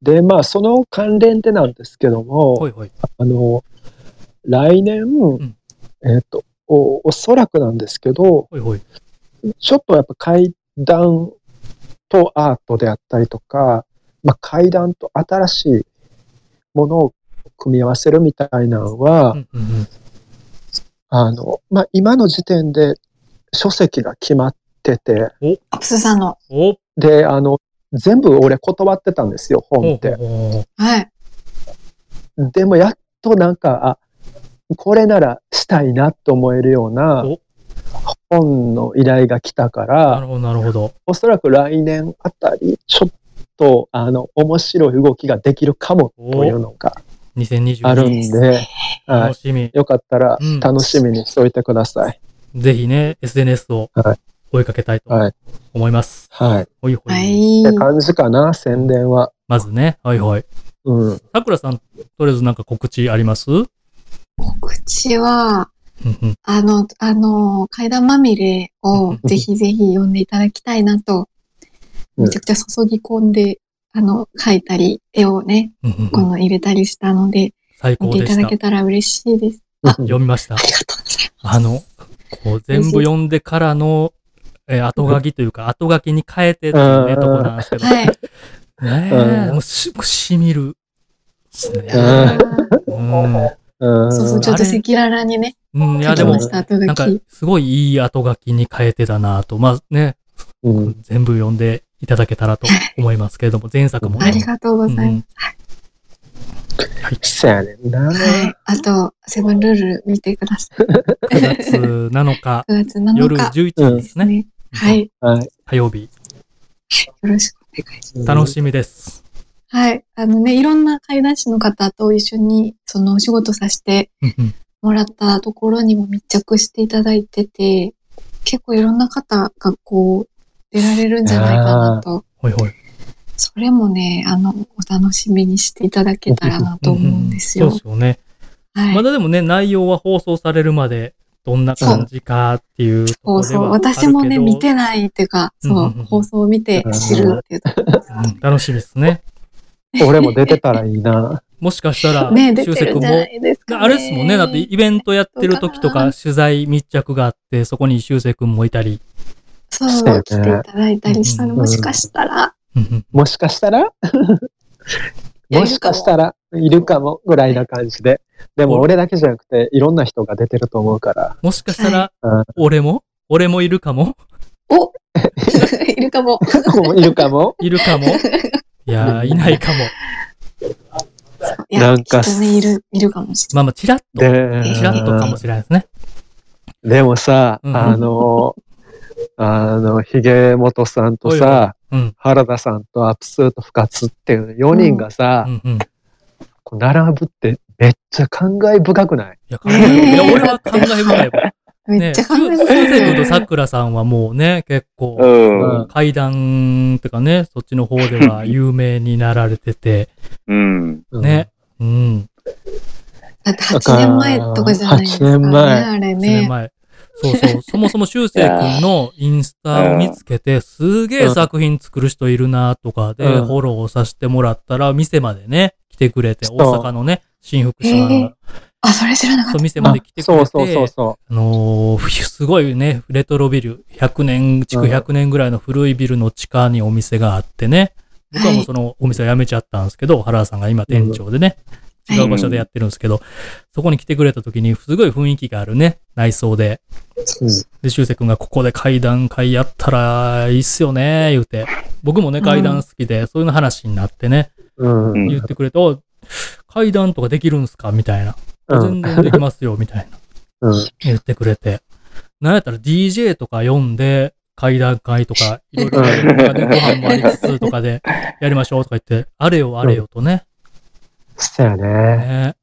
S4: で、まあ、その関連でなんですけど
S1: ほ
S4: も、
S1: いほい。
S4: あの、来年、
S1: ん
S4: えっ、とお、おそらくなんですけど、
S1: ほいほい。
S4: ちょっとやっぱ階段とアートであったりとか、まあ、階段と新しいものを組み合わせるみたいなのは、
S1: うんうんうん
S4: あの、まあ、今の時点で書籍が決まってて、
S3: アプスさんの、
S1: お
S4: で、あの、全部俺断ってたんですよ、本って。
S1: お
S3: はい。
S4: でもやっとなんか、あ、これならしたいなと思えるような
S1: お
S4: 本の依頼が来たか
S1: な
S4: ら
S1: る、ほど、なるほど。
S4: おそらく来年あたり、ちょっと、あの、面白い動きができるかもというのがある
S1: 2020
S4: ん
S3: お
S4: で、は
S1: 楽
S4: い。
S1: しみ。
S4: よかったら
S1: うん
S4: 楽しみにしておいてください。
S1: ぜひね、SNS を
S4: はい
S1: 追いかけたいと
S4: はい。
S1: 思います。
S4: はい。っ
S1: ほいほ。
S3: はいい
S4: て。感じかな、宣伝は。
S1: まずね、はいはい。
S4: うん。
S1: さくらさん、とりあえずなんか告知ありますうん
S3: 告知は、
S1: うん
S3: あの、あの、階段まみれをぜひぜひ読んでいただきたいなと、
S4: うん
S3: めちゃくちゃ注ぎ込んで、あの、描いたり、絵をね、
S1: うんうん
S3: この入れたりしたので、
S1: 最
S3: 見
S1: 高
S3: てい
S1: で
S3: た
S1: し
S3: だ
S1: た
S3: け。たら嬉しいです。
S1: 読みました
S3: あ。りがとうございます。
S1: あの、こう全部読んでからの、えー後書きというか、後書きに変えてっていうね、
S4: うん
S1: とこなんですけど。
S3: はい。
S1: ね
S4: う
S1: え、
S4: ん
S1: もうし、しみる。ですね。
S4: うん
S1: うん
S4: うん。
S3: そうそう、ちょっと赤裸々にね、
S1: うん。い
S3: 書
S1: や、
S3: き
S1: でも
S3: ま、した、後
S1: な
S3: 書
S1: んか
S3: き。、
S1: すごいいい後書きに変えてたなと。まあね、
S4: うん
S1: 全部読んでいただけたらと思いますけれど も、前作もね。
S3: ありがとうございます。
S4: そやねんな。
S3: はい。あと、セブンルール見てください。
S1: 9月7日、
S3: 9月
S1: 夜
S3: 7日
S1: 11時ですね。
S3: ね。はい。よ
S4: はい。
S1: 火曜日。
S3: ろしくお願いします。
S1: 楽しみです。
S3: はい。あのね、いろんな怪談師の方と一緒に、そのお仕事させて
S1: うんうん
S3: もらったところにも密着していただいてて、結構いろんな方がこう、出られるんじゃないかなと。
S1: ほいほい。
S3: それもね、あの、お楽しみにしていただけたらなと思うんですよ。
S1: そうですよね。
S3: はい。
S1: まだでもね、内容は放送されるまで、どんな感じかっていうとこ
S3: そ
S1: ろで
S3: うそう。
S1: はあるけど。
S3: 私もね、見てないっていうか、そう、
S1: うんうんうん
S3: 放送を見て知るっていうところです
S1: うん楽しみです ね。
S4: 俺も出てたらいいな。
S1: もしかしたら、
S3: ね、出
S1: 修
S3: て
S1: 正
S3: る
S1: 君
S3: んじゃな
S1: も
S3: いですか、ね。
S1: あれですもんね。だってイベントやってる時と
S3: どうか
S1: か
S3: な
S1: 取材密着があって、そこに修正くんもいたり。
S3: そう
S4: そうだよね、
S3: 来ていただいたりしたの、
S1: うん
S3: もしかしたら、
S1: うんうん
S4: もしかしたら
S3: いや
S4: もしかしたらいるかもぐらいな感じで。でも俺だけじゃなくて、いろんな人が出てると思 うから。
S1: もしかしたら
S4: うん、
S1: 俺も俺もいるかも
S3: おいるかも。
S4: もういるかも。
S1: いるか もいやー、いないかも。
S3: いや、
S4: なんか
S3: きっとね、いる、いるかもしれ
S1: まあまあ、ちらっと、
S4: で
S1: ちらっとかもしれないですね。
S4: でもさ、
S1: うん
S4: あの、あの、ひげもとさんとさ、
S1: うん。
S4: 原田さんとアップスーと深津っていう4人がさ、
S1: うんうん。い
S4: こう並ぶってめっちゃ感慨深くない
S1: や、考え深い。いや、
S3: ねえ
S1: 俺は考え深いわ。
S3: ない。めっちゃ考え
S1: ね
S3: 深い
S1: え君と
S3: ですよ。
S1: さくらさんはもうね、結構、
S2: うん。
S1: 階段とかね、そっちの方で は有名になられてて、
S2: うん。
S1: ね。うん。
S3: だって8年前とかじゃないですか、ね。
S4: 8年前
S3: あれ
S1: 数年
S3: ね。
S1: 前。そう そう。そもそも修正君のインスタを見つけて、すげえ作品作る人いるなとかで、
S4: うん
S1: フォローさせてもらったら、店までね、来てくれて、
S4: そう
S1: 大阪のね、新福島
S3: へえ
S1: の、
S3: あ、それ知らなかっ
S1: そう。
S3: た
S1: 店ま
S4: あ
S1: で来てく
S4: そ
S1: れ
S4: うそうそ
S1: て、
S4: うそ
S1: あのーすごいね、レトロビル、100年、築
S4: うん
S1: 100年ぐらいの古いビルの地下にお店があってね、僕はもうそのお店を辞めちゃったんですけど、原田さんが今店長でね、
S3: うん
S1: 違う場所でやってるんですけど、そこに来てくれた時に、すごい雰囲気があるね、内装で。
S4: う。うん
S1: で、修正君がここで階段階やったらいいっすよね、言うて。僕もね、
S3: うん
S1: 階段好きで、そういうの話になってね、
S4: うん
S2: うん
S1: 言ってくれて、お階段とかできるんすかみたいな。全然できますよ、みたいな。
S4: うん
S1: 言ってくれて。なんやったら DJ とか読んで、階段階とか、いろいろやるとかで、
S2: うん
S1: ご飯もありつつとかで、やりましょうとか言って、あれよあれよとね。
S4: そうやね。
S1: ね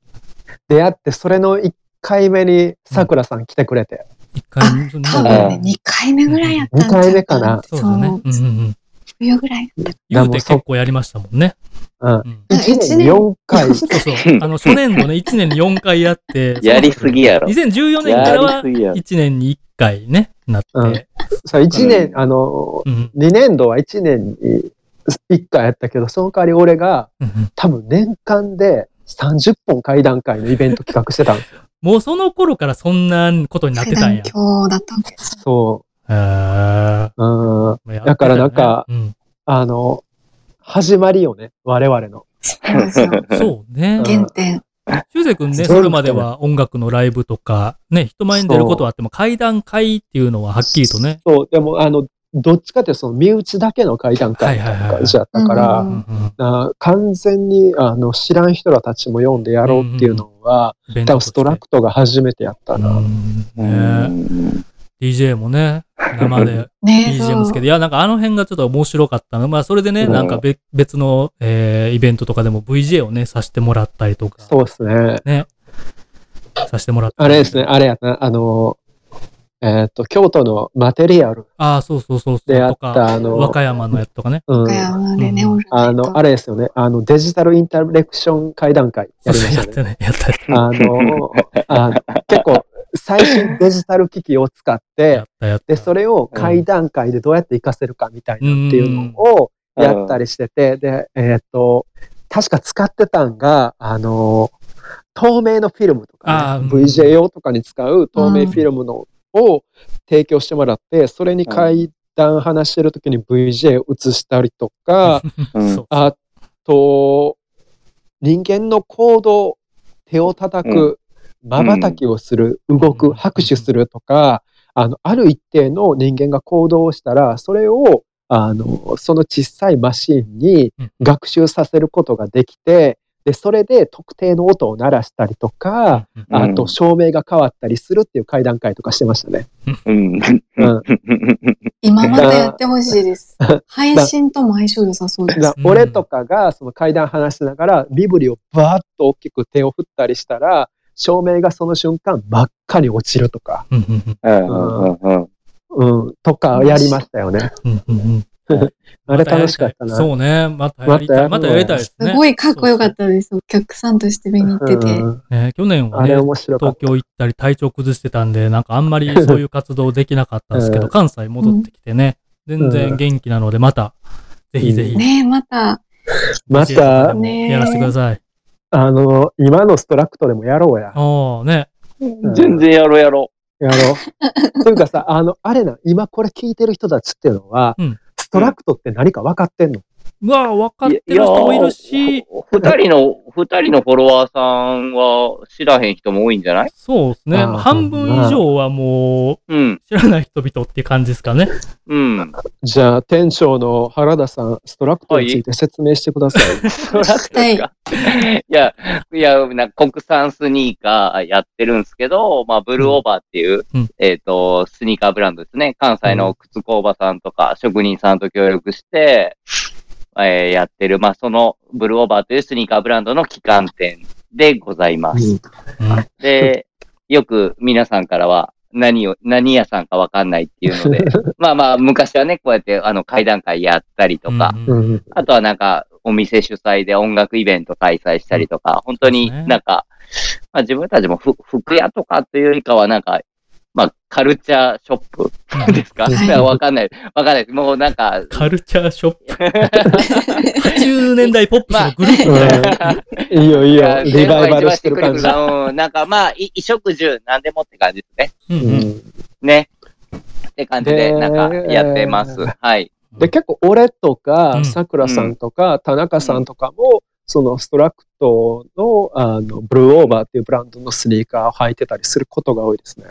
S4: 出会って、それの1回目にさくらさん来てくれて。
S1: 一回、なん
S3: 多
S1: か
S3: 分ね、2回目ぐらいやったんちゃう
S4: 二回目かな
S1: そうだね。うんうんうん。
S3: 冬ぐらい。
S1: 言うて結構やりましたもんね。
S4: うん。
S1: うん
S3: うん
S4: 1
S3: 一
S4: 年
S3: 年
S4: 4回。
S1: そうそう。あの、初年度ね、1年 に4回やって。
S2: やりすぎやろ。
S1: 2014年から
S2: や
S1: は
S2: りすぎやろ。
S1: 1年に1回ね、なって。
S4: そう、1
S2: う
S4: 年、
S2: ん
S4: あの、
S1: うん。
S4: 2年度は1年に1回やったけど、その代わり俺が
S1: うん
S4: 多分年間で30本会談会のイベント企画してたんですよ。
S1: もうその頃からそんなことになってたんや。
S3: 今日だったんですよ。
S4: そ
S1: あ
S4: う。うん。
S1: ー
S4: だからなんか、
S1: うん
S4: あの、始まりよね。我々の。
S3: そうなんですよ。
S1: そうね。
S3: 原点。
S1: 修正くんね、
S4: そう
S1: それまでは音楽のライブとか、ね、人前に出ることはあっても、階段会っていうのははっきりとね。
S4: そう。でも、あの、どっちかっていうとその身内だけの会談会みたいな感じだったか
S3: はいはいはいはい
S4: ら
S3: うん、
S1: うんうん
S4: な完全にあの知らん人らたちも読んでやろうっていうのは、
S1: イベント
S4: 多分
S1: とし
S4: ス
S1: て
S4: トラクトが初めてやったな。
S1: う
S2: うん
S1: ね
S2: ん
S1: DJ もね、生で
S3: ねえ、
S1: BGM つけ
S3: そう
S1: て、いや、なんかあの辺がちょっと面白かったの。まあ、それでね、
S4: うん
S1: なんかべ別の、えーイベントとかでも VJ をね、させてもらったりとか、
S4: そうですね。
S1: させてもらった
S4: あ
S1: り
S4: れですね、あれやな、あの、えっと、京都のマテリアル
S1: ああ、そうそうそうそう。
S4: であ
S1: と
S4: った、
S1: か、
S4: あの
S1: 和、歌山のやつとかね。
S4: うん
S3: 岡、山でね、
S1: うん
S3: オールナ
S4: あ
S3: イト
S4: の、あれですよね、あの、デジタルインタレクション会談会やりまし
S1: や
S4: た
S1: っ
S4: ね。
S1: たね、やったや
S4: あの、あ結構、最新デジタル機器を使っ
S1: った。
S4: て
S1: やっ、たやった。
S4: で、それを会談会でどうやって活かせるかみたいなっていうのをやったりしてて、で、えーっと、確か使ってたんが、あの、透明のフィルムと
S1: あー
S4: か、
S1: う
S4: ね、
S1: ん
S4: VJ 用とかに使う透明フィルムのを提供してもらって、それに会談話してる時に VJ 映したりとか、
S2: うん
S1: そう
S4: あと、人間の行動、手を叩く、瞬きをする、動
S1: うん
S4: く、拍手するとか、あの、ある一定の人間が行動をしたら、それを、あの、その小さいマシンに
S1: うん
S4: 学習させることができて、で、それで特定の音を鳴らしたりとか、
S1: うん
S2: あ
S4: あと照明が変わったりするっていう会談会とかしてましたね。
S2: うん。
S4: うん。
S3: 今またやってほしいです。配信とも相性良さそうです
S4: だ。俺とかがその階段話しながら身振りをバーッと大きく手を振ったりしたら照明がその瞬間真っ赤に落ちるとか、
S1: うんうんうん
S2: うんうんうん
S4: うん、とかやりましたよね。
S1: うんうんうん
S4: あれ楽しかった
S1: ま
S4: な。
S1: やりいそうね。またやりたい。ま
S4: ま
S1: た
S4: た
S1: や
S4: や
S1: りた
S4: りた
S1: い
S4: い
S1: ですね。
S3: すごいかっこよかったです。お客さんとして見に行ってて。
S4: うん
S1: ね、去年は
S4: あ
S1: ね、
S4: れ
S1: 東
S4: 面白かっ
S1: 京行ったり体調崩してたんで、なんかあんまりそういう活動できなかったんですけ
S4: う
S1: ど、
S4: ん
S1: 関西戻ってきてね、全然元気なので、また、ぜひぜひ、
S3: ねえ、また。
S4: また、
S3: ね
S1: やらせてください。
S4: あの、今のストラクトでもやろうや。
S1: おーね。
S4: うん
S2: 全然やろうやろ
S4: やろう。というかさ、あの、あれな、今これ聞いてる人たちっていうのは、
S1: うん
S4: ストラクトって何か分かってんの
S1: が分かってる人もいるし、
S2: 二人の、二人のフォロワーさんは知らへん人も多いんじゃない
S1: そうですね。
S4: あー
S1: 半分以上はも
S2: うん
S1: う、知らない人々っていう感じですかね。
S2: うん。
S4: じゃあ、店長の原田さん、ストラクトについて説明してください。
S2: そらそうですか。いや、いや、な国産スニーカーやってるんですけど、まあ、ブルーオーバーっていう、
S1: うん
S2: えっ、と、スニーカーブランドですね。関西の靴工場さんとか、職人さんと協力して、えーやってる、まあ、そのブルーオーバーというスニーカーブランドの旗艦店でございます。で、よく皆さんからは、何を、何屋さんかわかんないっていうの で、まあまあ、昔はね、こうやって、あの、会談会やったりとか、
S1: うん
S4: うんうん
S2: あとはなんか、お店主催で音楽イベント開催したりとか、本当に
S1: そうですね
S2: なんか、まあ自分たちもふ服屋とかっていうよりかはなんか、まあカルチャーショップですか
S4: はい
S2: いや わかんない。わかんないです。もうなんか、
S1: カルチャーショップ。80年代ポップスのグループみたいな。
S4: うんいいよいい
S2: い
S4: よ、
S2: や
S4: リバイバルしてる感じ。
S2: うんなんかまあ、い衣食住、なんでもって感じですね。
S1: うん
S4: う
S1: うん
S4: ん
S2: ね。って感じで、
S4: で
S2: なんかやってます。はい。
S4: で結構俺と
S1: う
S4: か
S1: ん
S4: さくらさんとか田中さんとかもそのストラクトのあのブルーオーバーっていうブランドのスニーカーを履いてたりすることが多いですね。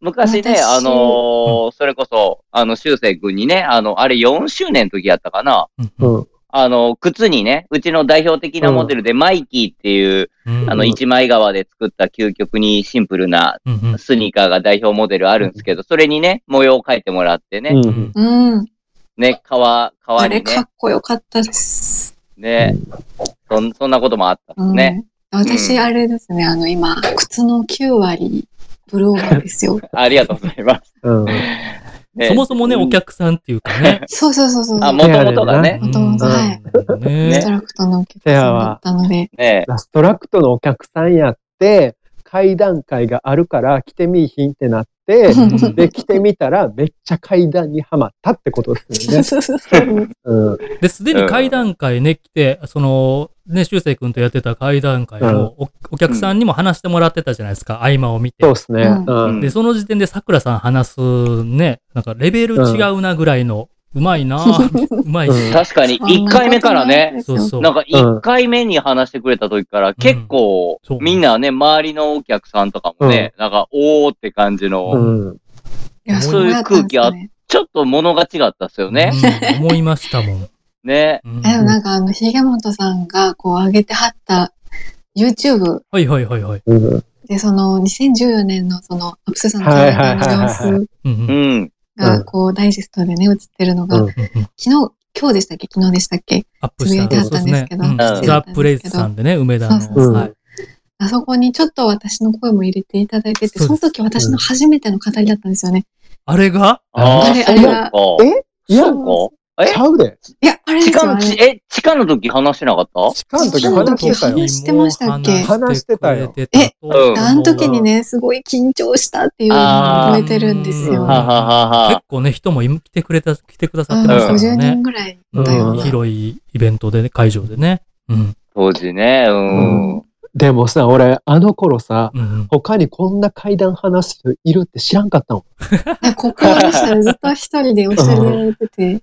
S2: 昔ね、
S3: 私
S2: あのーそれこそ、あの、修正君にね、あの、あれ4周年の時やったかな。
S1: うん
S4: うん
S2: あの、靴にね、うちの代表的なモデルで、マイキーっていう、
S1: うん
S2: あの、
S4: うん
S2: 一枚革で作った究極にシンプルな
S1: うんうん
S2: スニーカーが代表モデルあるんですけど、それにね、模様を描いてもらって
S4: う
S2: ね、
S4: ん
S3: うん。
S2: ね、革、革
S3: あ
S2: に
S3: れか
S2: ね
S3: っ、こよかったです。
S2: ね、そん、そんなこともあった
S3: うん
S2: で
S3: ん、
S2: すね。う
S3: 私、
S2: ん
S3: あれですね、あの、今、靴の9割、ブルーオーバーですよ。
S2: ありがとうございます。
S4: うん
S2: ね
S1: そもそもね、
S2: うん
S1: お客さんっていうか ね。
S3: そうそうそうそう。
S2: あ、もともとがね、
S1: うん
S3: 元々はい
S1: ね
S3: ストラクトのお客さんだったので。
S2: ね、
S4: ストラクトのお客さんやって階段階があるから着てみいひんってなって
S1: うん
S4: で着てみたらめっちゃ階段にはまったってことですよね。
S3: そうそうそう。
S4: うん
S1: で、すでに会談会ね、来て、その、ね、修正君とやってた会談会も、おお客さんにも話してもらってたじゃないですか、合間を見て
S4: そう。ですね。
S3: う
S4: うん
S1: で、その時点で桜さん話すね、なんかレベル違うなぐらいの、うまい なぁうまいし。
S4: うん
S2: 確かに1回目からね、
S1: そうそう。
S2: なんか1回目に話してくれた時から結構
S1: そう
S2: みんなね、周りのお客さんとかもね、なんか、おーって感じの、
S4: うん
S3: いや
S1: そう
S2: いう空気あっ
S3: そうなんですよね
S2: ちょっと物が違ったっすよね。
S1: うん思いましたもん。
S2: ね。
S1: うん
S3: あでも
S1: は
S3: なんかあの、ひげもとさんがこう上げてはった YouTube
S1: いはいはいはい。
S4: うん
S3: で、その2014年のそのアップスさんの対談の様子
S1: うんうん
S2: う
S1: うん
S2: ん。
S3: がこうダイジェストでね、映ってるのが、
S4: うん
S1: うん
S3: 昨日、今日でしたっけ昨日でしたっけ
S1: アップした
S4: つぶやいてあった
S1: そうんで
S3: ですす
S1: ね
S3: けど
S1: うん
S4: つぶ
S1: ザ・
S3: やいてあったんですけど
S1: プレイズさんでね、梅田の。
S3: そう
S4: そうそう
S1: はい
S3: あそこにちょっと私の声も入れていただいてて、
S1: そう
S3: そ
S1: です
S3: の時私の初めての語りだったんですよね。
S1: あれが
S2: あ
S3: あ
S2: あ、
S3: れ
S2: そ
S3: あれは
S2: うか。
S4: いや
S2: そうか。
S4: ちゃうで。
S3: いや、あれ
S2: え、
S3: です
S2: 地
S3: よ、
S2: 下
S3: あ
S2: の、ち
S3: れ。
S2: え、地下の時話しなかった
S4: 地下の時話してたよ。
S3: 話してましたっけ
S4: 話してたよ
S1: 話してくれてたと思う
S2: え
S3: あの時にね、すごい緊張したっていうのを覚えてるんです
S1: あ
S3: よ
S1: ー。
S2: ははは
S1: 結
S2: は。
S1: 構ね、人も今来てくれた、来てくだ
S3: う
S1: さっ
S3: ん、
S1: てましたから
S3: 50
S1: ね
S3: 人。ぐらい
S1: うん
S3: だよね。
S1: 広いイベントでね、会場でね。うん。
S2: 当時ね、うん。
S4: でもさ、俺、あの頃さ、
S1: うんうん
S4: 他にこんな階段話す人いるって知らんかったもん。
S3: いやここにしたらずっと一人でおしゃれやれてて。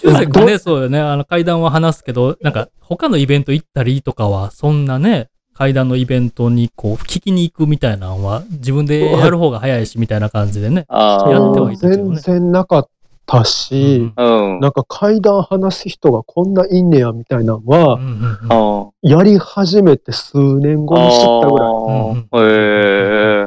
S1: 修正君ね、そうよね。あの、階段は話すけど、なんか、他のイベント行ったりとかは、そんなね、階段のイベントに、こう、聞きに行くみたいなのは、自分でやる方が早いし、みたいな感じでね。
S2: あ
S1: や
S2: あ
S1: って。はいたけどね
S4: 全然なかった
S1: う
S4: し
S1: ん、
S2: うん。
S4: なんか階段話す人がこんないいんねやみたいなのは、
S1: うんうんうん
S2: あ
S4: やり始めて数年後に知ったぐらい。
S2: あー。へえ。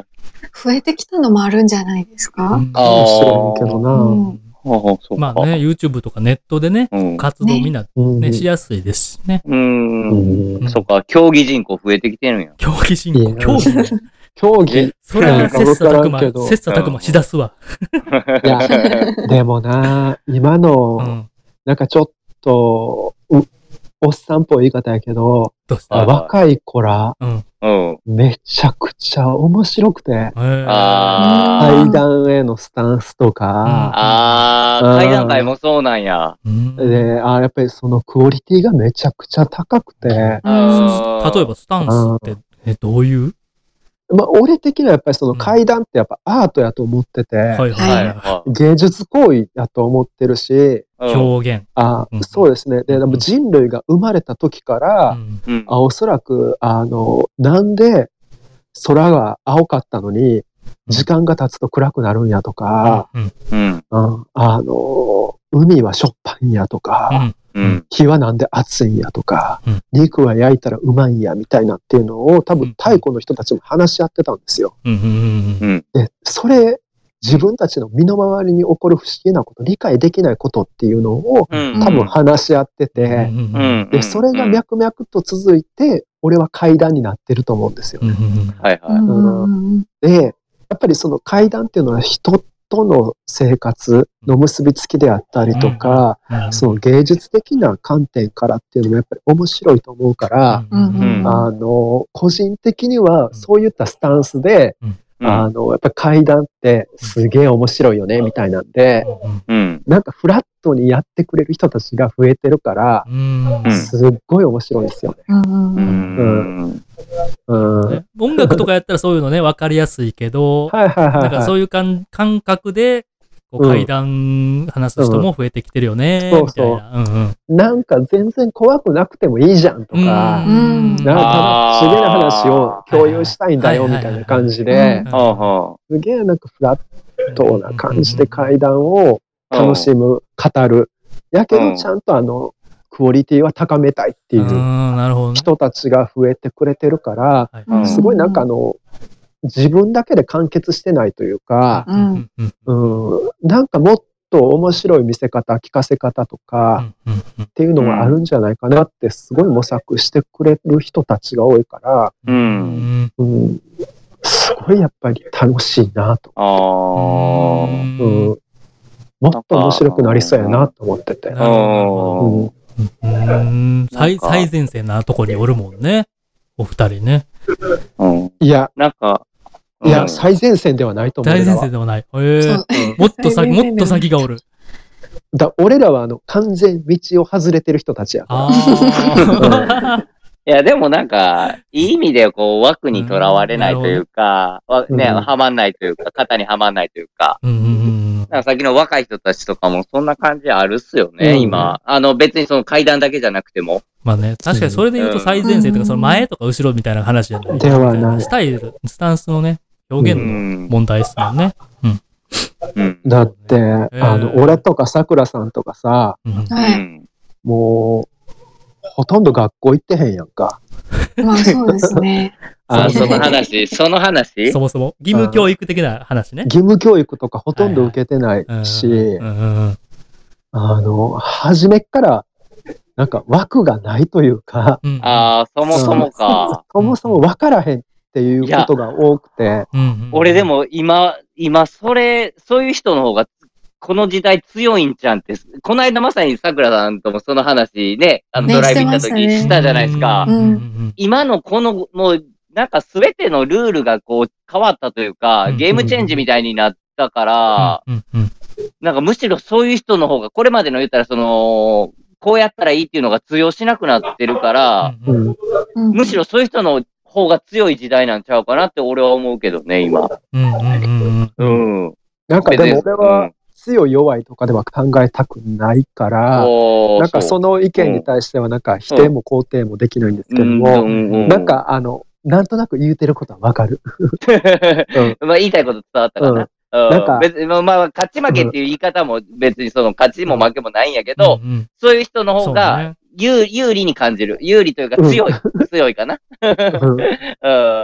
S3: 増えてきたのもあるんじゃないです
S1: う
S3: か、
S1: ん
S4: か
S2: あ
S4: もしれんけど
S3: う
S4: な。
S3: ん
S2: ははそう
S1: ま
S2: か
S1: あ。ね、YouTube とかネットでね、
S2: うん。
S1: 活動みんな、
S4: うん
S1: ね、しやすいですしね。
S2: うん。
S4: うん
S2: そっか、競技人口増えてきてるんや。
S1: 競技進行、
S4: いや
S1: 競技ね。
S4: 競技、
S1: それは切磋琢
S4: なんかわからんけ
S1: 磨、
S4: ど
S1: 切磋琢磨しだすわ。
S4: いやでもな、今
S1: う
S4: の、
S1: ん。
S4: なんかちょっと、うおっさんっぽい言い方やけど、
S1: どうした
S2: あ
S4: 若い子ら、
S1: うん。
S2: うん。
S4: めちゃくちゃ面白くて、
S1: へー
S2: あー
S4: 階段へのスタンスとか、
S2: あ
S4: う
S2: あ、
S4: ん
S2: 階段階もそうなんや。
S1: うん
S4: で、あやっぱりそのクオリティがめちゃくちゃ高くて、
S2: うん
S1: 例えばスタンスって、え、どういう
S4: まあ、俺的にはやっぱりその階段ってやっぱアートやと思ってて、
S1: はいはいは
S2: は
S4: 芸術行為やと思ってるし、
S2: い。
S1: い。表現。
S4: あ
S1: うん
S4: そうですね。で、でも人類が生まれた時か
S1: う
S4: ら、
S1: ん
S2: うん。
S4: あおそらく、あの、なんで空が青かったのに、時間が経つと暗くなるんやとか、
S1: うん
S2: うん。
S4: うんあの、海はしょっぱいんやと
S1: う
S4: か、
S1: ん
S2: うん。
S4: 火はなんで熱いんやとか
S1: うん、
S4: 肉は焼いたらうまいんやみたいなっていうのを多分太古の人たちも話し合ってたんですよ。
S1: うんうんうん
S4: で、それ、自分たちの身の回りに起こる不思議なこと、理解できないことっていうのを
S2: うん。
S4: 多分話し合ってて、
S1: うん
S2: う
S1: うん
S2: ん。
S4: で、それが
S2: うん
S4: 脈々と続いて、俺は階段になってると思うんですよ
S1: うんう
S4: ね。
S1: んうん
S2: はいは
S3: う
S2: い。
S3: んうんうん
S4: で、やっぱりその階段っていうのは人との生活の結びつきであったりとか、
S1: うん
S4: その芸術的な観点からっていうのもやっぱり面白いと思うから、
S1: うんうんうん
S2: うん
S4: あの、個人的にはそういったスタンスで、あの、やっぱり階段ってすげえ面白いよね、みたいなんで、
S2: うん。
S4: なんかフラットにやってくれる人たちが増えてるから、
S1: うん
S2: うん
S4: すっごい面白いですよね。
S3: うん
S2: う
S3: うん
S2: ん。うん。
S4: うん。はい
S1: ね音楽とかやったらそういうのね、わかりやすいけど、
S4: はいはい
S1: なん
S4: はい
S1: か。そういう感感覚で、こう
S4: うん
S1: 階段話す人も増えてきてるよね、
S4: うん
S1: みたいな。うんうん
S4: なんか全然怖くなくてもいいじゃんとか、なんか
S1: うん
S4: ただ不思議な話を
S2: あ
S1: ー
S4: 共有したいんだよ
S1: はい
S4: み
S1: はいはい
S4: たいな感じ
S3: はいは
S4: で
S3: い、
S2: ほうほ
S4: すげえなんかフラットな感じで階段を楽しむ、語る。やけ
S2: う
S4: ど
S2: ん
S4: ちゃんとあの、クオリティは高めたいってい
S1: うん
S4: う
S1: なるほどね。
S4: 人たちが増えてくれてるから、
S1: はい
S2: うん
S4: すごいなんかあの、自分だけで完結してないというか、
S3: うん
S1: うんうん
S4: うん、なんかもっと面白い見せ方、聞かせ方とか、
S1: うんうん
S4: っていうのがあるんじゃないかなって、すごい模索してくれる人たちが多いから、
S2: う。うん。
S4: うん、すごいやっぱり楽しいなと、
S2: ああ。
S4: うん
S1: うん
S4: もっと面白くなりそうやなと思ってて。
S1: なるほ
S4: う
S1: う
S4: ん、
S1: ん最
S2: なんか
S1: 最前線なとこにおるもんね。お二人ね。
S2: うん。
S4: いや、
S2: なんか、
S4: いや、
S2: 最
S4: 最前線ではないと思う。
S1: 最
S4: 俺ら
S1: 前線
S4: は
S1: ではない。へ
S3: そ
S1: え
S3: う。
S1: もっと先、
S3: 最前線ではない
S1: もっと先がおる。
S4: だ俺らはあの完全道を外れてる人たちやから。
S1: あ
S2: いや、でもなんか、いい意味でこう、枠にとらわれないというか、わね、
S4: うん
S2: はまんないというか、型にはまんないというか、
S1: ー。うんうんうん
S2: なんか先の若い人たちとかもそんな感じあるっすよね、
S4: うん
S2: 今。あの、別にその階段だけじゃなくても。
S1: まあね、確かにそれで言うと最前線とか、その前とか後ろみたいな話じゃない。
S4: ではない
S1: スタイル、スタンスのね、表
S2: う
S1: 現の
S2: ん。
S1: 問題ですもんね。
S2: うん。
S4: だって、
S1: え
S4: あの、俺とかさくらさんとかさ、
S1: うん
S2: う
S3: はい。
S2: ん
S4: もう、ほとんど学校行ってへんやんか。
S3: まあそうですね。
S2: あ、
S4: の
S2: そ の話、その話
S1: そもそも、義務教育的な話ね。
S4: 義務教育とかほとんど受けてない
S1: うん
S4: し、
S1: うんうんうん
S4: あの、初めっから、なんか枠がないというか、
S1: うん
S2: ああ、そもそもか。
S4: そもそも分からへんっていうことが多くて、
S1: うんうん
S2: 俺で、も今、今、それ、そういう人の方が、この時代強いんちゃんって、この間まさに桜さんともその話ね、あの
S3: ね
S2: ドライブ行った
S3: してま
S2: 時
S3: したね
S2: したじゃないですか。
S1: うんうん
S2: 今のこの、もう、なんかすべてのルールがこう変わったというか、
S1: うん
S2: ゲームチェンジみたいになったから、
S1: うんうん
S2: なんかむしろそういう人の方が、これまでの言ったらその、こうやったらいいっていうのが通用しなくなってるから、
S1: うんうん
S4: うん
S3: うん
S2: むしろそういう人の方が強い時代なんちゃうかなって俺は思うけどね、今。
S1: うんうんうん
S2: ん。
S4: なんかでも俺
S2: う
S4: は
S2: ん
S4: 強い弱いとかでは考えたくないから、
S2: おー
S4: なんかその意見に対してはなんか否定も肯定もできないんですけども、なん、かあの、なんとなく言うてることは分かる。
S2: そう
S4: うん
S2: まあ言いたいこと伝わったかな。うん
S4: なんか
S2: 別に、まあ、まあ勝ち負けっていう言い方も別にその勝ちも負けもないんやけど、
S1: うんうん
S2: そういう人の
S1: そ
S2: 方
S1: う
S2: が
S1: ね
S2: 有有利に感じる。有利というか
S4: うん
S2: 強い。強いかな。
S4: うん
S2: うん。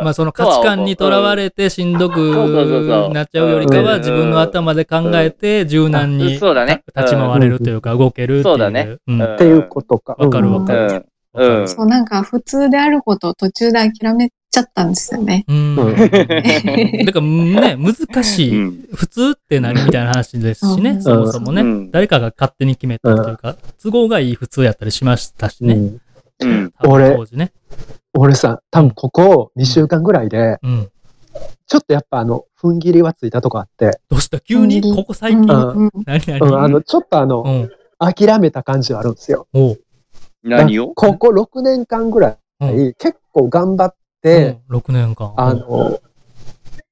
S1: まあその価値観にとらわれてしんど
S2: そうそうそうそ
S1: く
S2: う
S1: なっちゃうよりかは自分の頭で考えて柔軟に
S2: そうだね
S1: た立ち回れるというか動けるってい
S2: そううだね
S1: うん
S2: うん
S4: っていうことか。
S1: わかるわ
S2: う
S1: かる。
S2: ん。 うん。
S3: そう、なんか普通であることを途中で諦めちゃったんですよね。
S1: うん。
S4: うん
S1: だからね、難し
S2: う
S1: い。
S2: ん
S1: 普通って何みたいな話ですし
S3: う
S1: ね、
S3: ん
S1: そもそも
S2: う
S1: ね。
S2: ん
S1: 誰かが勝手に決めたというか、都合がいい普通やったりしましたし
S4: う
S1: ね。
S4: ん
S2: うん。
S1: 多分
S4: 俺
S1: 当時ね。
S4: 俺さ、多分ここ2週間ぐらいで、
S1: うん。
S4: ちょっとやっぱあの、踏ん切りはついたとこあって、
S1: どうした急にここ最近
S3: う
S1: 何
S3: んうんうん
S1: 々
S4: うん、あの、ちょっとあ
S1: う
S4: の、
S1: ん。
S4: 諦めた感じはあるんですよ。
S1: おう。
S2: 何を
S4: ここ6年間ぐらい、
S1: うん
S4: 結構頑張って、
S1: 6年間。
S4: あの、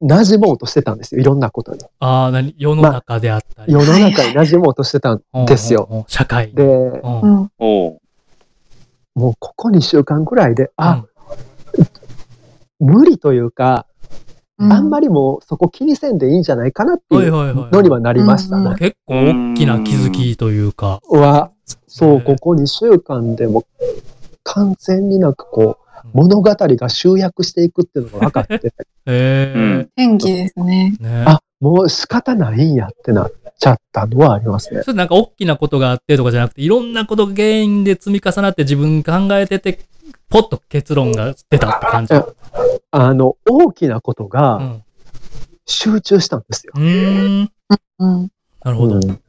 S4: 馴染もうとしてたんですよ。いろんなことに。
S1: ああ、何世の中であったり。
S4: 世の中に馴染もうとしてたんですよ。
S1: うんうんうん。社会。
S4: で、
S1: うん
S3: うん。
S2: おう。
S4: もうここ2週間くらいで、あ、、無理というか、
S3: うん
S4: あんまりもうそこ気にせんでいいんじゃないかなって
S1: うんはいいうはいはい。
S4: のにはなりました
S3: うんう
S4: ね
S3: ん。
S1: 結構大きな気づきというか。
S4: は、そう、
S1: ね
S4: ここ2週間でも完全になんかこう、物語が集約していくっていうのが分か って、
S1: へえ。
S3: 天気ですね。
S1: ね
S4: あ、もう仕方ないんやってなっちゃったのはありますね。
S1: それなんか大きなことがあってとかじゃなくて、いろんなことが原因で積み重なって自分考えてて、ポッと結論が出たって感じ。
S4: ああの、大きなこと
S1: う
S4: が
S1: ん。
S4: 集中したんですよ。
S1: うーん。
S3: うん。
S1: なるほど。
S4: うん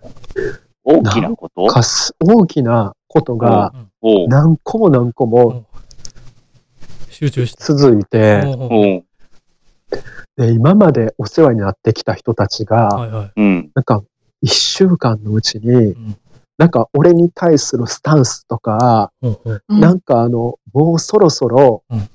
S2: 大きなこと
S4: かす大きなことが
S1: うん
S2: おう。
S4: 何個も何個も
S1: 集中して。
S4: 続いて、
S1: おうおう
S2: おう。
S4: で今までお世話になってきた人たちが、
S1: はいはい。
S2: うん。
S4: なんか1週間のうちに
S1: ん、
S4: なんか俺に対するスタンスとか、
S1: おうおう
S3: うん
S4: なんかあの、もうそろそろ、
S1: うん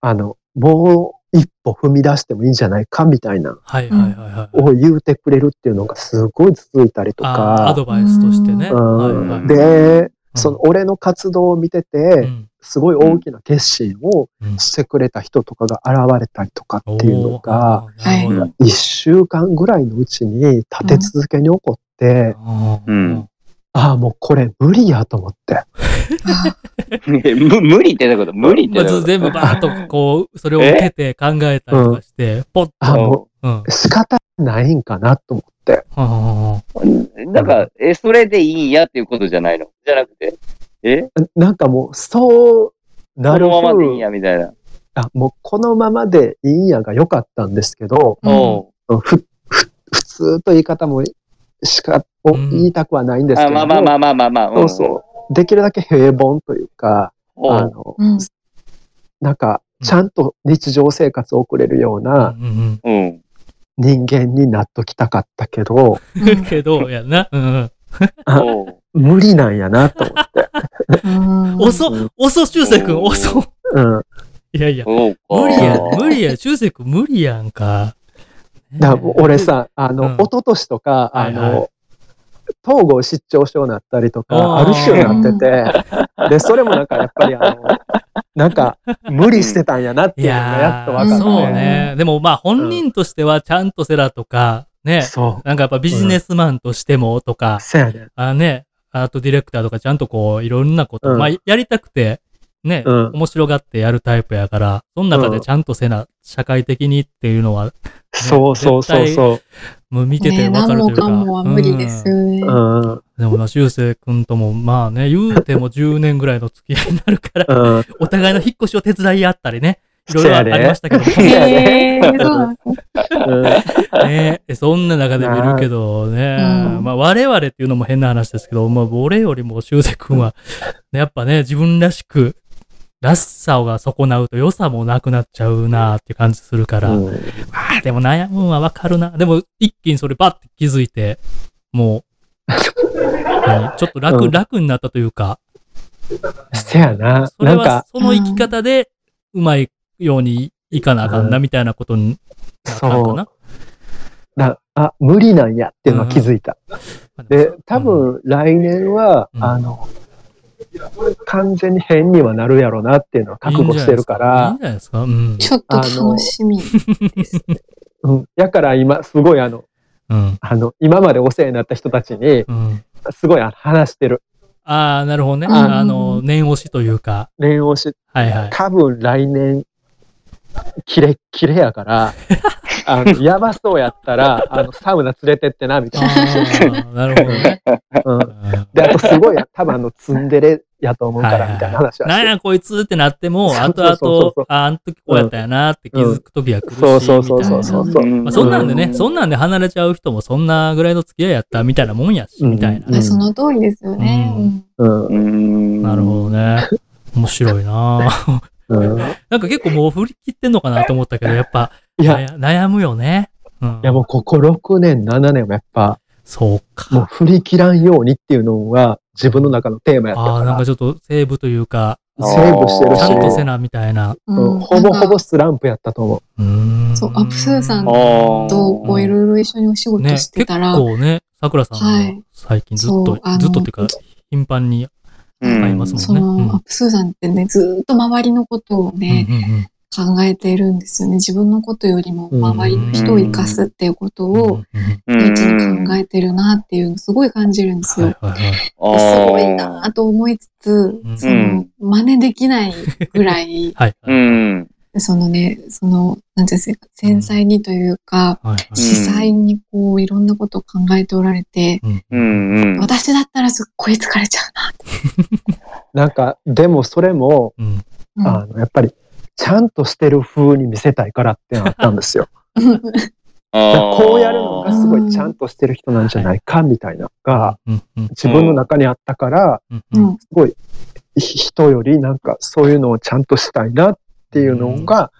S4: あの、もう一歩踏み出してもいいんじゃないかみたいな、
S1: はいはいはいはい。
S4: を言うてくれるっていうのがすごい続いたりと
S1: あーア
S4: か、
S1: ドバイスとしてね。
S4: うん
S1: はいはい
S4: で、
S1: うん
S4: その俺の活動を見て
S1: う
S4: て、
S1: ん
S4: すごい大きな決心を
S1: うん
S4: してくれた人とかが現れたりとかっていうのが、
S1: おーなるほど
S2: はい
S4: 一週間ぐらいのうちに立て続けに起こって、
S2: うん
S4: ああ、もうこれ無理やと思って。
S3: あ
S2: えむ無理ってどういうこと無理って
S1: ま
S2: どう
S1: ず
S2: いうこと
S1: 全部バーッとこう、それを受けて考えたりとかして、ポッと。
S4: ああ、もう
S1: うん。
S4: 仕方ないんかなと思って。
S1: はんはんはんはん
S2: なんか、え、それでいいんやっていうことじゃないのじゃなくて、え
S4: なんかもう、そうな
S2: こ
S4: る
S2: の
S4: 風
S2: ままでいいんやみたいな。
S4: あ、もうこのままでいいんやが良かったんですけど、
S3: うん
S2: おう。
S4: ふ、ふ、普通と言い方もしか、を
S1: うん
S4: 言いたくはないんですけ
S2: あ
S4: ども、
S2: まあまあまあまあまあまあ。
S4: そうそう。できるだけ平凡というか、
S2: うん。お
S4: あ
S2: う
S4: の、
S3: うん。
S4: なんか、ちゃんと日常生活を送れるような
S1: うん
S2: うん。
S4: 人間になっときたかったけど、
S1: うんけど、やな。うん
S4: あ
S2: おう。
S4: 無理なんやなと思って。
S1: うん。
S3: 遅
S1: 遅っ、遅っ、修正君、
S2: おー
S1: 遅っ。
S4: うん。
S1: いやいや、
S2: そうか。
S1: 無理や、無理や、修正君無理やんか。
S4: だからもう俺さ、あ
S1: う
S4: の、
S1: ん
S4: 一昨年とか、あの、
S1: はいは
S4: 統合失調症になったりとか、
S1: あ
S4: あ
S1: ー
S4: る種になってて、で、それもなんかやっぱりあの、 なんか無理してたんやなって
S1: い
S4: いうのがや
S1: や
S4: っと分か
S1: ー、
S4: っ
S1: そう
S4: て。
S1: ね。でもまあ本人としてはちゃんとセラとか、ね、
S4: そう。
S1: なんかやっぱビジネスマンとしてもとか、
S4: せやねん。
S1: あね、アートディレクターとかちゃんとこう、いろんなこと、
S4: うん
S1: まあ、やりたくて、ね、
S4: うん
S1: 面白がってやるタイプやから、その中でちゃんとせな、社会的にっていうのは、
S4: そうそうそうそう。
S1: もう見て
S3: ね
S1: て
S3: え、
S1: わか
S3: 何
S1: るとい
S3: も
S1: うか。
S3: かもは無理ですよね。
S4: うん。
S1: うんでもな、修正くんとも、まあね、言うても10年ぐらいの付き合いになるから、
S4: うん。
S1: お互いの引っ越しを手伝い合ったりね、いろいろありましたけども、
S4: せや
S3: へ
S4: ね
S3: えそうなんですね。
S4: うん
S1: ね、そんな中で見るけどね、
S3: うん
S1: まあ我々っていうのも変な話ですけど、まあ俺よりも修正君は、ねやっぱね、自分らしく、らしさが損なうと良さもなくなっちゃうなって感じするから、
S4: うん
S1: ああ、でも悩むんはわかるな。でも一気にそれバッて気づいて、もう、何ちょっと楽、
S4: うん
S1: 楽になったというか、
S4: せやな。
S1: それ
S4: なん
S1: は
S4: か、
S1: その生き方でうまいようにいかなあかんなみたいなことになったのかな。
S4: なあ、無理なんやっていうのは気づいた。で、多
S1: うん、
S4: 分来年は、
S1: うん
S4: あの、完全に変にはなるやろうなっていうのは覚悟してるから、
S1: いいんじゃないですか。いいんじ
S3: ちょっと楽しみ。
S4: うん。だから今、すごいあの、
S1: ゃないですか。
S4: あの、今までお世話になった人たちに、
S1: うん。うん。
S4: すごいあの話してる。
S1: ああ、なるほどね。
S3: うん
S1: あの、念押しというか。
S4: 恋をし、
S1: はい はい。
S4: 多分来年、キレッキレや から、あの、やばそうやったら、あの、サウナ連れてってな、みたいな。
S1: ああ、なるほどね。
S4: うん
S1: う。ん
S4: で、あとすごい、多分あの、ツンデレやと思うか
S1: はいは
S4: ら、
S1: い
S4: みたいな話はし
S1: な
S4: て
S1: ん
S4: る。
S1: やこいつってなっても、
S4: そう
S1: 後
S4: そうそうそう
S1: 々、ああの時こうやったやなって気づく時は来るし。
S4: そうそうそうそう
S1: みたいな
S4: そうそう。
S1: まあ、そんなんでね、そんなんで離れちゃう人もそんなぐらいの付き合いやったみたいなもんやし、
S4: うん
S1: みたいな。
S4: うん
S3: その通りですよね。
S1: うん
S3: うん
S4: うん。
S2: うん。
S1: なるほどね。面白いなぁ
S4: うん
S1: なんか結構もう振り切ってんのかなと思ったけど、やっぱ、
S4: いや、い
S1: 悩悩むよね。うん。
S4: やもうここ6年、7年もやっぱ、
S1: そう
S4: もう
S1: か。
S4: 振り切らんようにっていうのが自分の中のテーマやった
S1: ああー、
S4: か
S1: なん
S4: ら
S1: か。ちょっとセーブというか、
S4: セーブしてる
S1: ちゃんと
S4: し、
S1: せな、みたいな。
S4: うんほぼほぼスランプやったと思
S1: う
S4: う。
S1: ーん
S3: そうアップスーさん
S1: ね、
S2: お
S3: とこういろいろ一緒にお仕事し
S1: 結
S3: てたら、
S1: 構ね、さくらさん
S3: は
S1: はい最近ずっ
S3: そ
S1: と
S3: うあ、の
S1: ずっとっていうか、頻繁に会います
S3: そ
S1: もんね。うん
S3: のアップスーさんってねずーっと周りのことをね、
S1: うんうんうん
S3: 考えているんですよね自分のことよりも周りの人を生かすっていうこと
S1: うんう
S3: を
S1: んうん
S2: う
S3: 第一に考えてるなっていうのをすごい感じるんですよ。
S1: はいはいはい
S3: すごいなと思いつつ
S1: うん、、
S3: その、真似できないぐらい
S1: はいはい
S2: うん。
S3: そのね、その、なんていうんですか、繊細にというか、
S1: はい
S3: 司祭にこう、いろんなことを考えておられて、
S2: う
S1: うん
S2: ん。うん。
S3: 私だったらすっごい疲れちゃ
S4: なんか、でもそれも、
S1: うん
S3: うな。
S4: あの、やっぱり、ちゃんとしてる風に見せたいからってのあったんですよ。
S3: うん
S4: だから
S2: あー
S4: こうやるのがすごいちゃんとしてる人なんじゃないかみたいなのが、
S1: うんうん
S4: 自分の中にあったから、
S1: うん
S3: う
S1: うん
S3: ん
S4: すごいひ人よりなんかそういうのをちゃんとしたいなっていうのが、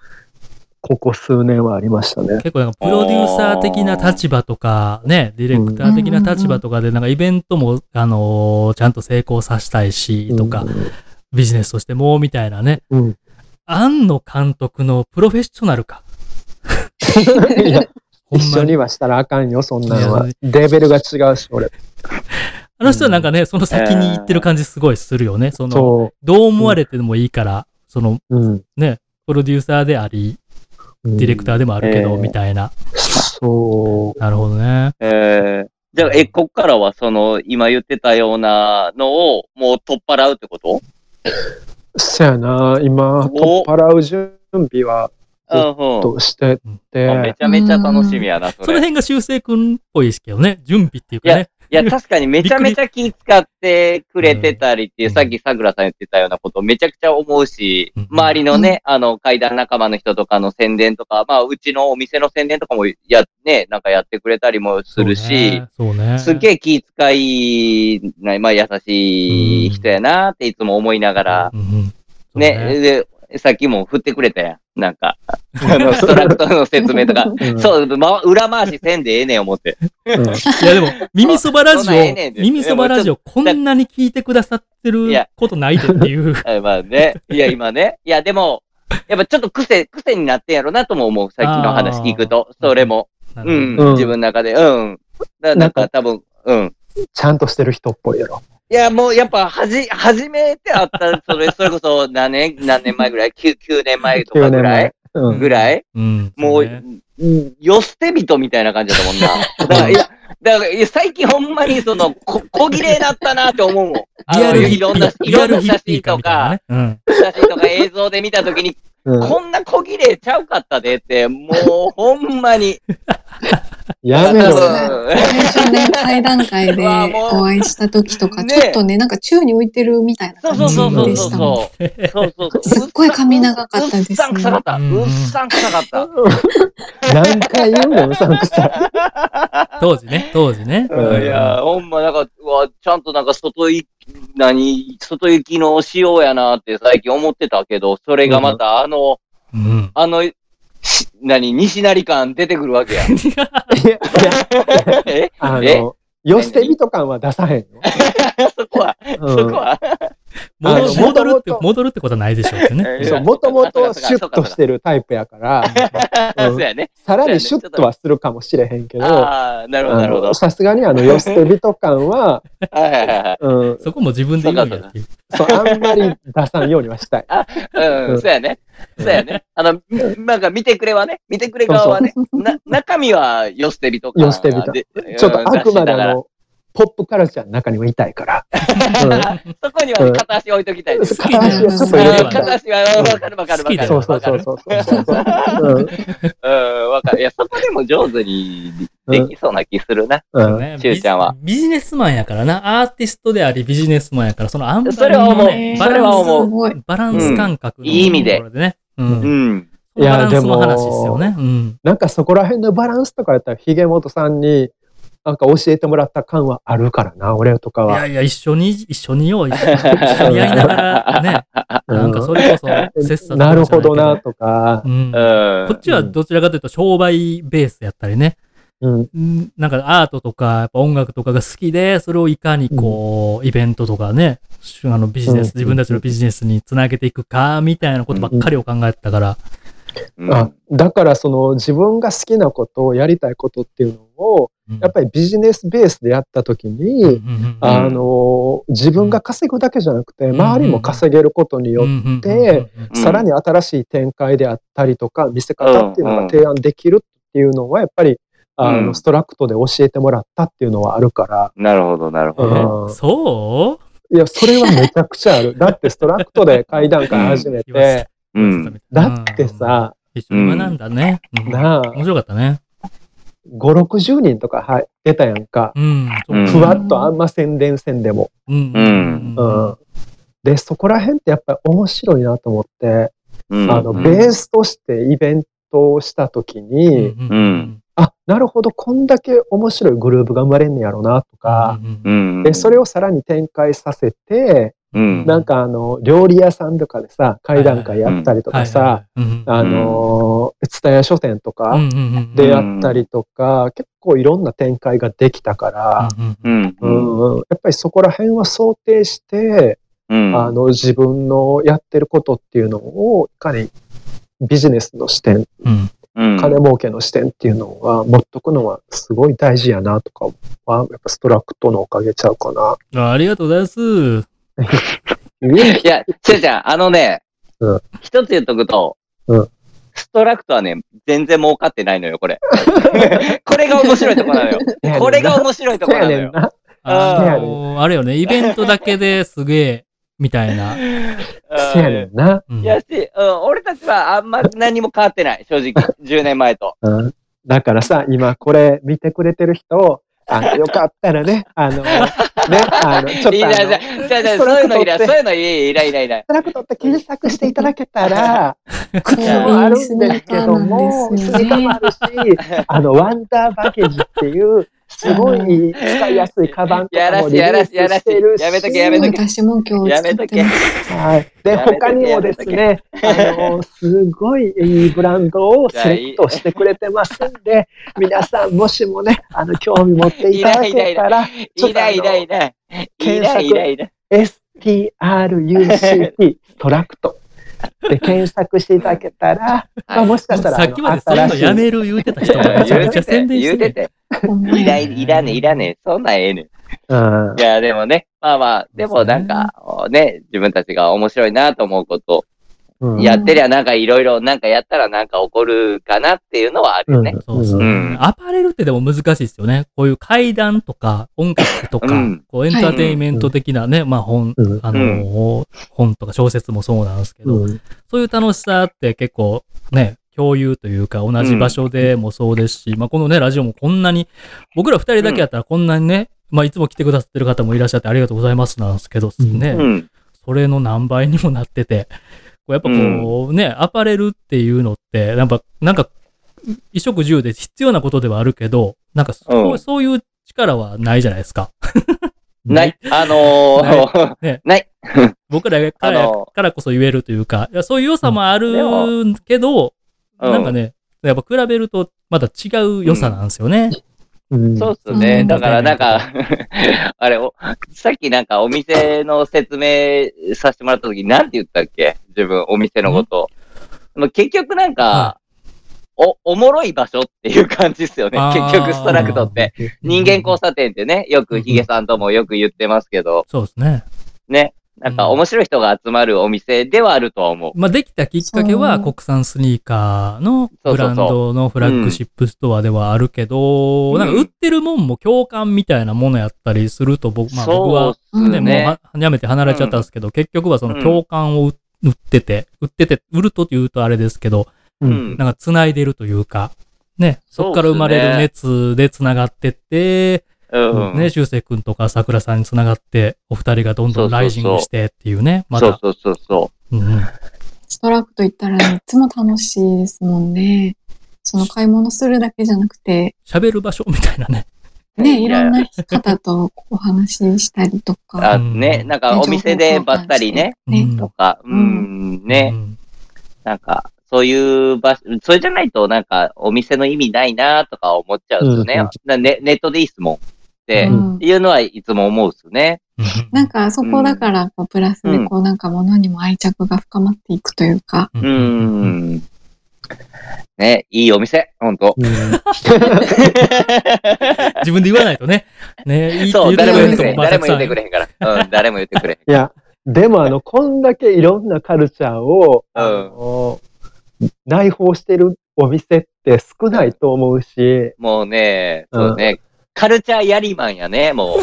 S4: ここ数年はありましたね。
S1: 結構なんかプロデューサー的な立場とか、ね、ディレクター的な立場とかで、なんかイベントも、あのーちゃんと成功させたいし、とか、ビジネスとしても、みたいなね。
S4: うん。うん。
S1: 庵野監督のプロフェッショナルか。
S4: いや、
S1: ほん
S4: 一
S1: ま
S4: 緒
S1: に
S4: に。はしたらあかんよ、そんなんは
S1: ね。
S4: レベルが違うし、俺。
S1: あの人はなんかね、その先に行ってる感じすごいするよね。その、
S4: そ
S1: どう思われてもいいから、その、
S4: う。うん。
S1: プロデューサーであり、
S4: デ
S1: ディレクターでもあるけど、
S2: うん
S1: みたいな。
S4: そう。
S1: なるほどね。
S2: えーじゃあ、え、こっからは、その、今言ってたようなのを、もう取っ払うってこと
S4: そやな、今、取っ
S2: お
S4: 払う準備は
S2: うんうん
S4: として
S2: あめ
S4: て、
S2: ちゃめちゃ楽しみやな、そ
S1: その
S2: れ。い
S1: 辺が修正くんっぽいですけどね。準備っていうかね。
S2: や、確かにめちゃめちゃ気使ってくれてたりっていう、
S1: うん
S2: さっきさくらさん言ってたようなことめちゃくちゃ思うし
S1: うん、
S2: 周りのね、あの、階段仲間の人とかの宣伝とか、まあ、うちのお店の宣伝とかも、や、ね、なんかやってくれたりもするし、
S1: そうね。
S2: すげえ気遣いない、まあ優しい人やなっていつも思いながら、
S1: うんうんそう
S2: ね、で、さっきも振ってくれたやん。なんか、あの、ストラクトの説明とか。
S4: うん
S2: そう、ま、裏回しせんでええねん思って。
S4: うん
S1: いや でも、耳そばラジ
S2: そんなんええねん
S1: オ、
S2: で
S1: 耳そばラジオ、こんなに聞いてくださってる
S2: いや
S1: ことないで っていう。
S2: あまあね。いや、今ね。いや、でも、やっぱちょっと癖、癖になってんやろなとも思う。さっきの話聞くと。それも。
S1: な
S2: う
S1: る
S2: ん。
S1: ほど
S4: うん
S2: 自分の中で。うん。だなん
S4: なん
S2: か多分、うん。
S4: ちゃんとしてる人っぽいやろ。
S2: いや、もうやっぱ、はじ、初めて会った、それ、それこそ何年、何年前ぐらい ?9、9年前とか
S4: 9
S2: ぐ
S4: 年
S2: らい
S4: 前。うん
S2: ぐらい
S1: うん。
S2: もう、
S1: そね
S2: うんよ捨て人みたいな感じだったもんな。だから、いや、だからいや最近ほんまにその、こ、 小切れだったなって思うもん。あ
S1: リア
S2: の、
S1: ルヒ
S2: いろん
S1: ッ、
S2: な
S1: ピー、
S2: い
S1: リア
S2: ろん
S1: ル
S2: な
S1: ヒッ
S2: 写
S1: ピー
S2: 真
S1: か
S2: と
S1: みたいな
S2: か
S1: ね、。うん。
S2: 写真とか映像で見たときに、
S4: うん
S2: こんな小切れちゃうかったでって、もうほんまに。
S4: やめ
S3: そ
S4: ろ
S3: う。最初ね、対談会で
S2: うわもう
S3: お会いした時とか、
S2: ね
S3: ちょっとね、なんか宙に浮いてるみたい な
S2: そう
S3: 感
S2: そう
S3: じ
S2: そうそう
S3: で
S2: そう
S3: したもん。
S2: そう。そうそうそう。
S3: すっごい髪長かったですね
S2: うっさん臭かった。
S1: う
S2: うんっさん臭かった。
S4: 何回言うのうさんくさい。
S1: 当時ね、当時ね。
S4: うん
S2: いや、ほんま、なんか、うわ、ちゃんとなんか外行き、何、外行きの仕様やなって最近思ってたけど、それがまたあの、
S1: うん。
S2: あの、し何、西成感出てくるわけや。
S4: いや、いや
S2: え
S4: あ
S2: え
S4: の、寄捨て人感は出さへんよ。
S2: そこは、
S4: う
S2: そこは、
S4: あ
S1: 戻る戻
S4: の
S1: るって
S4: 元々、
S1: 戻るってことはないでしょうけどね。
S4: そう、もともとシュッとしてるタイプやから、
S2: あ
S4: う ん
S2: そうやね。
S4: さらにシュッとはするかもしれへんけど、
S2: ああ、なるほど、な
S4: あ
S2: るほど
S4: の。さすがにあの、寄捨て人感は、
S2: はいはいはいはい。
S4: うん、
S1: そこも自分で言うんやっていう。
S4: そう、あんまり出さんようにはしたい。
S2: う
S4: うん
S2: ん、そうやね。そうやね。あの、なんか見てくれはね、見てくれ側はね、な中身はよ捨て人か。
S4: よ捨て人
S2: で
S4: ちょっとあくま
S2: う
S4: で
S2: ん出してたか
S4: あ
S2: ら
S4: の、ポップカルチャーの中にもいたいから。うん
S2: そこには片足置いときたいです。
S1: 好きで
S4: 片足をちょっと入れ
S2: うん
S4: てはない
S2: 片足は、うんわかるわかるわか
S1: 好きだ
S2: る。
S1: よ
S4: そう
S2: う
S4: そうそうそうそうそう。
S2: ん、わかる。いや、そこでも上手に
S4: うん
S2: できそうな気するな。
S4: うんうん
S1: ね
S2: しゅうちゃんは
S1: ビジビジネスマンやからな。アーティストであり、ビジネスマンやから、そのアンバ
S2: それは
S1: ランスの
S2: 思う
S1: ね、
S2: それは思う
S3: すごい。
S1: バランス感覚の
S2: うんいい意味で
S1: ところでね。うん
S2: う。ん。
S1: そのバランスの話ですよね。うん。
S4: なんかそこら辺のバランスとかやったら、ひげもとさんに、なんか教えてもらった感はあるからな、俺とか
S1: い
S4: は。
S1: やいや、一緒に、一緒によ、一緒に一緒にやりながらね。
S4: うん
S1: なんかそれこそ、切磋琢磨じゃいけ
S4: なるほどな、とか。
S1: うん。
S2: うん
S1: こっちはどちらかというと商売ベースやったりね。
S4: うん、
S1: んなんかアートとかやっぱ音楽とかが好きで、それをいかにこう、イベントとかね、しあのビジネス、
S4: うん
S1: 自分たちのビジネスにつなげていくか、みたいなことばっかりを考えてたから、
S2: うん
S4: あだからその自分が好きなことをやりたいことっていうのを
S1: うん
S4: やっぱりビジネスベースでやった時に、
S1: うんうんうん
S4: あの自分が稼ぐだけじゃなくて
S1: ん
S4: 周りも稼げることによっ、
S1: って
S2: うん
S4: さらに新しい展開であったりとか見せ方っていうのが提案できるっていうのはやっぱりあ
S2: う
S4: の
S2: ん
S4: ストラクトで教えてもらったっていうのはあるから。
S2: なるほど、なるほ
S1: え
S2: ど。
S4: うん
S1: そ
S4: いや、それはめちゃくちゃある。だってストラクトで階段から始め
S1: う言わせ
S4: て、
S2: う
S1: 言わせた
S2: ん
S1: み。たい
S4: だって、さ、
S1: うん一緒に学んだね。うん
S4: なあ、
S1: 面白かったね。
S4: 5、60人とか入出たやんか。
S1: うん。
S2: うん
S4: ふわっとあんま宣伝せんでも。
S1: うん
S2: うん
S4: うん。で、そこら辺ってやっぱり面白いなと思って、
S2: うん
S4: あの、
S2: うん
S4: ベースとしてイベントをした時
S1: うん
S4: に、
S1: うん
S2: うん
S4: あ、なるほど、こんだけ面白いグループが生まれんねやろなとか、
S1: うん
S2: うん。
S4: で、それをさらに展開させて、
S2: うん、
S4: なんかあの、料理屋さんとかでさ、階段階やったりとかさ、、
S1: うん
S4: あのー、蔦屋書店と
S1: う
S4: か
S1: んうんうん
S4: でやったりとか、結構いろんな展開ができたから、
S1: うん
S2: う。ん。う
S4: う
S2: ん。
S4: んうんやっぱりそこら辺は想定して、
S2: うん。
S4: あの、自分のやってることっていうのを、いかにビジネスの視点、
S1: うん
S2: うん、
S4: 金儲けの視点っていうのは持っとくのはすごい大事やなとかは、やっぱストラクトのおかげちゃうかな。
S1: あありがとうございます。
S4: うん
S2: いや、せいちゃん、あのね、
S4: うん
S2: 一つ言っとくと、
S4: うん
S2: ストラクトはね、全然儲かってないのよ、こ れ。これが面白いとこなのよ。これが面白いとこ
S4: そう
S2: な
S4: や
S2: の
S4: ねん
S2: よ。
S4: な。
S1: あのーあれよね、イベントだけですげえ、みたいな。
S4: そうやねんな。
S1: う
S2: うん
S1: ん
S2: いやし、うん、俺たちはあんま何も変わってない、正直、10年前と。
S4: うんだからさ、今これ見てくれてる人を、あのよかったらね、あの、ね、あの、ちょっ
S2: い
S4: とあ
S2: やい
S4: の、
S2: や
S4: ス
S2: いやいやそういうのいらない、そういうのいらない、いらないいらない。
S4: トラクトって検索していただけたら、
S3: そ
S4: 靴
S3: う
S4: もあるんですけども、
S3: いい
S4: ス
S3: スニー
S4: ニー
S3: カー
S4: カーも
S3: な
S4: あるし、 あの、ワンダーバケージっていう、すごい使いやすいカバンと
S2: や
S4: からも
S2: し
S4: リ
S2: い、
S4: リ
S2: や
S4: ー
S2: ら
S4: ス
S2: しい、やらし
S4: してる
S2: い。
S4: し、
S2: やめとけ、やめとけ。
S3: 私も今日
S2: や
S3: 使
S2: め
S3: っ
S2: と
S3: て
S2: け
S3: ま。
S4: はい。で、
S2: やめとけ
S4: 他にもですね、あの、すごいいいブランドをセレクトしてくれてますんで、皆さんもしもね、あの、興味持っていただけたら、ちょっ
S2: い
S4: とあ
S2: な
S4: の
S2: い、いない、いない。い
S4: 検
S2: な
S4: 索
S2: い、いない、いない。
S4: STRUCT ストラクトで検索していただけたら、まあ、もしかしたら、
S1: さっきまでそん
S4: あ
S1: な
S4: の
S1: のやめる言うてた 人がめちゃめちゃ宣伝し
S2: 言
S1: て
S2: うて
S1: る。
S2: て、
S3: す。ほんま
S2: いら
S3: や
S2: んいらねえ、いらねえ。そんなんええねん。
S4: うん
S2: いや、でもね、まあまあ、でもなんか、ね、自分たちが面白いなと思うこと、
S4: うん
S2: やってりゃなんかいろいろ、なんかやったらなんか起こるかなっていうのはあるよね。
S1: そうですね
S2: うん
S1: アパレルってでも難しいですよね。こういう階段とか音楽とか、
S2: うん
S1: こうエンターテインメント的なね、まあ本、
S4: うん
S1: あのー本とか小説もそうなんですけど、
S4: うん
S1: そういう楽しさって結構ね、共有というか同じ場所でもそうですし、まあこのね、ラジオもこんなに、僕ら二人だけやったらこんなにね、まあいつも来てくださってる方もいらっしゃってありがとうございますなんですけど、
S4: うん
S1: ね、
S2: うん。
S1: それの何倍にもなってて、こうやっぱこうね、アパレルっていうのって、なんか、なんか、衣食住で必要なことではあるけど、なんかそう,、
S2: うん
S1: そういう力はないじゃないですか。
S2: ない。、あのー、
S1: ね
S2: ない。
S1: 僕らから,、
S2: あの
S1: からこそ言えるというか、いやそういう良さもある
S2: う
S1: けど、
S2: うん
S1: なんかね、やっぱ比べるとまた違う良さなんですよね。
S4: うん
S2: そうっすね。
S3: うん
S2: だからなんか、 あれ、おさっきなんかお店の説明させてもらった時なんて言ったっけ自分、お店のこと。まあ結局なんか、お、おもろい場所っていう感じっすよね
S1: あ。ー
S2: 結局ストラクトって。人間交差点ってね、よくヒゲさんともよく言ってますけど、
S1: そうですね。
S2: ね。なんか面白い人が集まるお店ではあるとは思う。
S1: まあ、できたきっかけは
S3: そう
S1: 国産スニーカーの
S2: そうそうそう
S1: ブランドのフラッグシップストアではあるけど、
S2: うん
S1: なんか売ってるもんも共感みたいなものやったりすると僕,、まあ、僕
S2: そう
S1: は
S2: っ、すね。
S1: ねもうはやめて離れちゃったんですけど、結局はその共感を売売ってて、売ってて、売ると言うとあれですけど、
S4: う
S2: うんん。
S1: なんか繋いでるというか、ね、そっから
S2: そ
S1: 生
S2: うっすね
S1: まれる熱で繋がってって、
S2: うん。
S1: ね、修正くんとか桜さんに繋がって、お二人がどんどんライジングしてっていうね、ま
S2: そう
S1: た。
S2: そうそうそ
S1: うんうん
S3: ストラクト行ったらいつも楽しいですもんね。その買い物するだけじゃなくて、
S1: 喋る場所みたいなね。
S2: う。
S3: ね、いろんな方とお話ししたりと
S2: あ
S3: か。
S2: ね、なんかお店でばったりね、
S1: うん
S3: ね
S2: とか、うん、ね、
S1: うん
S2: なんか、そういう場所、それじゃないとなんかお店の意味ないなとか思っちゃうんですよね。
S4: うんうん
S2: なネネットでいいっすもんって、
S3: うん
S2: いうのはいつも思うっすね。
S3: なんかそこだからこうプラスでこうなんか物にも愛着が深まっていくというか、
S1: う
S2: うー。ん。ね、いいお店、ほんと。
S1: 自分で言わないとね。ね、いいって
S2: そ
S1: 言
S2: う、
S1: って
S2: 誰も
S1: くれる人も
S2: 言ってくれへん。
S1: まあた
S2: 誰も
S1: くさ
S2: 言っ
S1: んい
S2: てく
S1: る。
S2: れへんから。うん、誰も言ってくれへん。
S4: いや、でもあの、こんだけいろんなカルチャーを、
S2: うん
S4: あの内包してるお店って少ないと思うし、
S2: もうね、
S4: うん
S2: そうね、カルチャーやりマンやね、 もう。もう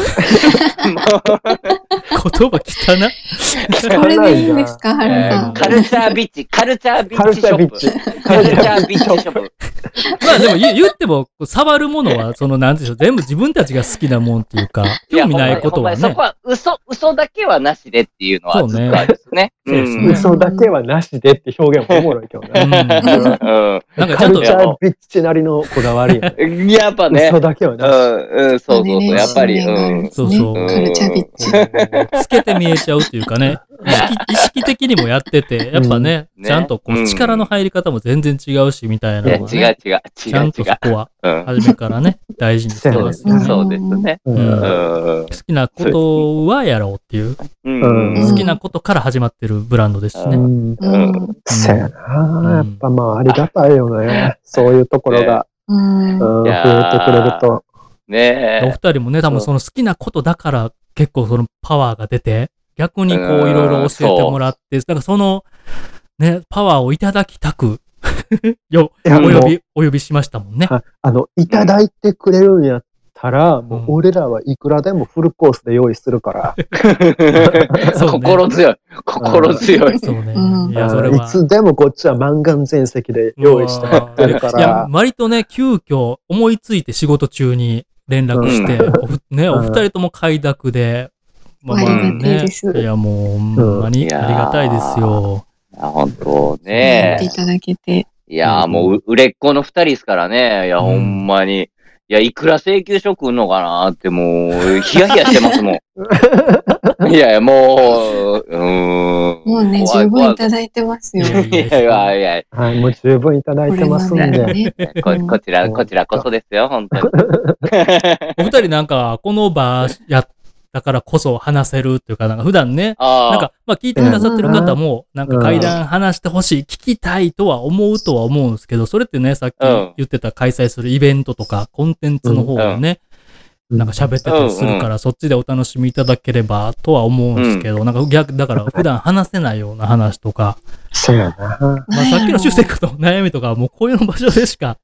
S1: 言葉汚な。
S3: これでいいんですか、は
S2: え
S3: るさ
S2: ー
S3: ん。
S2: カルチャービッチ、カルチャービ
S4: カ
S2: ッ
S4: ル
S2: チ
S4: チ
S2: シ
S4: ャー
S2: ョ
S4: ビ
S2: ッ
S4: ッ
S2: プ
S4: チ。。
S2: カルチャービッチショップ。
S1: まあでも言言っても、こう触るものは、その、なんていうんでしょう、全部自分たちが好きなもんっていうか、興味ないことは
S2: やほ
S1: ね
S2: ん。まにほんまにそこは嘘、嘘だけはなしでっていうのはずっとあるですね。
S1: そうね
S2: う
S1: そうで
S2: ん
S1: す
S3: ね
S4: 嘘だけはなしでって表現もおもろいけど
S1: う
S4: ね。
S1: ん。
S2: うん
S1: なんかち
S4: カ
S1: ょっ
S4: ル
S1: と
S4: チ、ャービッチなりのこだわりや ね。
S2: うんやっぱね
S4: 嘘、だけは
S2: う
S4: なし。
S2: ん、うん、そうそうそう、やっぱり、うん。
S1: そうそう
S3: カルチャービッチ。
S1: 透けて見えちゃうっていうかね、意識意識的にもやってて、やっぱね、
S2: うんね
S1: ちゃんとこ
S2: う
S1: うん力の入り方も全然違うし、みたい
S2: い
S1: な
S2: や、
S1: のが
S2: 違
S1: ね
S2: う違う、
S1: ちゃんと
S2: 違
S1: そうこは、
S2: 違う。
S1: 初めから ね、大事にして
S2: うん。
S1: ま
S2: そ
S1: す
S2: うで
S1: よね。
S2: すそうですね。
S4: う
S1: うん
S2: うん。
S1: 好きなことはやろうっていう、
S2: うん。
S3: うん
S1: 好きなことから始まってるブランドですし
S4: う
S1: ね。
S4: ん。
S3: うん
S4: せやな。やっぱまあありがたいよね。そういうところが、
S3: うん
S4: う
S3: うん
S4: ん、
S2: い
S4: 増
S2: や
S4: え
S2: ー
S4: てくれると。
S1: お
S2: ね
S1: 二人もね、多分その好きなことだから結構そのパワーが出て、逆にこう
S2: うん
S1: いろいろ教えてもらって、なんかその、ね、パワーをいただきたく、 よ、
S4: い
S1: お
S4: やもう
S1: 呼び、お呼びしましたもんね。
S4: ああの、いただいてくれるんやったら、もう俺らはいくらでもフルコースで用意するから、
S2: え。
S1: そうね
S2: 心強い。心強い。
S1: そうね。
S3: うん
S1: いや、それ
S4: うん
S1: は。
S4: いつでもこっちは満願全席で用意してやってるか
S1: いや
S4: ら、、
S1: 割とね、急遽思いついて仕事中に連絡して、おふね、
S4: うん
S1: お二人とも快諾で、ま
S2: ありが
S3: たいです
S1: いや、もう、ほんまにありがたいですよ。
S2: あ本当
S3: やっ
S2: ね
S3: ていただけて。
S2: いやー、もうう、売れっ子の二人ですからね。いや、ほんまに。いや、いくら請求書食うのかなって、もう、ヒヤヒヤしてますもん。いやいや、もう、うーん。
S3: もうね、
S2: 怖
S3: 十分い
S2: 怖
S3: ただいてますよ。
S1: い
S2: いやいやいやい
S4: はい、もう十分いただいてますん
S3: これま
S4: で。
S3: ね。
S2: やこ、こちら、こちらこそですよ、本当に。
S1: お二人なんか、この場やったからこそ話せるっていうか、なんか普段ね、
S2: ああ。
S1: なんか、まあ聞いてくださってる方も、なんか階段話してほしい、聞きたいとは思うとは思うんですけど、それってね、さっき
S2: うん
S1: 言ってた開催するイベントとか、コンテンツの方をね、
S4: うん
S1: なんか喋ってたりするから、そっちでお楽しみいただければとは思うんですけど、なんか逆、だから普段話せないような話とか、
S4: そうやな。
S1: まあさっきの修正君の悩みとかはもうこういう場所でしか、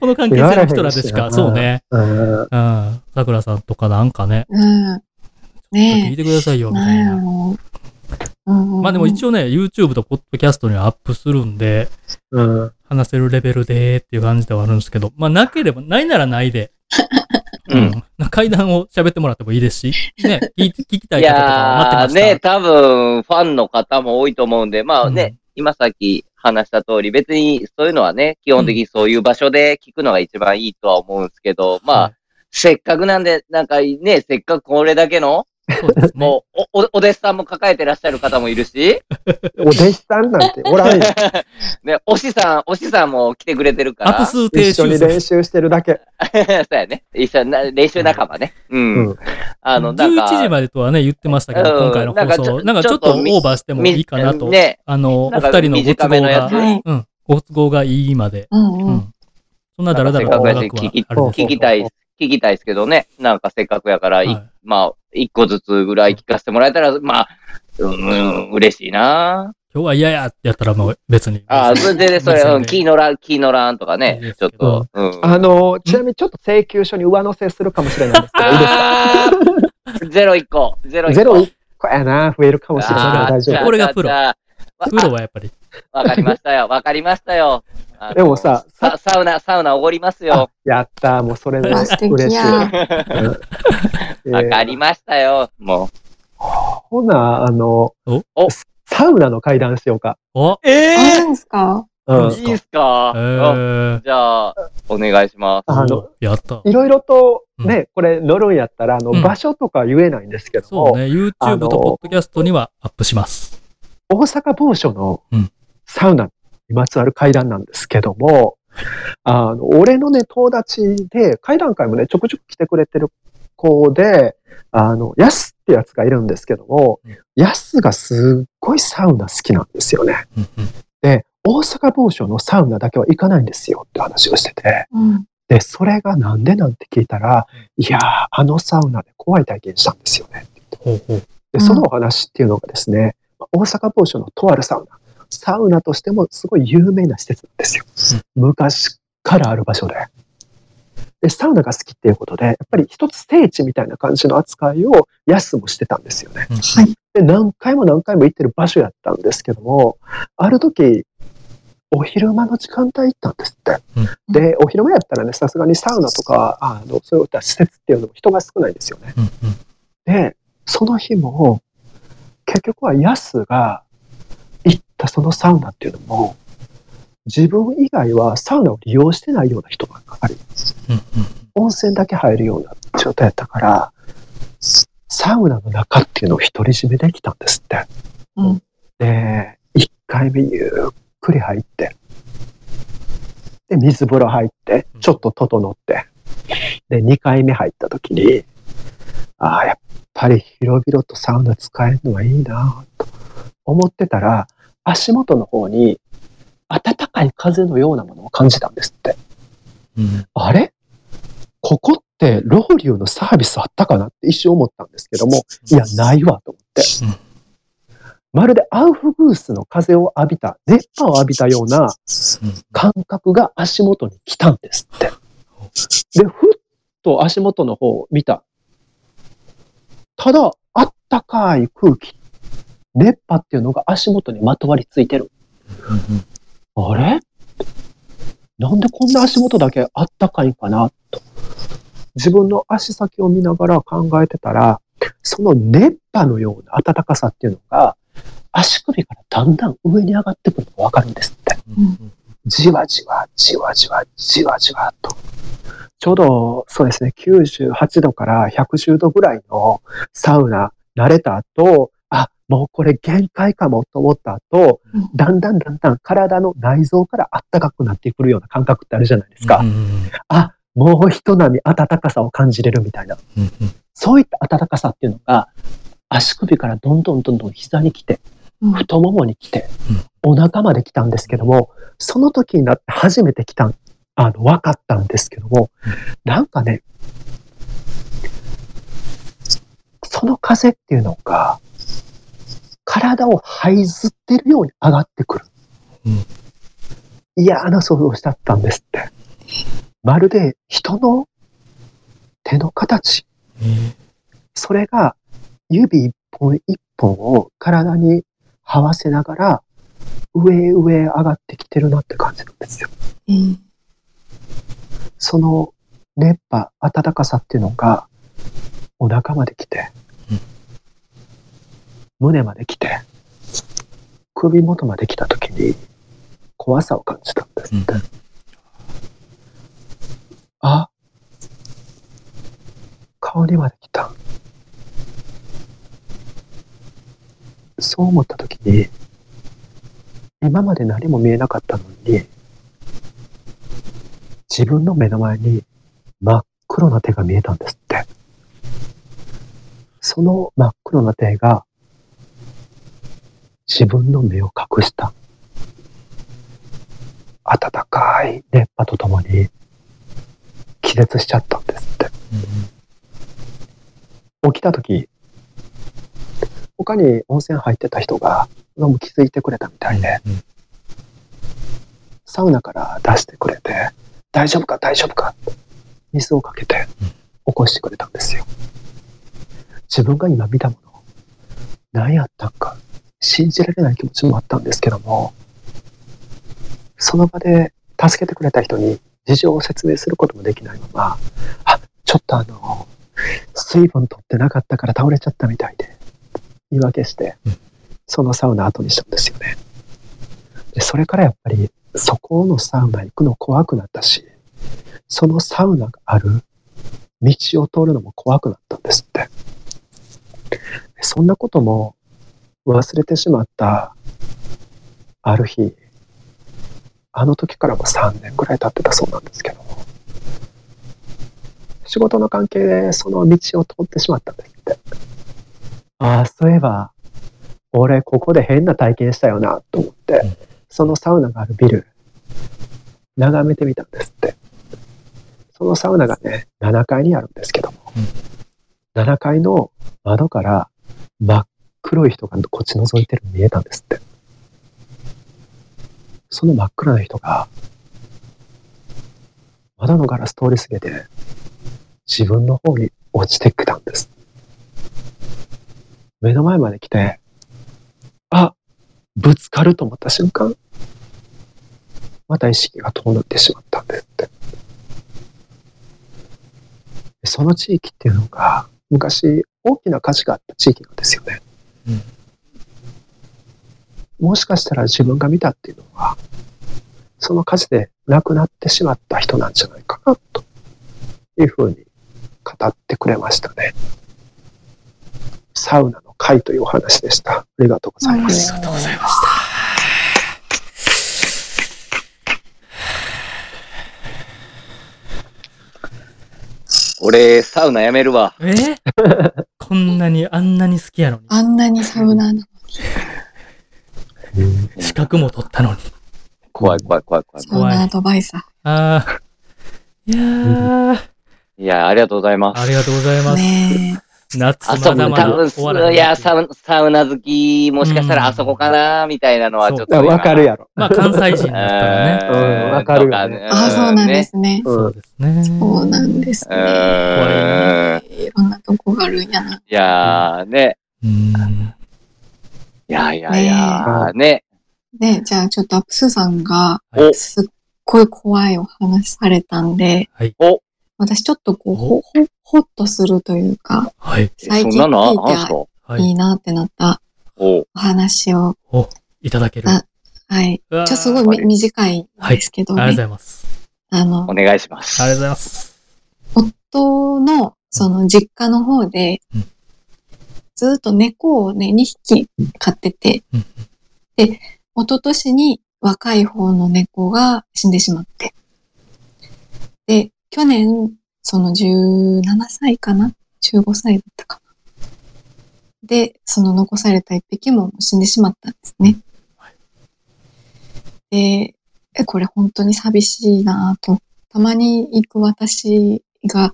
S1: この関係性の人らでしか、
S4: 言
S1: そう
S4: われ
S1: ね、
S4: うん
S1: うん、桜さんとかなんかね、
S3: うん。
S1: 聞い
S3: ね
S1: てくださいよ、
S3: え。
S1: みたい
S3: な
S1: な。
S3: んやろう。うん
S1: まあでも一応ね、YouTube と Podcast にはアップするんで、
S4: うん。
S1: 話せるレベルでーっていう感じではあるんですけど、まあなければ、ないならないで、
S2: う
S1: うん階段を喋ってもらってもいいですし、ね、聞い聞きたい
S2: い
S1: 方とかは
S2: やー
S1: 待って
S2: ね、多分、ファンの方も多いと思うんで、まあね、
S1: うん
S2: 今さっき話した通り、別にそういうのはね、基本的にそういう場所で聞くのが一番いいとは思うんですけど、まあ、
S1: はい
S2: せっかくなんで、なんかね、せっかくこれだけの、
S1: ました。そうですね。
S2: もう、お、おお弟子さんも抱えてらっしゃる方もい るし、
S4: お弟子さんなんておらんよ。
S2: ね、お師さん、お師さんも来てくれてるか
S1: ア
S2: ら、
S1: プ
S2: そ
S1: ス低
S4: 一緒
S1: 修
S4: に
S1: 正
S4: 練。習してるだけ。
S2: うやね、一緒にな練習仲間ね。うん。
S4: うん
S2: あの、なん
S1: 11
S2: か、
S1: 時までとはね、言ってましたけど、
S2: うん
S1: 今回の放送。な
S2: なん
S1: かち
S2: んかち
S1: ょ
S2: ょ
S1: っと
S2: っと
S1: オーバーしてもいいかなと。
S2: ね、
S1: あの、お
S2: な
S1: 二
S2: んか
S1: 人のご都
S2: 短め
S1: 合
S2: のや
S1: が
S2: つ、
S3: はい。
S1: うん、ご都合がいいまで。
S3: う
S1: う
S3: んうん。
S1: ん。そんなだらだらと長くは
S2: なんかせ
S1: あ
S2: っ
S1: れ
S2: か
S4: くや
S1: です
S4: し
S2: 聞きたい、聞きたいですけどね。なんかせっかくやから、い
S1: はい
S2: まあ、一個ずつぐらい聞かせてもらえたら、まあ、うん、嬉しいな
S1: 今日は嫌やってやったらもう別に。
S2: ああ、それで、それ、
S1: 別に
S2: うん、キーの欄、キーの欄とか
S1: いい
S2: ね
S1: です、
S2: ちょっ
S1: けど
S2: と、うん。
S4: あの、ちなみにちょっと請求書に上乗せするかもしれないんですけど、いいですか
S2: あーゼロ一個、ゼロ一個。
S4: ゼロ1個やな、増えるかもしれな
S2: あ
S4: い。
S2: ー
S4: 大丈
S2: じゃあ
S1: これがプロ
S2: じゃあ
S1: プロはやっぱり。
S2: わかりましたよ、わかりましたよ。あの
S4: でもさ
S2: ササウナ、サウナおごります
S4: 夫。あ
S2: よ。
S4: やったー、もうそれで
S3: あ素敵
S4: 嬉しい。
S3: や。
S4: えー
S2: わかりましたよ、も
S4: ほな、あの
S1: お、
S2: お
S4: サウナの階段しようか。
S1: お
S2: う。
S3: あ、
S2: え
S3: なんですか
S4: うん
S1: え。
S2: いいっすか
S1: えー。
S2: じゃあ、お願いします。
S4: あの
S1: おやった。
S4: いろいろとね、これ乗るんやったら、あの、
S1: うん
S4: 場所とか言えないんですけど
S1: そう
S4: も、
S1: ね、YouTube
S4: あの
S1: と Podcast にはアップします。
S4: 大阪某所の
S1: うん
S4: サウナにまつわる会談なんですけども、あの、俺のね、友達で、会談会もね、ちょくちょく来てくれてる子で、あの、ヤスってやつがいるんですけども
S1: うん、
S4: ヤスがすっごいサウナ好きなんですよね。で、大阪某所のサウナだけは行かないんですよって話をしてて、
S3: うん。
S4: で、それがなんでなんて聞いたら、いやー、あのサウナで怖い体験したんですよね。
S1: ほうほう。
S4: で、
S3: うん
S4: そのお話っていうのがですね、大阪某所のとあるサウナ、サウナとしてもすごい有名な施設なんですよ。昔からある場所で。で、サウナが好きっていうことで、やっぱり一つ聖地みたいな感じの扱いを安もしてたんですよね。
S3: はい。
S4: で、何回も何回も行ってる場所やったんですけども、ある時、お昼間の時間帯行ったんですって。
S3: うん
S4: で、お昼間やったらね、さすがにサウナとか、あの、そういった施設っていうのも人が少ないんですよね。
S1: うんうん
S4: で、その日も、結局はヤスが行ったそのサウナっていうのも、自分以外はサウナを利用してないような人ばっかり、
S1: うんうん
S4: 温泉だけ入るような状態やったから、サウナの中っていうのを独り占めできたんですって。
S3: うん
S4: で、1回目ゆっくり入って、で、水風呂入って
S1: うん、
S4: ちょっと整って、で、2回目入った時に、ああ、やっぱり広々とサウナ使えるのはいいなぁと思ってたら、足元の方に暖かい風のようなものを感じたんですって。
S1: うん
S4: あれここってロウリュウのサービスあったかなって一瞬思ったんですけども、いや、ないわと思って
S1: うん。
S4: まるでアウフグースの風を浴びた、熱波を浴びたような
S1: うん
S4: 感覚が足元に来たんですって。で、ふっと足元の方を見た。ただ、あったかい空気、熱波っていうのが足元にまとわりついてる。
S1: うん
S4: あれなんでこんな足元だけあったかいんかなと。自分の足先を見ながら考えてたら、その熱波のような暖かさっていうのが、足首からだんだん上に上がってくるのがわかるんですって。
S1: うんうん
S4: じわじわ、じわじわ、じわじわと。ちょうど、そうですね、98度から110度ぐらいのサウナ慣れた後、あ、もうこれ限界かもと思った後、
S3: うん
S4: だんだんだんだん体の内臓から暖かくなってくるような感覚ってあるじゃないですか。
S1: うんうん
S4: あ、もうひと波暖かさを感じれるみたいな。
S1: うんうん
S4: そういった暖かさっていうのが、足首からどんどんどんどん膝に来て、
S3: うん
S4: 太ももに来て、お腹まで来たんですけども、その時になって初めて来た、あの、分かったんですけども
S1: うん、
S4: なんかね、その風っていうのが、体を這いずってるように上がってくる
S1: うん。
S4: 嫌な想像をしちゃったんですって。まるで人の手の形、
S1: え
S4: それが指一本一本を体に這わせながら、上へ上へ上がってきてるなって感じなんですよ。
S3: うん。
S4: その熱波、暖かさっていうのが、お腹まで来て
S1: うん、
S4: 胸まで来て、首元まで来た時に怖さを感じたんですって。
S1: う
S4: あ、顔にまで来た。そう思った時に、今まで何も見えなかったのに、自分の目の前に真っ黒な手が見えたんですって。その真っ黒な手が自分の目を隠した。暖かい熱波とともに気絶しちゃったんですって。起きた時、他に温泉入ってた人がどうも気づいてくれたみたいで、
S1: うんうん
S4: サウナから出してくれて、大丈夫か大丈夫かって水をかけて
S1: うん
S4: 起こしてくれたんですよ。自分が今見たもの、何やったんか、信じられない気持ちもあったんですけども、その場で助けてくれた人に事情を説明することもできないまま、あ、ちょっとあの、水分取ってなかったから倒れちゃったみたいで、言い訳して
S1: うん、
S4: そのサウナ後にしたんですよね。でそれからやっぱりそこのサウナ行くの怖くなったしそのサウナがある道を通るのも怖くなったんですってでそんなことも忘れてしまったある日あの時からも3年ぐらい経ってたそうなんですけども仕事の関係でその道を通ってしまったんですってああそういえば俺ここで変な体験したよなと思って
S1: うん
S4: そのサウナがあるビル眺めてみたんですってそのサウナがね7階にあるんですけども7階の窓から真っ黒い人がこっち覗いてるの見えたんですってその真っ暗な人が、窓のガラス通り過ぎて、自分の方に落ちてきたんです。目の前まで来て、あぶつかると思った瞬間、また意識が遠のってしまったんですって。その地域っていうのが、昔大きな価値があった地域なんですよね。
S1: うん
S4: もしかしたら自分が見たっていうのは、その火事で亡くなってしまった人なんじゃないかな、というふうに語ってくれましたね。サウナの会というお話でした。ありがとうございます。
S1: がとうございました。
S2: 俺、サウナやめるわ。
S1: えこんなに、あんなに好きやのに。
S3: あんなにサウナーなの
S1: 資格も取ったのに。
S2: 怖い怖い怖い怖い。
S3: サウナアドバイザ
S1: ああ。いやー、
S2: いや、ありがとうございます。
S1: ありがとうござい
S3: ー。
S1: ます。
S3: ね
S1: 夏
S2: あ
S1: ま
S2: そこ、
S1: だ
S2: 多
S1: まだ
S2: 分、
S1: 終わらない
S2: や、サウサウナ好き、もしかした
S1: うん
S2: らあそこかな、みたいなのはちょっと
S4: だ
S2: 今。
S4: からわかるやろ。
S1: まあ、関西人
S2: うん。
S1: だったらね。
S4: うんわかるよね
S2: と
S3: え。ああ、そうなんで。
S2: ね
S3: すね。
S4: う。
S1: そうんですね。
S3: そうなんです
S2: うん。
S3: ね。いろんなとこがあるんやな。
S2: いやー、ね。
S1: うん。
S2: いやいやいや、ね。
S3: ね、じゃあちょっとアップスーさんが
S1: はい
S2: お
S3: すっごい怖いお話されたんで、
S1: はい
S2: お
S3: 私ちょっとこう、
S1: お
S3: ほ、ほほっとするというか、
S1: はい。
S3: 最
S2: そん
S3: 近
S2: なのあ
S3: 聞
S2: あん
S3: い
S2: す
S3: て
S2: かお
S3: あ
S1: はいい。
S3: いなってなった
S2: う
S3: お話を、
S1: いただける。
S3: あはい。
S1: うわー
S3: ちょっとすごい
S1: あ
S3: み短いんですけど
S1: りがとうござ
S3: ね、
S1: います。
S3: あの
S2: お、願いします。
S1: ありがとうございます。
S3: 夫の、その実家の方で
S1: うん、
S3: ずっと猫をね、2匹飼ってて、
S1: うん
S3: 一昨年に若い方の猫が死んでしまって。で、去年、その17歳かな ?15 歳だったかなで、その残された一匹も死んでしまったんですね。で、えこれ本当に寂しいなぁと。たまに行く私が、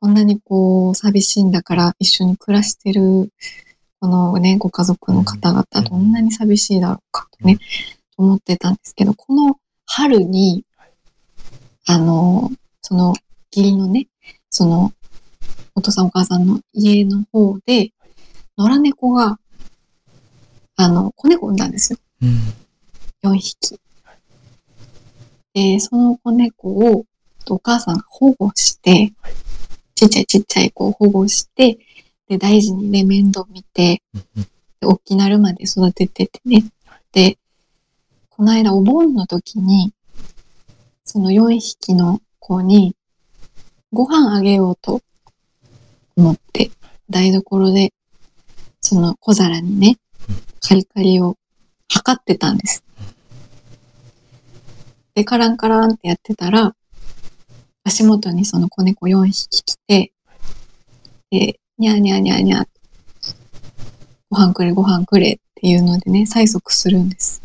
S3: こんなにこう寂しいんだから一緒に暮らしてる、このね、ご家族の方々、
S1: うん
S3: どんなに寂しいだろうかとね、思ってたんですけど、この春に、あの、その義理のね、その、お父さんお母さんの家の方で、野良猫が、あの、子猫を産んだんですよ。
S1: うん。
S3: 4匹。で、その子猫をお母さんが保護して、ちっちゃいちっちゃい子を保護して、で、大事にね、面倒見て、
S1: うんうん
S3: で大きなるまで育てててね。で、この間お盆の時に、その4匹の子に、ご飯あげようと思って、台所で、その小皿にね、カリカリを測ってたんです。で、カランカランってやってたら、足元にその子猫4匹来て、で、にゃーにゃーにゃーにゃーってご飯くれご飯くれっていうのでね、催促するんです。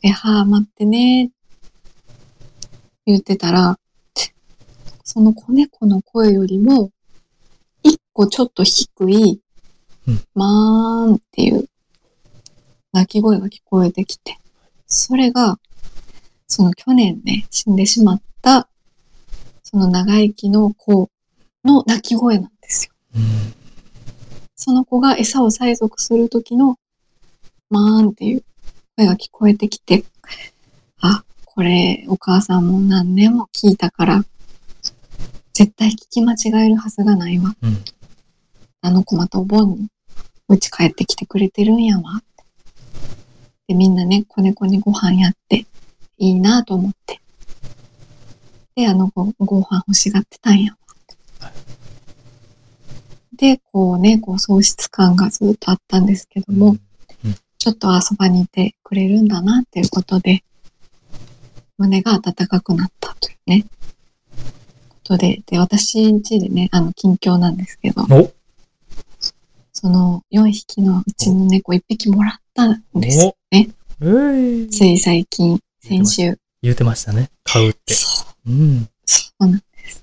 S3: で、はあ、待ってね、言ってたら、その子猫の声よりも、一個ちょっと低い
S1: うん、
S3: まーんっていう泣き声が聞こえてきて、それが、その去年ね、死んでしまった、その長生きの子の泣き声なんですよ。
S1: うん
S3: その子が餌を催促する時の、まーんっていう声が聞こえてきて、あ、これお母さんも何年も聞いたから、絶対聞き間違えるはずがないわ。
S1: うん
S3: あの子またお盆に、うち帰ってきてくれてるんやわ。で、みんなね、子猫にご飯やって、いいなと思って。で、あの子、ご飯欲しがってたんやわ。で、こうね、こう喪失感がずっとあったんですけども、ちょっとあそばにいてくれるんだなっていうことで、胸が温かくなったというね、ことで、で、私ん家でね、あの、近況なんですけど、
S1: お
S3: その4匹のうちの猫1匹もらったんですよね。
S1: えー
S3: つい最近、先週。
S1: 言ってましたね。買うって。
S3: そう、
S1: うん。
S3: そうなんです。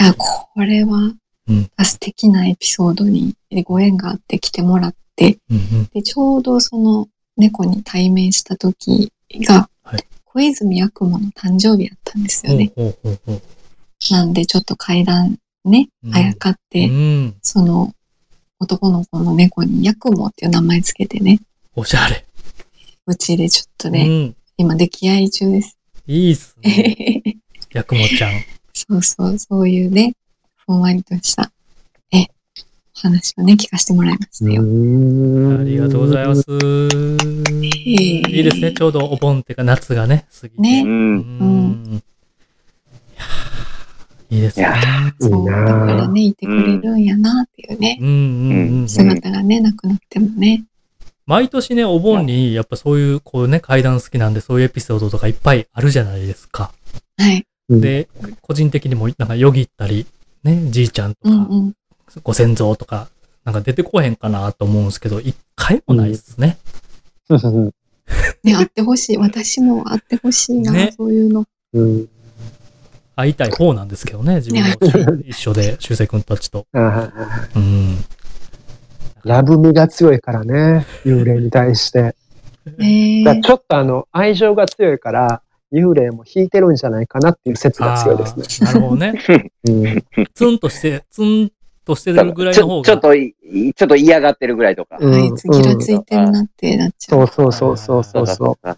S3: いや、これは
S1: うん、
S3: 素敵なエピソードにでご縁があって来てもらって、
S1: うんうん。
S3: で、ちょうどその猫に対面した時が、
S1: はい
S3: 小泉八雲の誕生日だったんですよね。
S1: ほうほうほうほ
S3: なんで、ちょっと階段ね
S1: うん、
S3: あやかって、
S1: う。うん。
S3: その男の子の猫に八雲っていう名前つけてね、
S1: おしゃれ。
S3: うちでちょっと
S1: う
S3: ね、
S1: ん。
S3: 今出来合い中です。
S1: いいっすね。やくもちゃん。
S3: そうそう、そういうね、ふんわりとした、え、お話をね、聞かせてもらいましたよ。
S1: ありがとうございます。。いいですね。ちょうどお盆っていうか夏がね、過ぎて。
S2: う。
S3: ね
S1: うんん。いやーいいですね
S2: い。
S4: いい
S3: そう、だ
S4: な
S3: から
S4: ぁ
S3: ね、いてくれるんやなっていうね、
S1: うんうんうん。
S3: 姿がね、なくなってもね。
S1: 毎年ね、お盆に、やっぱそういう、こうね、階段好きなんで、そういうエピソードとかいっぱいあるじゃないですか。
S3: はい。
S4: うん
S1: で、個人的にも、なんか、よぎったり、ね、じいちゃんと
S3: うん
S1: か、
S3: うん。
S1: ご先祖とか、なんか出てこへんかなと思うんですけど、一回もないですね。
S4: うん
S3: ね、会ってほしい。私も会ってほしいな、
S1: ね
S3: そういうの。
S4: うん
S1: 会いたい方なんですけどね、自分 も一緒で、修正君たちと。
S4: あー
S1: うん。
S4: ラブ味が強いからね、幽霊に対して。
S3: ね
S4: だからちょっとあの、愛情が強いから、幽霊も引いてるんじゃないかなっていう説が
S1: あ
S4: 強いですね。
S1: ーなるほどね。
S4: うん
S1: ツンとして、ツンとして
S2: ち
S1: るぐ
S2: ょ
S1: らい
S2: ち
S1: えの方
S2: ょっ
S1: が、
S2: とい、ちょっと嫌がってるぐらいとか。
S4: うん
S3: あいつギラついてるなってなっちゃ。
S4: そううそうそうそうそうそ
S2: か。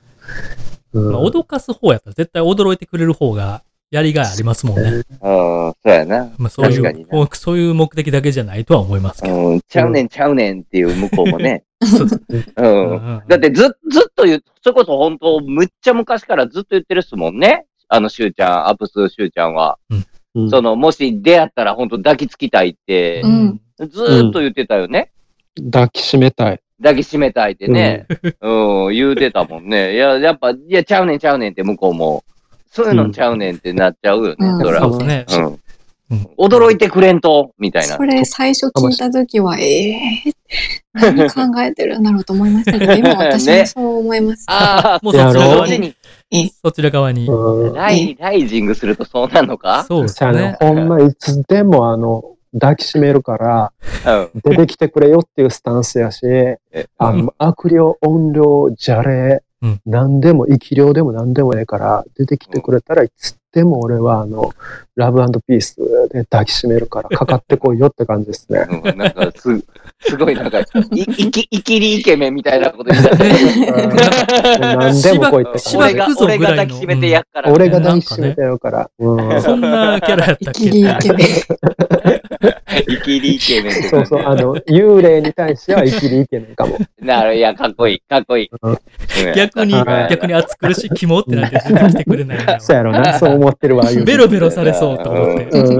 S4: う。うん
S1: まあ脅かす方やったら絶対驚いてくれる方がやりがいありますもんね。
S2: うん、そうやな。
S1: まあ、そうい
S2: 確かに
S1: う、
S2: ね
S1: こうそういう目的だけじゃないとは思いますけど。
S2: うん、ちゃうねんちゃうねんっていう向こうもね。
S1: そうそう
S2: うん。だってず、ずっと言う、それこそ本当、むっちゃ昔からずっと言ってるっすもんね。あの、しゅうちゃん、アップスしゅうちゃんは。
S4: うん
S2: その、もし出会ったら本当抱きつきたいって
S1: う、
S3: ん
S1: ん。
S2: ずーっと言ってたよね。
S4: 抱きしめたい。
S2: 抱きしめたいってね。うん、言うてたもんね。いや、やっぱ、いや、ちゃうねんちゃうねんって向こうも。そういうのちゃうねんってなっちゃうよね、
S3: うん
S2: そ
S1: そ
S2: ら。
S1: うですね。う
S2: う
S1: ん
S2: ん。驚いてくれんと、みたいな
S3: そ。れ最初聞いた時は、ええ何考えてるんだろうと思いまし たけど、今私もそう思います。
S2: ああ、
S1: もうそちら側
S2: それ
S1: に、
S2: に、
S1: そちら側に。
S4: うん
S2: ライライジングするとそうなのか
S1: そうです
S4: じゃあね
S1: ね。
S4: ほんまいつでもあの、抱きしめるから、
S2: うん。
S4: 出てきてくれよっていうスタンスやし、あの、悪霊、怨霊、邪霊
S1: うん、
S4: 何でも、生き霊でも何でもええから、出てきてくれたらいつでも俺はあの、ラブピースで抱きしめるから、かかってこいよって感じです ね。
S2: うんなんかす、すごいなん か、い、いき、いきりイケメンみたいなこと言い出して
S4: 何でもこいって
S1: しば
S2: 俺
S1: しば
S2: が
S1: く、ぞ
S2: 俺が
S1: ぐら
S2: 抱
S1: い
S2: き
S1: の
S2: しめてやっから。
S4: 俺が抱きしめてやるから。うん
S1: そんなキャラやった
S3: 生
S1: っけ
S3: きり生きで。
S2: イキリイケメンって
S4: そうそう、あの、幽霊に対しては生きりいけないかも。
S2: なる、いや、かっこいい、かっこいい。
S4: うん
S1: 逆に、
S4: はい
S1: 逆に暑苦しい、キモってなって出てきてくれない な。
S4: そうやろな、そう思ってるわ、幽霊
S1: ベロベロされそうと思って。
S4: うん
S1: そ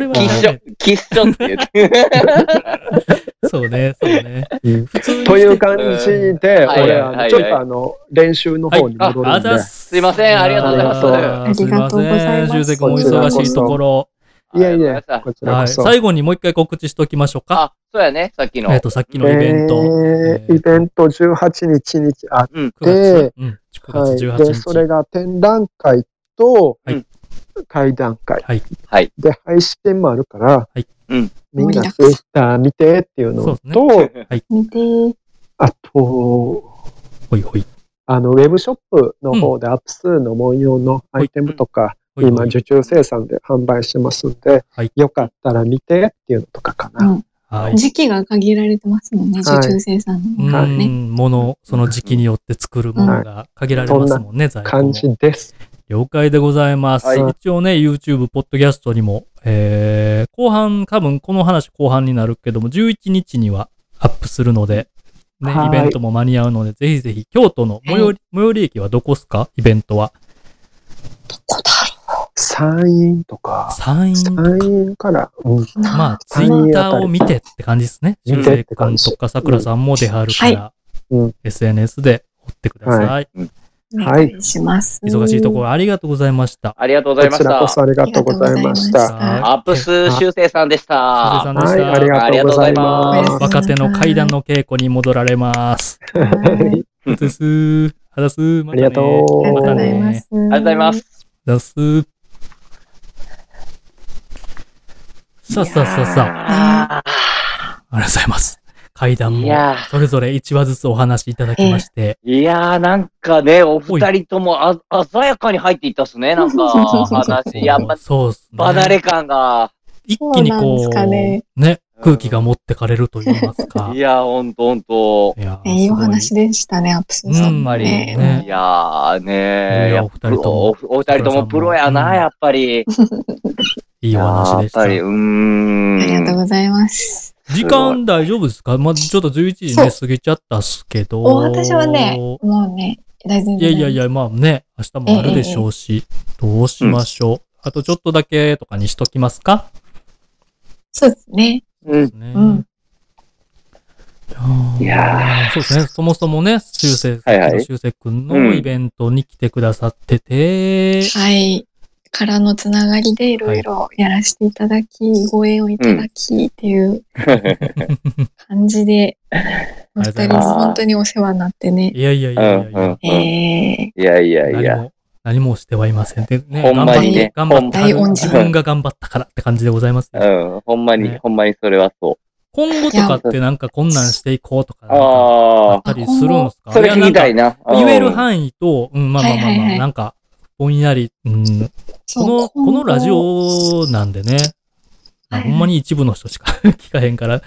S1: れは
S2: キッシ
S1: ね
S2: ョ、、キッショって言って。
S1: そうね、そうね。
S4: うん
S1: 普通に
S4: という感じで、
S2: はい
S4: 俺、あの
S2: はい
S4: ちょっとあの、練習の方に戻る
S1: あ
S4: んで、
S1: ざっす
S2: すいませんありがとうございます
S3: ありがとうございま
S1: す
S3: す
S1: いません、修正君お忙しいところ。
S4: いやいや、
S2: あ
S4: こちら
S1: は
S4: こ
S1: い、
S4: そ。
S1: 最後にもう一回告知しておきましょうか。
S2: あ、そうやね、さっきの。
S1: えっ、と、さっきのイベント。
S4: え
S1: えー
S4: ーイベント18日にあっ
S2: うん。
S1: 9月、うん、
S4: はい、
S1: 9月
S4: で、そ
S1: 18
S4: れ
S1: 日。
S4: が展覧会と
S1: はい、
S4: 会談会。
S1: はい
S2: はい
S4: で、配信もあるから、
S1: い
S2: うん
S4: みんなツイッター見てっていうの
S1: そ
S4: と、
S3: 見て、
S4: あと、
S1: ほいほい。
S4: あの、ウェブショップの方でアップ数の文様のアイテムとか、
S1: ほいほい
S4: 今受注生産で販売してますんで、
S1: はい
S4: よかったら見てっていうのとかか
S3: う
S4: な。
S3: ん、
S1: はい。
S3: 時期が限られてますもんね、
S4: はい
S3: 受注生産
S1: う
S3: の方ね。
S1: ん、もの、その時期によって作るものが限られますもんね、在庫
S4: 感
S1: も。
S4: じです。
S1: 了解でございます。
S2: はい
S1: 一応ね、YouTube、ポッドキャストにも、えー、後半、多分この話後半になるけども、11日にはアップするので、ね、
S4: はい
S1: イベントも間に合うので、ぜひぜひ、京都の最寄り、最寄り駅はどこっすかイベントは。
S3: どこだ
S4: 山陰とか、
S1: 山陰と
S4: 山
S1: か。
S4: 陰から、うん
S3: ろうな。
S1: まあ、ツイ
S4: 山陰
S1: ッ
S4: あ
S1: タ
S4: た
S1: ー
S4: り
S1: を見てって感じですね。
S4: 見
S1: 修
S4: て
S1: 正
S4: って感
S1: 君
S4: じ
S1: とかさくらさんも出はるから、
S4: うん
S1: SNS で追ってください。
S2: は
S3: お願いします。
S1: 忙しいところありがとうございました。
S2: ありがとうござい
S4: こ
S2: ま
S4: ち
S2: した。
S4: らこそありがとうございまし
S3: ありがとうございました
S4: た。
S2: アップス修正さんでした。
S1: 修正さんで
S4: はい、ありがとうござい
S3: ありがとうござい
S4: ま。
S3: ます
S1: 若手の階段の稽古に戻られます。
S3: はい
S1: うつすー、はだすー、ま た
S4: あり
S1: ね
S4: がと
S3: ありがとう
S1: また
S3: ご
S1: ね
S3: ざ
S4: う。
S3: います。あ
S2: あ
S3: り
S2: りがとうございます。。
S1: だすー。さあさあさあさあ、
S2: さあ。
S1: ありがとうございます。階段
S2: い
S1: も
S2: や
S1: それぞれ1話ずつお話しいただきまして、
S2: ー、いやーなんかね、お二人ともあ鮮やかに入っていったっすね、なんか話。やっぱ
S1: そうっすね
S2: 離れ感が。
S1: 一気にこ
S3: そううなんで
S1: ね空気が持ってかれると言いますか。
S2: いやー、ほんとほんと。
S1: いや
S3: えーいいお話でしたね、アップスさ
S1: うん
S3: ん
S1: やっぱりね
S2: いやーね
S1: い
S2: ー
S1: や
S2: や
S1: お
S2: っ
S1: 二
S2: ぱ
S1: 人とも
S2: おお二人ともプロや
S1: う
S2: な、
S1: ん
S2: やっぱり。い
S1: いいお話でし
S2: や
S1: た
S2: ーやっぱり、うーん。
S3: ありがとうございます。
S1: 時間大丈夫ですかまあ、ちょっと11時
S3: そ
S1: ね、
S3: う
S1: 過ぎちゃったっすけど。
S3: お私はね、もうね、大丈夫
S1: いやいやいや、まあね、明日もあるでしょうし、どうしましょう。あとちょっとだけとかにしときますか
S3: そうですね。
S2: うん。
S1: ね。
S3: うん
S1: いやーそうですね。そもそもね、修正、
S2: はいはい
S1: 修正くん
S2: う
S1: の
S2: ん
S1: イベントに来てくださってて、
S3: はい。からのつながりでいろいろやらせていただき、ご縁をいただきっていう感じ で、お
S1: りがとうござい
S3: 二人
S1: ます
S3: 本当にお世話になってね。
S1: いやいやいやいやいや、
S2: うん
S3: え
S2: いやいやい
S1: 何
S2: や。
S1: も、何もしてはいません。でね、
S2: ほんま
S3: にね
S1: 頑張って、
S3: ほ
S1: 頑
S3: ん
S1: 張って自
S3: 大恩人
S1: 分が頑張ったからって感じでございますよ。
S2: うん。ほんまに、
S1: ね
S2: ほんまにそれはそう。
S1: 今後とかってなんかこんなんしていこうとか、なんかあ
S2: あ
S1: ったりするんです
S2: あ。
S1: か
S2: それ
S1: いや
S2: 聞
S1: な
S2: き
S1: んか
S2: たいな。うん
S1: 言える範囲と、うん、まあまあまあまあ、
S3: はいはいはい
S1: なんか、ぼんやり、うん、
S3: ーそ
S1: こ
S3: う
S1: の、このラジ
S3: 今後
S1: オなんでね、あ
S3: はい
S1: ほんまに一部の人しか 聞かへんから、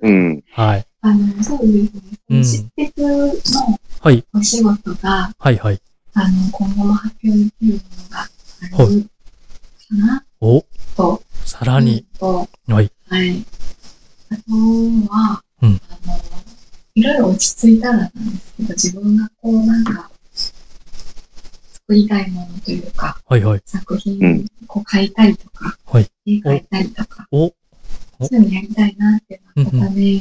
S2: うん。
S1: はい。
S3: あの、そう
S1: うん
S3: ですね。執筆の
S1: はい、
S3: お仕事が、
S1: はい、はい。
S3: あの、今後も発表できるものがあるかな
S1: お、
S3: と。
S1: さらに、
S3: と、
S1: はい。
S3: はい。あとは、
S1: うん
S3: あの、いろいろ落ち着いたらなんですけど、自分がこうなんか、作りたいものというか、
S1: はい、はい。
S3: 作
S2: う
S3: 品
S2: ん
S3: をこう買いたいとか、
S1: はい
S3: 絵描いたりとか、
S1: お、お
S3: そういうのやりたいなって
S1: うん
S3: いうのを固め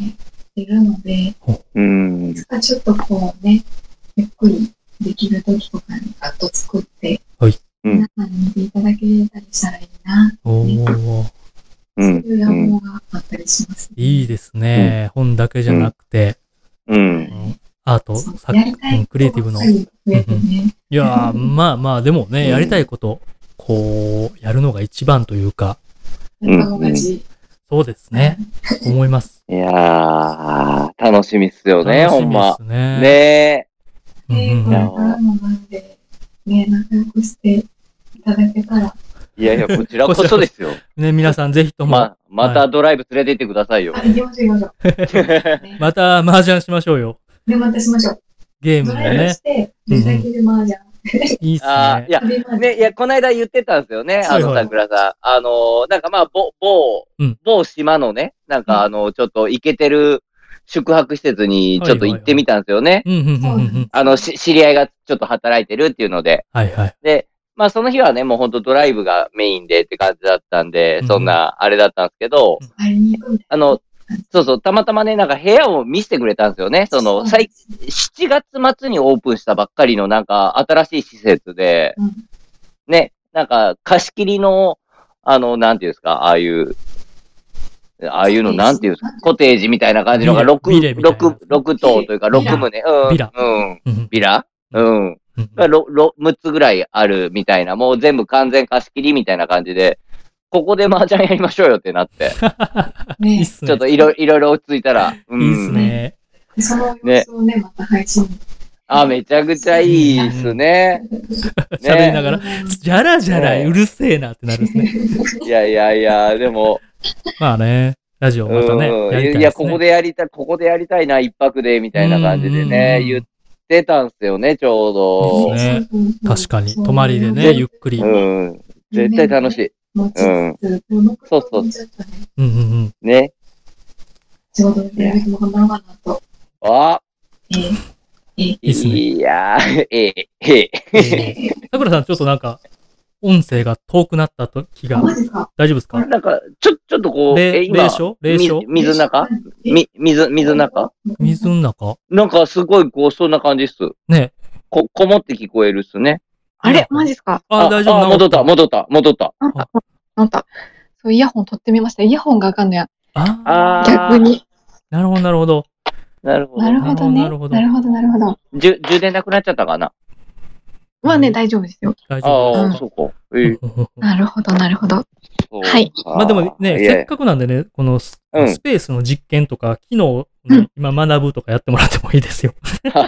S3: てるので、い
S2: うん。
S3: つかちょっとこうね、ゆっくりできる時とかにガッと作って、
S1: はい
S2: うん
S3: 皆さんに見ていただけたりしたらいいなって
S1: おー、
S2: う
S3: い
S2: ん。
S3: う野望があったりします、ね
S1: いいですね。本だけじゃなくて、
S2: うん。
S1: アート、
S3: そう
S1: 作
S3: やりたい
S1: 品、クリエイティブの。
S3: こと
S1: い
S3: が増えてね
S1: やー、まあまあ、でもね、
S2: うん
S1: やりたいこと、こう、やるのが一番というか、
S2: ん
S3: やっぱ同じ
S1: そうですね。思います。
S2: いやー、楽しみっすよね、
S1: 楽
S2: ほ
S1: し
S2: ん
S1: みで。
S2: ます
S1: ね。
S2: ね
S1: うん
S3: ね
S1: うんう
S3: これ
S1: ん
S2: や
S3: からもなんで、ね、仲良くしていただけたら、
S2: え。いやいや、こちらこそです よ。
S1: ね、皆さんぜひとも、
S2: ま、またドライブ連れて行ってくださいよ
S3: あ、。行きましょう行きましょう。ね、
S1: また麻雀しましょうよ。
S3: で、またしましょう。
S1: ゲーム
S3: ド
S1: も
S3: ライブ
S1: ね
S3: し。て、出先で麻雀。
S1: いいっす
S2: あー
S1: ね
S2: い。や、
S3: で麻
S2: ね、い
S3: 雀
S2: や、この間言ってたんですよね、
S1: は
S2: あ
S1: いはい
S2: の、桜さん。あの、なんかまあ、某、某
S1: うん、
S2: 某島のね、なんかあの、ちょっと行けてる宿泊施設にちょっと行ってみたんですよね。
S1: うんうんうんうんう。
S3: そうん
S2: あの、し知り合いがちょっと働いてるっていうので。
S1: はいはい。
S2: で、まあその日はね、もうほんとドライブがメインでって感じだったんで
S1: うん、
S2: そんなあれだったんですけど、
S3: 会いに行くみたい
S2: あの、そうそう、たまたまね、なんか部屋を見せてくれたんですよね。
S3: な。
S2: その、
S3: そう
S2: 最、7月末にオープンしたばっかりのなんか新しい施設で、
S3: うん
S2: ね、なんか貸し切りの、あの、なんていうんですか、ああいう、ああいうの、なんていうんですか、コテージみたいな感じのが
S1: ビレビレ
S2: 6、
S1: みたいな
S2: 六六棟というか
S3: ビ
S2: 6
S3: ラ
S2: 棟、うん。
S1: ビラ
S2: うん。
S1: うんうん
S2: ビラうん。
S1: うん
S2: がろろ6つぐらいあるみたいな、もう全部完全貸し切りみたいな感じで、ここで麻雀やりましょうよってなって、
S1: いいっ
S3: ね、
S1: すね。
S2: ちょっといろいろいろ落ち着いたら、う ん、
S1: いいっすね。
S3: その様子をね、また配信
S2: あ、めちゃくちゃいいっすね。
S1: 喋りながら、じゃらじゃら
S2: ね
S1: うるせえなってなるんです ね。
S2: いやいやいや、でも、
S1: まあね、ラジオまたね、や
S2: うん
S1: りたいです
S2: い
S1: ね。
S2: や、ここでやりたい、ここでやりたいな、一泊で、みたいな感じでね、
S1: うん
S2: 言ってたんすよね、ちょ
S1: そうです
S2: ど。
S1: ね確かに、泊まりでね、ゆっくり。う
S2: うんん、絶対楽しい。
S3: 持ちつつ、
S2: そうそう
S3: ちょっとね、
S1: うんうん。
S2: ね。
S3: ちょうどね、も頑張ろうかなと。
S2: あ
S3: えー
S1: いいっすね
S2: いやー、ええ、ええ。
S1: えーさくらさん、ちょっとなんか、音声が遠くなったと気が。
S3: マジか。
S1: 大丈夫ですか
S2: なんか、ちょ、ちょっとこう、
S1: 霊霊障霊障
S2: み水の中み、水、水の中
S1: 水の中
S2: なんかすごいこう、そんな感じっす。
S1: ね
S2: こ、こもって聞こえるっすね。
S3: あれマジっすか
S1: あ、大丈夫
S2: あ戻った、戻った、戻った。
S3: なんか、なんか、そう、イヤホン取ってみました。イヤホンがあかんのや。
S1: あ
S2: あー
S3: 逆に。
S1: ーなるほど、なるほど。
S2: なるほ
S3: な
S2: ど。
S3: るほどね。
S1: な
S3: な
S1: る
S3: る
S1: ほ
S3: ほ
S1: ど
S3: ど、なるほど。
S2: じゅ充電なくなっちゃったかな
S3: まあね、大丈夫ですよ。
S1: 大
S2: あ
S1: 丈
S2: あ
S3: う
S2: ー、
S3: ん
S2: そうか。ええ
S1: 夫。
S3: なるほど、なるほど。
S2: そう
S3: はい
S2: か
S1: まあでもね、
S2: いやい
S1: せっ
S2: や
S1: かくなんでね、このス,、
S2: うん
S1: ペースの実験とか、機能、
S3: うん
S1: 今学ぶとかやってもらってもいいですよ。使っ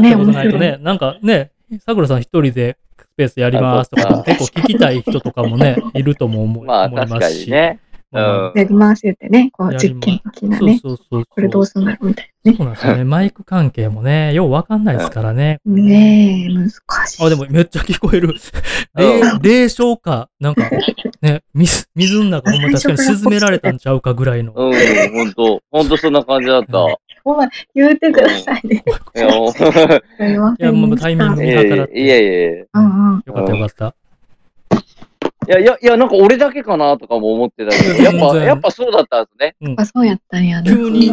S3: ね
S1: たことないとね、
S3: 面
S1: なんかね、さくらさん一人でスペースやりますとか、
S2: あ
S1: 結構聞きたい人とかも ね、いるとも思,、
S2: まあ
S1: 思い
S2: 確
S1: ま
S2: か
S1: すし。
S2: にね。う
S1: まあまあ
S2: ん。
S3: やりますってね、こう、
S1: やり
S3: 実
S1: ます
S3: 験的な
S1: そう
S3: ね。
S1: そうそうそう。
S3: これどうすんだろうみたいなね
S1: そうなんですよね。マイク関係もね、ようわかんないですからね。。
S3: ねえ、難しい。
S1: あ、でもめっちゃ聞こえる。霊霊障か、なんかね、水、水の中ほんま確かに沈められたんちゃうかぐらいの。
S2: うん、ほんと。ほんとそんな感じだった。
S3: お前、言うてくださいね。
S2: いや、もう
S3: すいま
S1: いや
S3: せん
S1: もう
S3: でした
S1: タイミング
S2: い
S1: 見
S2: やい
S1: 計ら
S2: や
S1: って
S2: いやいや。
S3: うんうん。
S1: よかったよかった。
S2: いや、いや、いや、なんか俺だけかなとかも思ってたけど、やっ
S1: 全
S2: ぱ、
S1: 然
S2: やっぱそうだったんですね。
S1: うん
S3: あ、そうやったんやね。
S1: 急に、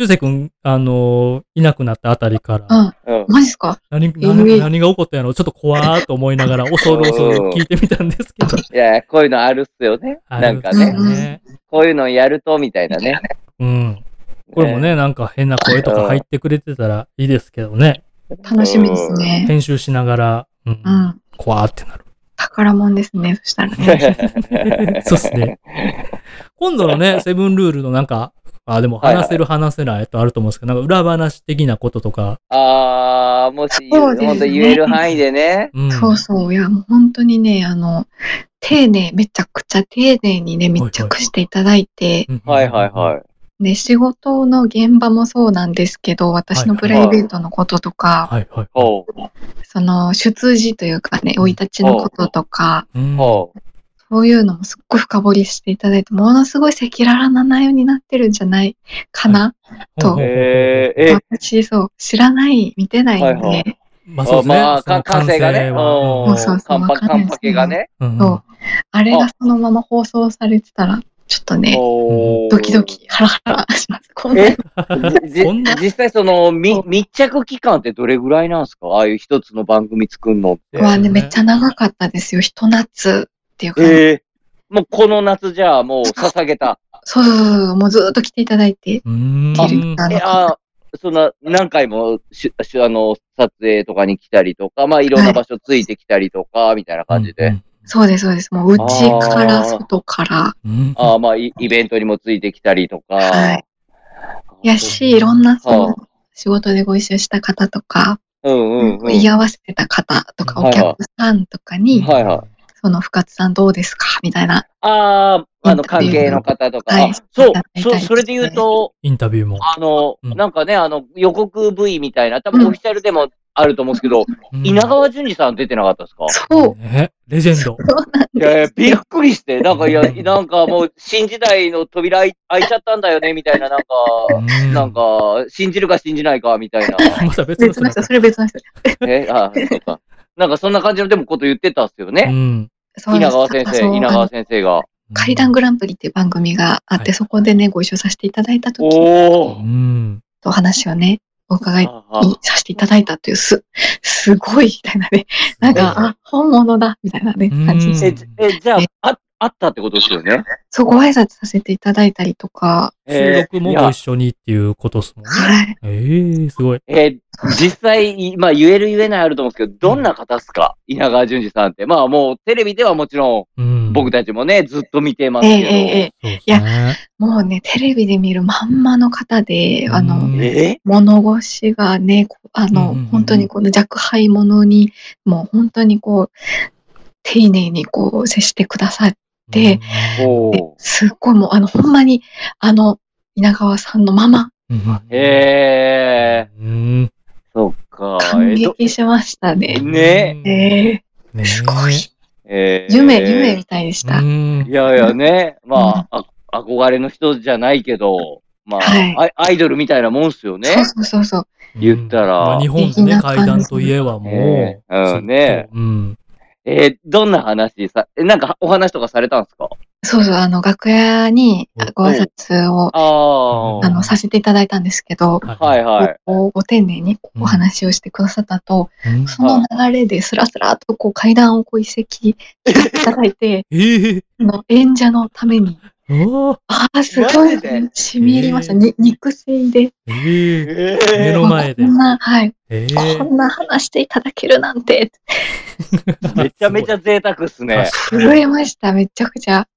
S1: 修く君、あのーいなくなったあたりから、
S3: あ、
S2: うん。
S3: マジっすか
S1: 何、
S3: え
S1: 何何が起こったんやろうちょっと怖ーと思いながら、恐る恐る聞いてみたんですけど。
S2: いや、こういうのあるっすよね。なんか
S1: あるん。
S2: ね
S1: ですね。
S2: こういうのやると、みたいなね。
S1: うん。こ れもね、なんか変な声とか入ってくれてたらいいですけどね。
S3: 楽しみですね。
S1: 編集しながら、うん。
S3: うん。
S1: 怖ーってなる。
S3: 宝物ですね、そしたらね。
S2: ね。
S1: そうっすね。今度のね、セブンルールのなんか、あ、でも
S2: はいはい
S1: 話せる話せないとあると思うんですけど、なんか裏話的なこととか、
S2: あー、もし、
S3: そう
S2: 本
S3: ですね
S2: 当言える範囲でね。
S1: うん。
S3: そうそう。いや、もう本当にね、あの、丁寧、めちゃくちゃ丁寧にね、密着していただいて、
S1: うん
S2: はいはいはい。
S3: ね、仕事の現場もそうなんですけど、私のプライベートのこととか、
S1: はいはい。
S2: ほ
S3: その、出自というかね、生い立ちのこととか、
S1: うん
S2: う、ほう。
S3: そういうのもすっごい深掘りしていただいて、ものすごい赤裸々な内容になってるんじゃないかな。と
S2: えー、え、
S3: 私、そう、知らない、見てないんで、
S2: はいはい
S1: まあそうですね。
S2: まあ、
S1: その
S2: か感性がね。うん
S1: は
S3: そうそう
S2: カンパ、
S3: わかん
S2: カ
S3: ない
S2: ン
S3: ですね
S2: パケがね。
S1: うん
S3: そうあれがそのまま放送されてたら、ちょっとね、
S2: おー
S3: ドキド。キ、ハラハラします。こんな
S2: えじ
S1: そんな
S2: 実際その、み、密着期間ってどれぐらいなんですかああいう一つの番組作るのって。
S3: はね、めっちゃ長かったですよ。ひと夏っていうか、
S2: ええもうこの夏じゃあもう捧げた。
S3: そうそうそうそう、もうずっと来ていただいて、
S1: うーん
S3: いるあ
S2: え、
S3: の
S2: ああ、そんな何回もししあの、撮影とかに来たりとか、まあいろんな場所ついてきたりとか、みたいな感じで。。
S3: そうです、そうです。もう、うちから、
S2: あー
S3: 外から、
S1: うんうん
S2: ああ、まあイイベントにもついてきたりとか。
S3: はいやし、いろんな、その、仕事でご一緒した方とか、
S2: うんうんうん。
S3: 居合わせてた方とか、
S1: うん
S3: お客さんとかに、
S2: はいは
S3: その、深津さんどうですかみたいな。
S2: ああ、あの、
S3: インタ
S2: 関
S3: ビュー
S2: 係の方とか。
S3: はい
S2: あそう
S3: いただいた、り
S2: そう、それで言うと、
S1: インタビューも。
S2: あの、
S1: うん
S2: なんかね、あの、予告部位みたいな、多分
S3: うん
S2: オフィシャルでもあると思うんですけど、
S1: うん
S2: 稲川淳二さん出てなかったですか
S3: そう。
S1: ねレジェンド。
S2: いやいや、びっくりして、なんか、いや、 なんかもう、新時代の扉開い開いちゃったんだよね、みたいな、なんか、
S1: うん
S2: なん。か、信じるか信じないか、みたいな。
S1: また別の
S3: 別
S1: 人
S3: の
S1: だっ
S3: 人、
S1: た。
S3: それ別の人。
S2: え、あ、そうか。なんか、そんな感じの、でも、こと言ってたっすよ
S1: う
S2: ね。
S1: ん。
S3: そうで
S2: 稲
S3: す
S2: 川先
S3: そう
S2: 生、稲川先生が。
S3: 階段グランプリっていう番組があって、
S1: はい
S3: そこでね、ご一緒させていただいた時の
S2: お
S1: う
S2: ー。
S1: ん。
S3: お話をね、お伺い
S2: ああ
S3: にさせていただいたという、す、すごいみたいなね、なんか、あ、本物だみたいなね、
S1: うん
S3: 感じ
S2: え、
S3: で、
S2: じえじゃあ、あ、あったってことですよね。
S3: そう、ご挨拶させていただいたりとか、
S1: 収録も
S2: い
S1: ご
S2: や
S1: 一緒にっていうことっすもんね。
S3: はい。
S1: ええ、すごい。
S2: えー実際、まあ言える言えない あると思うんですけど、どんな方っすか、稲川淳二さんって。まあもうテレビではもちろ
S1: うん。
S2: ん僕
S1: だ。
S2: たちもね、ずっと見てます
S3: ええ
S2: け
S3: え
S2: ど。
S3: えええ
S1: い
S3: いもうね、テレビで見るまんまの方で、あの、
S1: うん
S2: え
S3: 物腰がね、こうあ
S1: う
S3: の
S1: んうんうん、
S3: 本当にこの若輩者に、もう本当にこう、丁寧にこう接してくださっで
S2: お
S3: て
S2: ー、
S3: すっごいもう、あの、ほんまに、あの、稲川さんのまま
S1: え。
S2: えー、
S1: うん。
S2: そっか。
S3: 感
S2: えど
S3: 激しましたね。
S2: ね
S1: え
S3: え
S1: ね
S3: ー、すごい。
S2: えー
S3: 夢、夢みたいでした。
S1: うん
S2: いやいやね、まあ、あ憧れの人じゃないけど、まあ、
S3: はい
S2: アイアイドルみたいなもんっすよね。
S3: そうそうそうそう。
S2: 言ったら
S1: まあ日本でね、
S3: 素敵な
S1: 階段といえばもう、
S2: ねえうんね
S1: ずっとうん。
S2: えーどんな話さ、えなんかお話とかされたんですか
S3: そうそう、あの、楽屋にご挨拶を、
S2: あ
S3: あの、させていただいたんですけど、
S2: あ。はいはい。
S3: こうご丁寧にお話をしてくださったと、
S1: うん、
S3: その流れですらすらとこう階段をこう一席していただいて
S1: ええ
S3: あの演者のために、
S1: ああ
S3: ああ、すごい
S2: マジで、
S3: しみ入りました。に肉声で、
S1: ええ
S2: え
S1: 目の前で
S3: こんな、はい、
S1: ええ
S3: こんな話していただけるなんて、
S2: めちゃめちゃ贅沢っすね。
S3: 震えました、めちゃくちゃ。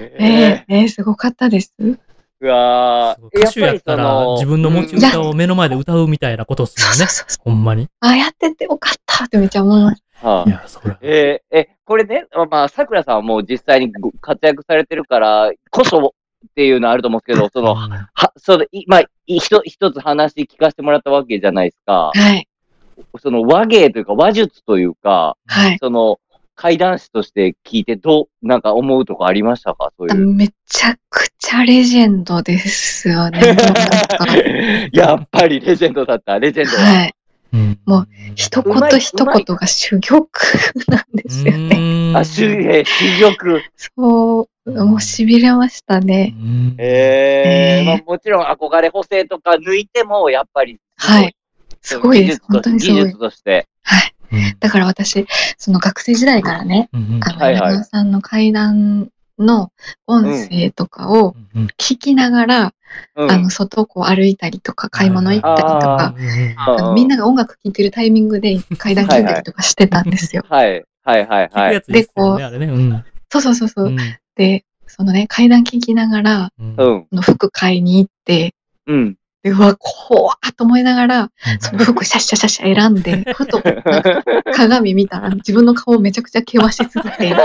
S3: ええええすごかったです。
S2: うわ
S1: すごい
S2: ー
S1: 歌手やったら自分の持ち歌を目の前で歌うみたいなことっす
S3: そう
S1: も
S3: そ
S1: ん
S3: う
S1: ね。
S3: そうそう。
S1: ほんまに。
S3: ああやっててよかったってめっちゃ思いまし
S2: はい
S1: や、そら。
S2: えーえ、これね、まあ、さくらさんはもう実際にご活躍されてるから、こそっていうのあると思うんですけど、その、
S1: う
S2: は、その、いまあ、いひと一つ話聞かせてもらったわけじゃないですか。
S3: た。はい。
S2: その和芸というか和術というか、
S3: はい。
S2: その、怪談師として聞いてどう、なんか思うとこありましたかそういう。
S3: めちゃくちゃレジェンドです よね。もうなんか
S2: やっぱりレジェンドだった、レジェンドは。
S3: はい。
S1: ん
S3: もう、一
S2: うまい
S3: 言一言が珠玉なんですよね。
S1: ね
S2: あ、主芸、主玉。
S3: そう、もう痺れましたね。
S2: ええ
S3: えー
S2: まあ、もちろん憧れ補正とか抜いても、やっぱり。
S3: はい。すごいです。
S2: 技術と
S3: 本当にす
S2: 技
S3: ごい
S2: 術。として。
S3: はい。だから私、その学生時代からね、あの、
S2: はいはい
S3: 山田さんの階段の音声とかを聞きながら、
S2: うん
S3: あの、外をこう歩いたりとか、買い物行ったりと
S2: あ
S3: か、あのみんなが音楽聴いてるタイミングで階段聞いたりとかしてたんですよ。
S2: はい、はい、はい、
S1: 聞く
S2: は
S1: や
S2: い。
S1: つですよね、あれね。うん
S3: そうそうそうそうう。
S1: ん
S3: で、そのね、階段聞きながら、
S2: う
S1: うん。
S2: ん、
S3: あの服買いに行って、
S2: うん。
S3: でうわ、怖っと思いながら、その服シャッシャッシャッシャ選ん で、ふとなんか鏡見たら自分の顔めちゃくちゃ険しすぎて、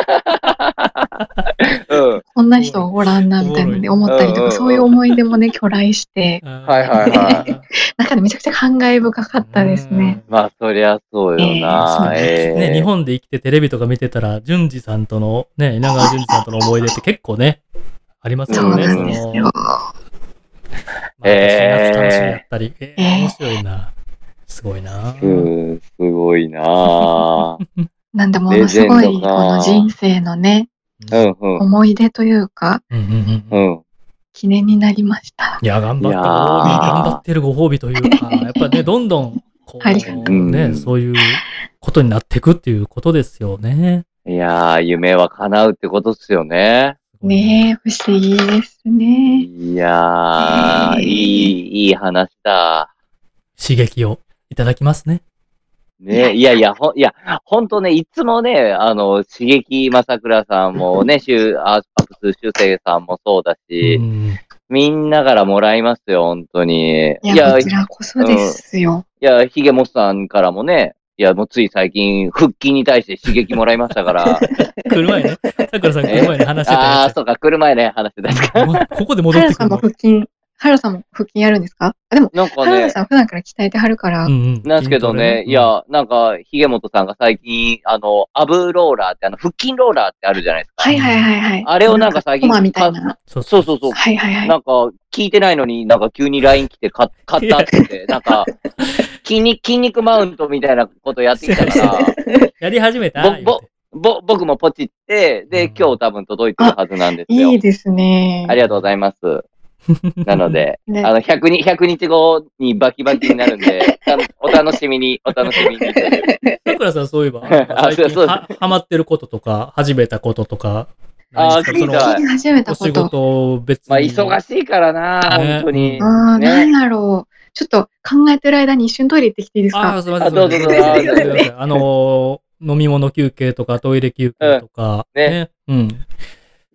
S2: うん、
S3: こんな人おらんなみたいなんで思った
S2: うん
S3: りと
S2: うんうん
S3: か、そういう思い出もね、巨来して、
S2: はいはい はい
S3: なんかねめちゃくちゃ感慨深かったですね。
S2: まあ、そりゃそうよな。
S1: え
S2: え
S1: ね、
S2: え
S1: 日本で生きてテレビとか見てたら、淳二さんとの、ね、稲川淳二さんとの思い出って結構ね、あります
S2: そ
S3: そう
S1: よ
S3: う
S1: ね。
S3: なんです
S1: その
S3: よ。
S1: まあ
S2: えー
S1: 夏楽しみだったり。えー
S3: えー
S1: 面白いな。すごいな。
S2: うん、すごい な。
S3: なんでものすご
S2: レジェ
S3: い
S2: ン
S3: こ
S2: ドか
S3: の人生のね、
S2: うん、うん、うん
S3: 思い出というか、
S1: うんうん。
S2: うん
S3: 記念になりました。
S1: いや、頑張ったご褒美、
S2: いやー
S1: 頑張ってるご褒美というか、やっぱね、どんどん、こ
S3: ありが
S2: と
S1: う、
S2: う
S1: ね、そういうことになっていくっていうことですよね。
S2: いやー、夢は叶うってことっすよね。
S3: ねえ、不思議ですね。
S2: いやー、いい、いい話だ。
S1: 刺激をいただきますね。
S2: ね、いやいや、ほん、いや、ほんとね、いつもね、あの、刺激まさくらさんもね、しゅアーパプスしゅうせいさんもそうだし、
S1: うん
S2: みんなからもらいますよ、本当に。
S3: いや、こちらこそですよ。
S2: いや、ヒゲモスさんからもね、いや、もうつい最近、腹筋に対して刺激もらいましたから。
S1: 来る前ね、さくらさん来る前に話してた
S2: ああ
S1: や
S2: ー、そうか、来る前ね、話してたやつか。
S1: つ。もうここで戻
S3: ハ
S1: って
S3: ルさ
S1: く
S3: ん
S1: る
S3: も
S1: の。
S3: 腹筋、ハルさんも腹筋やるんですかあでも、
S2: なんか
S3: ハル
S2: ね
S3: さ、ん普段から鍛えてはるから、
S1: うんうん
S2: なんですけどね、い、や、なんか、ヒゲモトさんが最近、あの、アブローラーって、あの、腹筋ローラーってあるじゃないですか。
S3: はいはいはいはい。
S2: あれをなんか最近
S3: コマみたいな。
S1: 筋トレねん
S2: そうそうそう
S3: はいはいはい。
S2: なんか、聞いてないのに、なんか急に LINE 来て買っ買ったって言って、なんか、筋肉、筋肉マウントみたいなことやってきたから、
S1: やり始めた
S2: ぼぼぼ、僕もポチって、で、今日多分届いてるはずなんですよ。
S3: いいですね。
S2: ありがとうございます。なので、
S3: ね
S2: あの、100日、100日後にバキバキになるんで、たお楽しみに、お楽しみに。
S1: さくらさんそういえば、
S2: あ
S1: 最近
S2: そうそう
S1: はハマってることとか、始めたこととか、
S2: あ
S1: 何
S2: ー
S1: です
S2: 聞いた
S1: か
S3: 最近始めた
S1: そ
S3: こ
S1: のお仕
S3: と。
S1: 事を別に。
S2: まあ、忙しいからな、
S1: ね
S2: 本当に。
S3: ああ、な
S2: ね
S3: んやろう。ちょっと考えてる間に一瞬トイレ行ってきていいです
S1: あ
S3: か
S1: あ、すみませ
S2: あ
S1: ん。
S2: どうぞ
S1: すい
S2: ど
S1: ま
S2: う
S1: せん
S2: ぞ
S1: あーすいませんあのー、飲み物休憩とか、トイレ休憩とか、
S2: うんね
S1: ね。うん。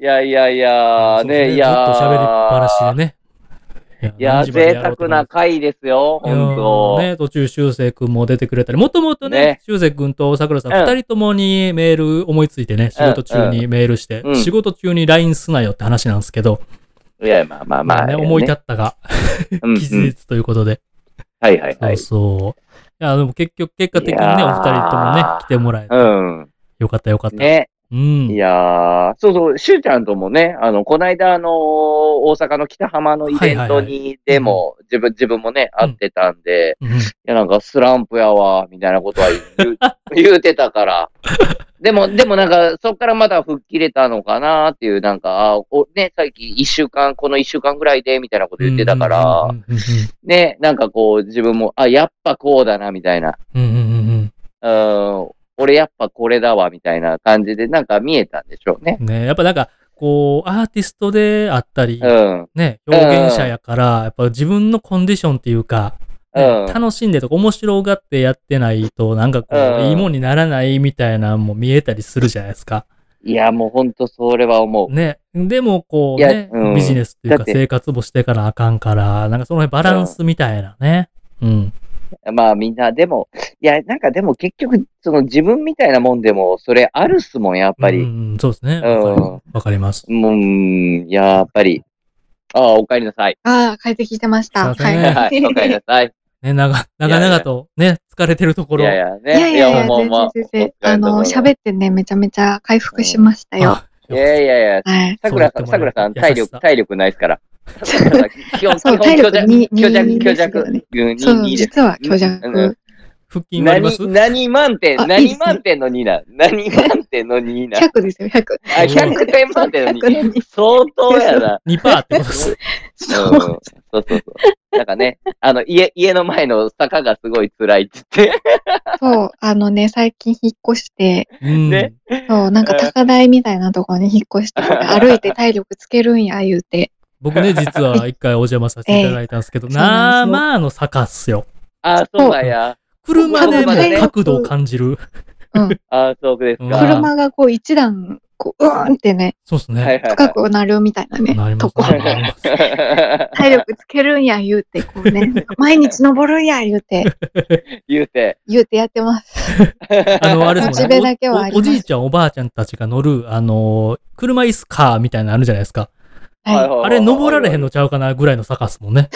S2: いやいやいや、
S1: そうです
S2: ね、いや
S1: ずっと喋りっぱなしでね。
S2: いや、
S1: 何時まで
S2: 贅
S1: ろうと
S2: 沢な回ですよ、本
S1: うん
S2: 当。
S1: ね、途中、修正君も出てくれたり、もともとね
S2: ね、
S1: 修正君と桜さん、
S2: うん
S1: 二人ともにメール思いついてね、仕事中にメールして
S2: う、ん
S1: 仕事中に LINE すなよって話なんですけど、
S2: いや、まあまあまあ。
S1: ね、
S2: ね
S1: 思い立ったが、
S2: うんうん
S1: 期日ということで、
S2: はいはいはい。
S1: そうそう。いや、でも結局、結果的にね、
S2: いや
S1: お
S2: ー
S1: 二人ともね、来てもらえて、
S2: うん。
S1: よかったよかった。
S2: ね。
S1: うん。
S2: いやー、そうそう、しゅうちゃんともね、あの、こないだ、あのー大阪の北浜のイベント
S1: はい
S2: に、でも、自分、自分もね、
S1: うん
S2: 会ってたんで、
S1: うん
S2: いや、なんか、スランプやわ、みたいなことは言う言うてたから。でも、でもなんか、そっからまだ吹っ切れたのかなっていう、なんか、あおね、さっき一週間、この一週間ぐらいで、みたいなこと言ってたから
S1: う、んう
S2: ね、なんかこう、自分も、あ、やっぱこうだな、みたいな。
S1: んうんうんうん
S2: うん、俺やっぱこれだわ、みたいな感じで、なんか見えたんでしょうね。
S1: うんねやっぱなんか、こう、アーティストであったり
S2: う、ん。うん。
S1: ね、表現者やから、やっぱ自分のコンディションっていうか、ね楽しんでとか面白がってやってないと、なんかこ
S2: う
S1: う、
S2: ん
S1: いいもんにならないみたいなのも見えたりするじゃないですか。
S2: いや、もうほんとそれは思う。
S1: ね。でも、こう
S2: いや
S1: ね、
S2: うん
S1: ビジネスという
S2: だ
S1: か
S2: って
S1: 生活もしてからあかんから、なんかその辺バランスみたいなね。うん。
S2: まあみんな、でも、いや、なんかでも結局、その自分みたいなもんでも、それあるっすもん、やっぱり。
S1: うんそうですね。
S2: うん
S1: わかりわかります。
S2: もううん、やっぱり。ああ、お帰りな さい。
S3: ああ、帰ってきてました。
S1: すいません
S2: は、
S3: はい
S2: お帰りな さい。
S1: ね、長、長々とね、疲れてるとこ
S2: い
S1: ろ。
S2: やいや、ね。
S3: いやいやいや、
S2: もう
S3: 全
S2: もう
S3: 然全然。
S2: お疲れ
S3: あの、
S2: 様
S3: 喋ってね、めちゃめちゃ回復しましたよ。
S1: あ
S2: いやいやいや、
S3: はい。
S2: さくらさん、
S1: そ
S2: さ
S1: う
S2: く
S1: 言っ
S2: ら
S1: てもら
S2: さ
S1: える
S2: ん、体力、
S1: 優しさ
S2: 体力ないですから。さくらさん 基本、基
S3: そう
S2: 本、
S3: 体力に
S2: 強弱、
S3: に
S2: 強
S3: ですよ
S2: 弱
S3: ね、
S2: うん、
S3: そ
S2: 2、2
S3: う、
S2: です。
S3: 実は強
S2: うん
S3: 弱。
S1: 腹筋があります
S2: 何、何満点、
S3: あいいっ
S2: 何
S3: す
S2: 満点の2な。何満点の2な。
S3: 100ですよ、100。
S2: あ、100点満点の
S3: 100
S2: 2。
S3: の二
S2: 相当やな。
S1: 2%ってことです。
S2: うん
S3: そう。
S2: そうそうそう。なんかね、あの、家、家の前の坂がすごい辛いって言って。
S3: そう、あのね、最近引っ越して、
S1: うん。
S2: ね
S3: そう、なんか高台みたいなところに引っ越して、歩いて体力つけるんや、言うて。
S1: 僕ね、実は一回お邪魔させていただいたんですけど、
S3: ええ
S1: まあまあの坂っすよ。
S2: あ、そうなんや。
S1: 車でも角度を感じる。
S3: うん。
S2: あ、そうですか。
S1: うん
S3: 車がこう一段、こう、うーんってね、
S1: そうです
S2: はい
S1: ね。
S2: はい
S3: 深くなるみたいなね
S1: なり、ま
S3: と
S1: す
S3: こ。
S1: ねなります。
S2: はい。
S3: 体力つけるんや、言うて、こうね、毎日登るんや、言うて、
S2: 言うて。
S3: 言うてやってます。
S1: あの、あれですもん
S3: 口紅だ
S1: ね
S3: けはあります
S1: おおおじいちゃん、おばあちゃんたちが乗る、あのー、車椅子カーみたいなのあるじゃないですか。
S3: は
S1: あれ、登られへんの。ちゃうかなぐらいの坂っすもんね。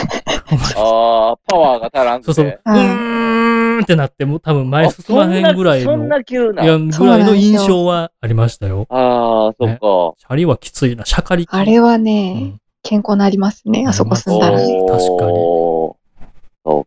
S2: ああ、パワーが足らんくて。
S1: そうそう。う
S3: はい
S1: ーんってなって、もう多分前
S2: あ
S1: 進まへんぐらい
S2: そん
S1: の、い
S2: な急な。
S1: や、ぐらいの印象はありましたよ。
S2: ああ、そっか。
S1: シャリはきついな、シャカリ。
S3: い。あれは
S1: う
S3: ね、
S1: ん
S3: 健康なりますね、あそこ住んだら。
S1: お確かに
S2: おーそ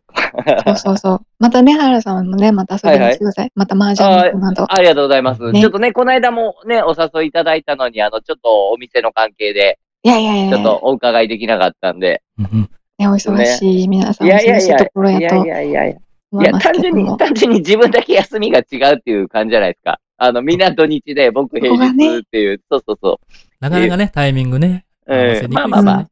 S2: う
S3: そう
S2: か。
S3: そうそう。またね、原さんもね、また遊びに来てください。また麻雀など。
S2: ありがとうございます。
S3: ね
S2: ちょっとね、この間もね、お誘いいただいたのに、あの、ちょっとお店の関係で、
S3: いやいやいやい
S2: ちょっ
S3: や、
S2: とお伺いできなかったんで。
S1: うんうん
S3: ね、お忙しい、皆さん
S2: い
S3: お
S2: やいや
S3: 忙
S2: い
S3: し
S2: や
S3: いところ
S2: い
S3: や
S2: やい
S3: と
S2: やいやいや。い
S3: 思い
S2: や、
S3: ます
S2: 単
S3: け
S2: 純
S3: ど
S2: に、
S3: も。
S2: 単純に自分だけ休みが違うっていう感じじゃないですか。あの、みんな土日で、僕平
S3: ここが
S2: 日
S3: ね
S2: っていう、そうそうそ
S1: なかなかね、タイミングね。
S2: う。うん、まあまあまあ、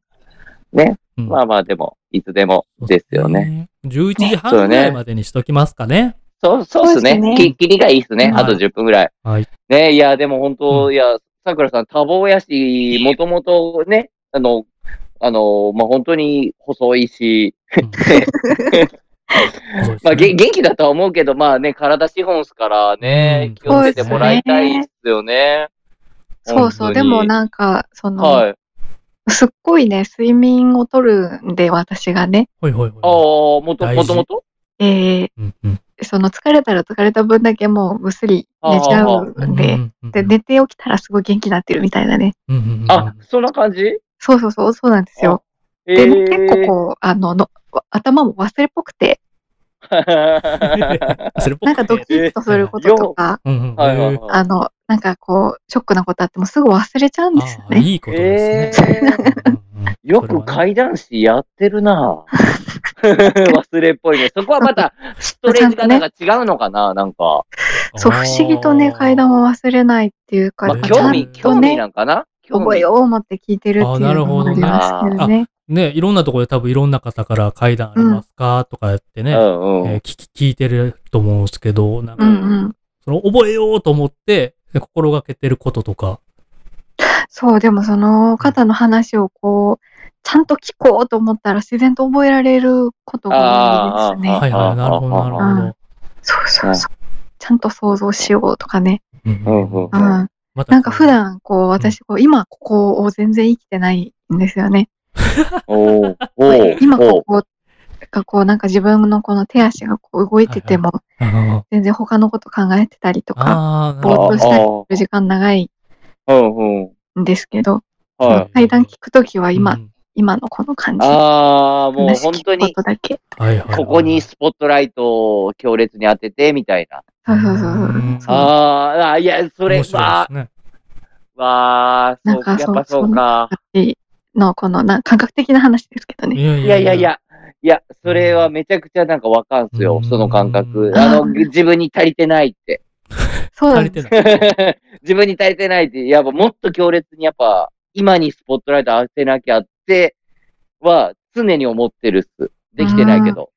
S1: うん
S2: まあまあ、でも、いつでもですよね。。
S1: 11時半ぐらいまでにしときますかね。
S2: そう、そうっすね
S3: そうっ。すね
S2: き、きりがいいっすね。
S1: はい
S2: あと10分ぐらい。
S1: はい。
S2: ね、いや、でも本当、
S1: う
S2: いや、さくらさん多忙やし、もともとね、あの、あの、まあ、本当に細いし、
S1: うん
S2: まあ、げ、元気だとは思うけど、まあね、体資本っすからね
S1: う、ん
S2: 気をつけてもらいたいっすよね。
S3: そうそう、
S2: 本当
S3: で
S2: に
S3: もなんか、その、
S2: はい。
S3: すっごいね、睡眠をとるんで、私がね。
S1: ほいほいほい
S2: ああ、もと、
S1: 大事
S2: もともと
S3: えー
S1: うんうん
S3: その疲れたら疲れた分だけもうぐっすり寝ちゃ
S1: う
S3: うん
S1: うんう
S3: んで、
S1: んうん。
S3: で、寝て起きたらすごい元気になってるみたいなね。
S1: うんうんうん、
S2: あ、そんな感じ
S3: そうそうそう、そうなんですよ。
S2: え
S3: で、
S2: ー
S3: 結構こう、あの、の頭も忘れっぽくて、
S1: それ僕
S3: なんかドキッとすることとか、
S1: うんうん
S2: はいはいはい
S3: あの、なんかこう、ショックなことあってもすぐ忘れちゃうんですよ
S1: あ
S3: ね。
S1: いいことですね。
S2: えー よく
S1: い
S2: 怪談師やってるな ぁ忘れっぽいね。そこはまた、ストレージがなんか違うのか ななんか。
S3: そう、不思議とね、階段は忘れないっていうか、
S2: まあ、
S1: れ
S3: ちゃ
S2: 興
S3: ん
S2: 味、
S3: と
S2: 興味
S3: ね、
S2: なんかな興味
S3: 覚えよう思って聞いてるっていうのもありますけどね。
S1: ね、いろんなところで多分いろんな方から階段ありますか、とかやって
S2: う
S1: ね、
S2: んう
S1: えー
S2: ん。
S1: 聞き聞いてると思うんですけど、なん
S3: う
S1: か
S3: んうん。
S1: その覚えようと思ってで心がけてることとか。
S3: そう、でもその方の話をこう、ちゃんと聞こうと思ったら自然と覚えられることが多いです
S2: あーあー
S1: は
S2: あー
S3: ね。
S1: いはい、なるほど、なるほど。
S3: そうそうそう。ちゃんと想像しようとかね。
S2: うんうん
S3: う。
S2: うんん
S1: また
S3: なんか普段、こう、私、こう、今ここを全然生きてないんですよね。
S2: おーおー
S3: 今
S2: お
S3: ここがこう、なんか自分のこの手足がこう動いてても、
S1: あ
S3: 全然他のこと考えてたりとか、
S1: あー、
S2: ー
S1: なるほ
S3: ぼーっとしたり
S2: あー
S3: 時間長い
S2: うんうん。
S3: んですけど、
S2: はい。
S3: 階段聞くときは
S1: ど
S3: 今、
S1: うん
S3: 今のこの感じ。
S2: ああ、もう
S3: 話
S2: 本
S3: 聞
S2: 当
S3: くこ
S2: に、
S3: とだけ。
S1: はいはいはい
S2: ここにスポットライトを強烈に当てて、みたいな。
S3: そうそうそうそう。
S1: ん
S2: ああ、いや、それ
S1: 面白い
S2: は
S1: で、すね。
S2: わあ、そう、や
S3: なんか
S2: っぱ
S3: そ
S2: そ
S3: う
S2: うか。
S3: 私のこのな感覚的な話ですけどね。
S1: いや
S2: いやいやい。や、いや、それはめちゃくちゃなんかわかんす
S1: う
S2: よ
S1: ん、
S2: その感覚。
S3: ん
S2: あの、自分に足りてないって。
S3: そうな
S1: 足
S3: ん
S1: り
S3: で
S1: て
S3: す。
S1: ない。
S2: 自分に足りてないって、やっぱもっと強烈にやっぱ、今にスポットライト当てなきゃって、は、常に思ってるっす。できてないけど。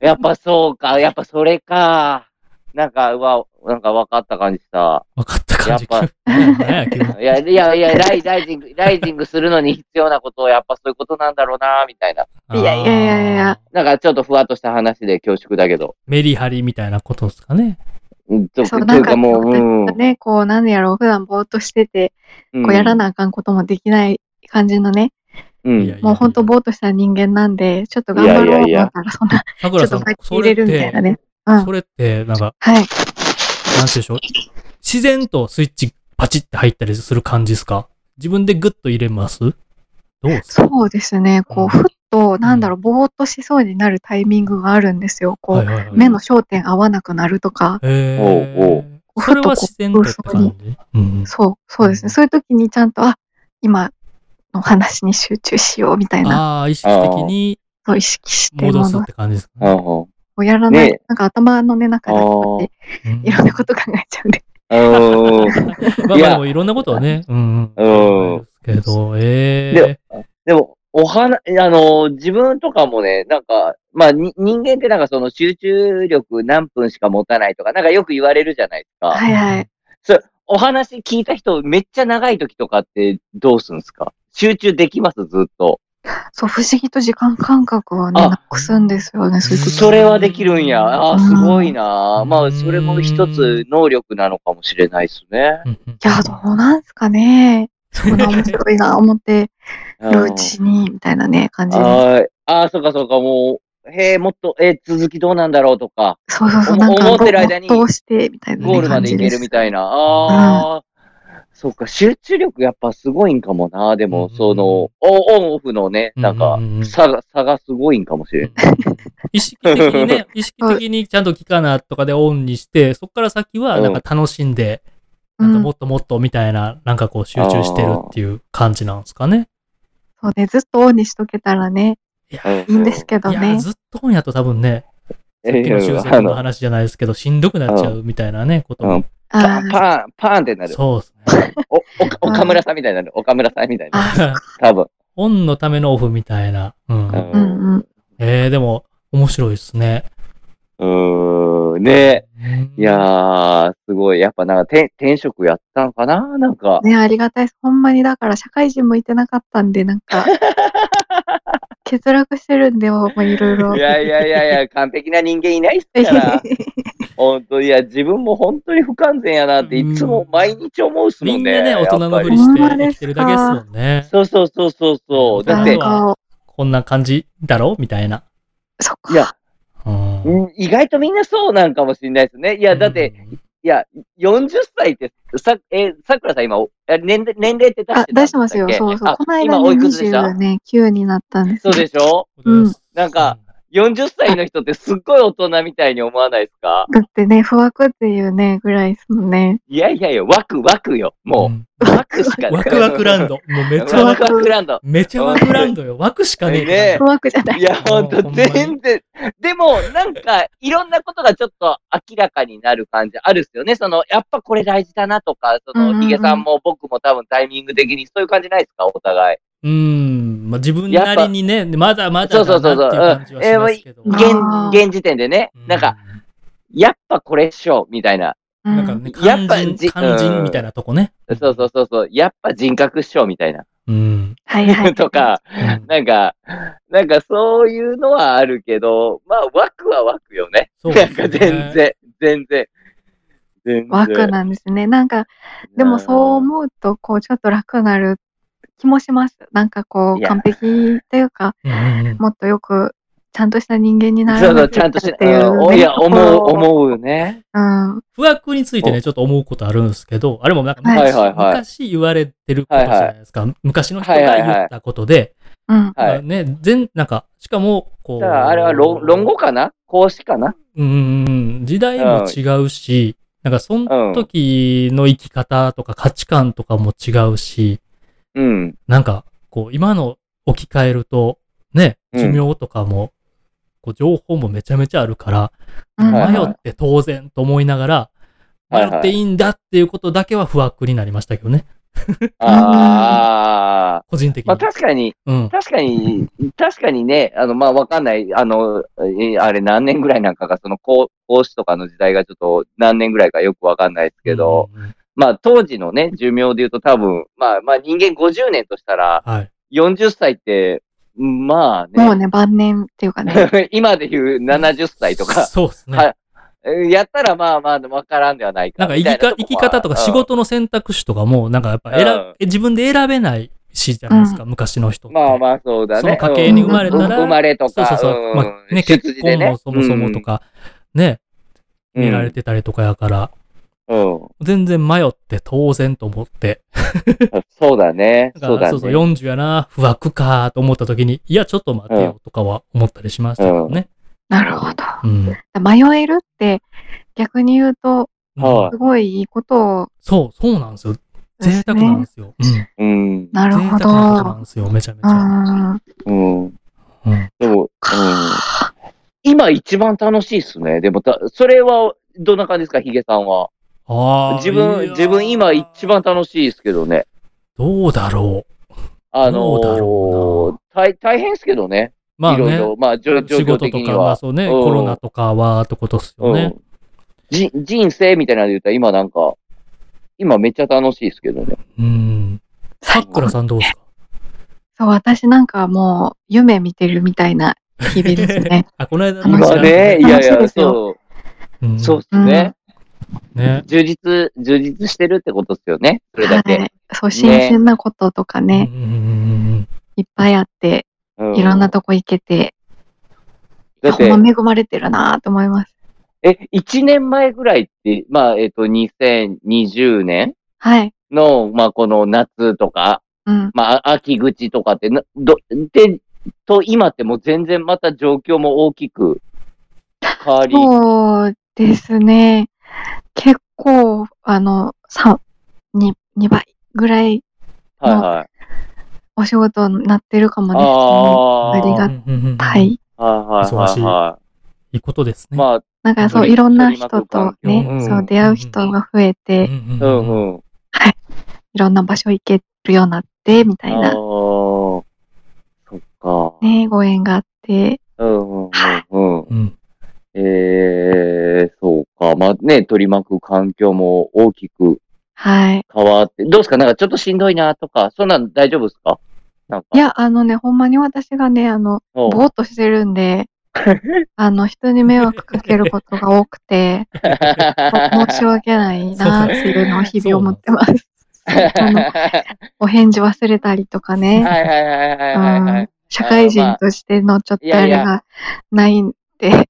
S2: やっぱそうか、やっぱそれか。なんか、うわ、なんか分かった感じした。
S1: 分かった感じ。
S2: やっ
S1: なんや 急に
S2: いや、いや、いや、ライライジング、ライジングするのに必要なことをやっぱそういうことなんだろうな、みたいな。
S3: いやいやいやいや
S1: あー
S2: なんかちょっとふわっとした話で恐縮だけど。
S1: メリハリみたいなことですかね。
S2: うん、と
S3: そう、
S2: と
S3: ないん
S2: うか
S3: か
S2: もう、うん。
S3: ね、こう、なんでやろう、普段ぼーっとしてて、
S2: う
S3: こ
S2: ん
S3: うやらなあかんこともできない感じのね、
S2: うん
S1: いやいや
S3: もうほんとぼーっとした人間なんで、ちょっと頑張
S2: いや
S3: ろう
S2: いやい
S3: と思
S2: や
S3: ったら、そんな、
S1: さ
S3: ち
S1: く
S3: ょ
S1: ら
S3: っ
S1: さ
S3: と
S1: ん
S3: 巻、き
S1: そ
S3: 入
S1: れ
S3: れ
S1: って
S3: るみたいな、ね。うん
S1: そ。れって、なんか、
S3: はい。
S1: なんていうんでしょう。自然とスイッチパチって入ったりする感じですか自分でグッと入れますどうですか
S3: そうですね、こう、ふっと、なんだろう、ぼーっとしそうになるタイミングがあるんですよ。こ、
S1: はいうはいはい。
S3: 目の焦点合わなくなるとか、
S1: へー
S2: おうおう
S1: それは自然とって感じうん。
S3: そう、そうですね。そういう時にちゃんと、あ、今の話に集中しようみたいな、
S1: ああ、意識的に
S3: そう意識して
S1: 戻
S3: も
S1: す
S3: の
S1: って感じですか
S2: う
S1: ね。
S2: んうん
S3: をやらない、
S2: ね
S3: なんか頭のね、中でこうやって
S1: うん
S3: いろんなこと考えちゃうんで。
S2: うん
S1: まあ
S2: い
S1: まあ
S2: や
S1: でもいろんなことはね。うん
S2: うん
S1: うん。けど、ええ
S2: で。でも、お花、あの、自分とかもね、なんか、まあ、に人間ってなんかその集中力何分しか持たないとか、なんかよく言われるじゃないですか。
S3: はいはい。
S2: お話聞いた人、めっちゃ長い時とかってどうすんすか集中できますずっと。
S3: そう、不思議と時間感覚をね、
S2: あ
S3: なくすんですよね、そういう時
S2: それはできるんや。ああ、すごいな
S1: う
S2: あ。
S1: ん
S2: まあ、それも一つ能力なのかもしれないですね。
S1: うんうん
S3: いや、どうなんすかね。そんな面白いな、思ってるう ちに、みたいなね、感じで。
S2: ああー、そうかそうか、もう、へえ、もっと、えー、続きどうなんだろうとか、
S3: そうそうそう、
S2: 思
S3: なんか、
S2: 思ってる
S3: 没
S2: 間に
S3: 頭して、みたいな
S2: ゴー
S3: ね
S2: ルま
S3: 感
S2: で
S3: じ
S2: いけ
S3: で
S2: る
S3: す
S2: み。たいな。ああ、そうか、集中力やっぱすごいんかもな。で
S1: う
S2: も
S1: ん、
S2: その、オンオンオフのね、なんか
S1: う、うう
S2: 差が、差がすごいんかもしれない。
S1: 意識的に ね、意識的にちゃんと聞かなとかでオンにして、そこから先はなんか楽しんで、
S3: う
S1: なんか
S3: ん
S1: もっともっとみたいな、なんかこう集中してるっていう感じなんですかね。
S3: そうね、ずっとオンにしとけたらね、
S1: いや
S2: う、
S3: いいんですけど
S1: いや
S3: ね。
S1: ずっとオンやと多分ね、
S2: え
S1: さっきの修
S2: ー
S1: 正君の
S2: の、
S1: 話じゃないですけど、しんどくなっちゃうみたいなね、こと
S2: う
S1: も
S2: ん。
S3: あ
S2: パン、
S3: ー
S2: パン、パンってなる。
S1: そうですね。
S2: お、お、岡村さんみたいになる。岡村さんみたいになる。
S3: あ、
S2: 多分。
S1: オンのためのオフみたいな。うん。
S3: う
S2: うん
S3: うん。
S1: えー、でも、面白いですね。
S2: ーん、ね
S1: うん
S2: いやー、すごい。やっぱなんか、転転職やったんかななんか。
S3: ね、ありがたいです。ほんまにだから社会人向いてなかったんで、な んか、欠落してるんで、もういろいろ。
S2: い やいやいやいや、完璧な人間いないっすから。本当いや、自分も本当に不完全やなって、いつも毎日思うっすも
S1: み
S2: ん
S1: ん
S2: ね。
S1: なね、大人のふり
S2: やっ
S1: して
S3: ほんま
S1: 生
S3: で
S1: き
S3: すか
S1: てるだけですもん
S2: ぱ
S1: ね
S2: り。そうそうそうそうそう。だっ
S3: な
S2: て
S3: ん、か、
S1: こんな感じだろみたいな。
S3: そっ
S2: いや
S3: か。、
S1: うん
S2: うん意外とみんなそうなんかもしれないですね。いや、だって、、いや、40歳って、さ、えー、さくらさん今、おえ年齢年齢って出してた
S3: あ
S2: ん、
S3: 出して
S2: だっけ
S3: ますよ。そうそう。
S2: あ
S3: この間
S2: 今
S3: ね、
S2: おいくつでした
S3: 29ね、9になったんです
S2: そう
S3: よ。
S2: でしょ
S3: うん
S2: なんか、40歳の人ってすっごい大人みたいに思わないですか
S3: だってね、不惑っていうね、ぐらいですもんね。
S2: いやいやいや、ワクワクよ。
S1: う
S2: も
S1: ん
S2: う、ワクしか
S1: ワクワクラン
S2: ド。
S1: ド。もうめちゃ
S2: ワ
S1: ワ
S2: ク
S1: ク、
S2: ワクランド。
S1: めちゃワクランドよ。ワクしかねえから
S2: ねえ
S3: 不惑じゃない
S2: い。や、ほん
S1: もう
S2: と
S1: ほ、んまに
S2: 全然。でも、なんか、いろんなことがちょっと明らかになる感じあるっすよね。その、やっぱこれ大事だなとか、そ
S3: うんうんう
S2: の、
S3: ん
S2: ヒゲさんも僕も多分タイミング的にそういう感じないですか、お互い。
S1: うん、まあ、自分なりにね、まだまだ
S2: そうそうそうそう
S1: だなっていう感じはしますけど。
S3: ん
S2: 現
S3: えーあ、ー
S2: 現時点でね
S1: う、
S2: なんか、、やっぱこれっしょ、みたいな。
S3: う
S1: なんか
S3: ん
S1: ね、
S2: やっぱ
S1: 肝心、
S2: じ
S1: 肝
S2: う
S1: 心
S2: ん
S1: みたいなとこね。
S2: そうそうそうそう、やっぱ人格っしょ、みたいな。
S1: うん。
S3: はいは い。
S2: とか、
S1: うん
S2: なんか、なんかそういうのはあるけど、まあ、ワクはワクよね。
S1: そうで
S2: なん
S1: す
S2: か
S1: ね
S2: 全然、全然。全然
S3: ワクなんですね。なんか、でもそう思うと、こう、ちょっと楽になる気もします。なんかこ、
S2: いうや
S3: 完璧というか、
S1: うんうん
S3: もっとよく、ちゃんとした人間にな
S2: そ
S3: ら
S2: うそ
S3: な
S2: う、
S3: き
S2: ちゃ
S3: ゃ
S2: んとし、
S3: ってていう
S2: うん、
S3: ね。
S2: いや、思
S3: と
S2: う、
S3: ころを
S2: 思うよね。
S3: うん。
S1: 不惑についてね、ちょっと思うことあるんですけど、あれもなんか昔,、
S2: はいはいはい
S1: 昔言われてることじゃないですか。昔の人が
S2: はいはいはい
S1: 言ったことで、
S3: う
S2: は
S3: ん。
S2: い。
S1: なんかね、全、なんか、しかも、こ
S2: だ
S1: う。
S2: からあれは論論語かな孔子かな
S1: うん、時代も違うし、なんかその時の生き方とか価値観とかも違うし、
S2: うん。
S1: なんか、こう、今の置き換えると、ね、
S2: うん
S1: 寿命とかも、こう、情報もめちゃめちゃあるから、
S3: うん
S2: はい
S1: 迷って当然と思いながら、
S2: はい
S1: 迷
S2: はい
S1: っていいんだっていうことだけは不惑になりましたけどね、
S2: ああ。
S1: 個人的に
S2: まあ。確かに、
S1: うん。
S2: 確かに、確かにね、あの、まあわかんない、あの、えあれ何年ぐらいなんかが、その孔孔子とかの時代がちょっと何年ぐらいかよくわかんないですけど、
S1: うんうんうん、
S2: まあ当時のね、寿命で言うと多分、まあまあ人間50年としたら、
S1: はい。
S2: 40歳って、まあ
S3: もう
S2: ね、
S3: ね、晩年っていうかね。
S2: 今で言う70歳とか、
S1: そうですね。
S2: はいえやったらまあまあわからんではない
S1: な
S2: か
S1: んか生
S2: みた
S1: き
S2: いな
S1: か
S2: と
S1: 生
S2: こは
S1: き方とか仕事の選択肢とかも、なんかやっぱ選、
S2: うん
S1: 自分で選べないしじゃないですか、昔の人っ
S2: うん
S1: て。
S2: まあまあそうだね。
S1: その家系に
S3: 生まれたら
S2: うん生まれと
S1: そう
S2: か、
S1: そうそう。
S2: ん
S1: まあね、
S2: 出自
S1: 結
S2: で
S1: 婚も
S2: ね
S1: そもそもとか、ね、
S2: うん
S1: 見られてたりとかやから、
S2: うん
S1: 全然迷って当然と思って。
S2: そうだね。
S1: だから
S2: そうだね。
S1: そうそう、40やな、不惑かと思った時に、いや、ちょっと待てよとかは思ったりしましたけどね。
S3: なるほど。
S1: うん。
S3: 迷えるって、逆に言うと、
S2: は
S3: すごいいいことを、
S1: そう、そうなんですよ。贅沢なんですよ。うん。贅
S2: うん。
S3: なる
S1: 沢
S3: ほど。
S1: なことなんですよ、めちゃめちゃ。
S3: う
S2: うん。
S3: ん。
S1: うん。
S2: でも、うん。今一番楽しいっすね。でもた、それは、どんな感じですか、ヒゲさんは。
S1: ああ。
S2: 自
S1: い
S2: 分、
S1: やー
S2: 自分今一番楽しいっすけどね。
S1: どうだろう。
S2: あの
S1: どうだ
S2: ー
S1: ろ
S2: 大、大変っすけどね。
S1: まあ
S2: いろい
S1: ね、
S2: ろ、まあ、状状
S1: 仕
S2: 況
S1: 事
S2: 的
S1: と
S2: に
S1: か、まあ
S2: は。
S1: そうね、
S2: うん
S1: コロナとかはってことですよね。
S2: うんじ人生みたいなので言ったら、今なんか、今めっちゃ楽しいっすけどね。
S1: うん。さくらさんどうですか
S3: そう、私なんかはもう、夢見てるみたいな日々で すね。
S1: あ、この間の
S2: 今ね、いやい
S3: 楽しい
S2: や、
S3: ですよ
S2: そう。
S1: うん
S2: そうっすね。
S1: ね。
S2: 充実、充実してるってことっすよね。それだけ。
S3: はい。そう、新鮮なこととかね、
S1: うんうんうん
S3: いっぱいあって、
S2: う
S3: いろんなとこ行けて、
S2: だっ
S3: ほん
S2: て、
S3: ま恵まれてるなと思います。
S2: え、1年前ぐらいって、まあ、えっ、と、2020年
S3: はい。
S2: の、まあ、この夏とか、
S3: うん。
S2: まあ、あ秋口とかってな、ど、で、と、今ってもう全然また状況も大きく変わり、
S3: そうですね。結構、あの、3、2、2倍ぐらい
S2: はいはい。
S3: お仕事になってるかもですね。
S2: あ
S3: あり
S2: ー
S3: が
S1: うんうんうん。
S3: はい。
S2: はいはいはいはい
S1: いことですね。
S2: まあ、
S3: なんかそう
S2: 取り
S3: いろんな人と
S1: 取り
S3: ね
S1: 巻く環境、うん
S3: そう出会う人が増えて、
S1: うん
S2: う
S1: うんうん
S2: んうん。
S3: いろんな場所行けるようになってみたい
S2: ああ
S3: な、
S2: ー、そっか。
S3: ね、ご縁があって、
S2: うんうんうんうん。
S1: うん。
S2: ええそうか。まあね、取り巻く環境も大きく
S3: はい。
S2: 変わって、どうですかなんかちょっとしんどいなとか、そんなん大丈夫ですかなんか。
S3: い、や、あのね、ほんまに私がね、あの、
S2: うん
S3: ぼーっとしてる んで、あの、人に迷惑かけることが多くて、 申し訳ないなっていうのを日々思ってます。 あのお返事忘れたりとかね、
S2: はいはいはいはいはいは
S3: うん
S2: い。
S3: 社会人としてのちょっとあれがないんで、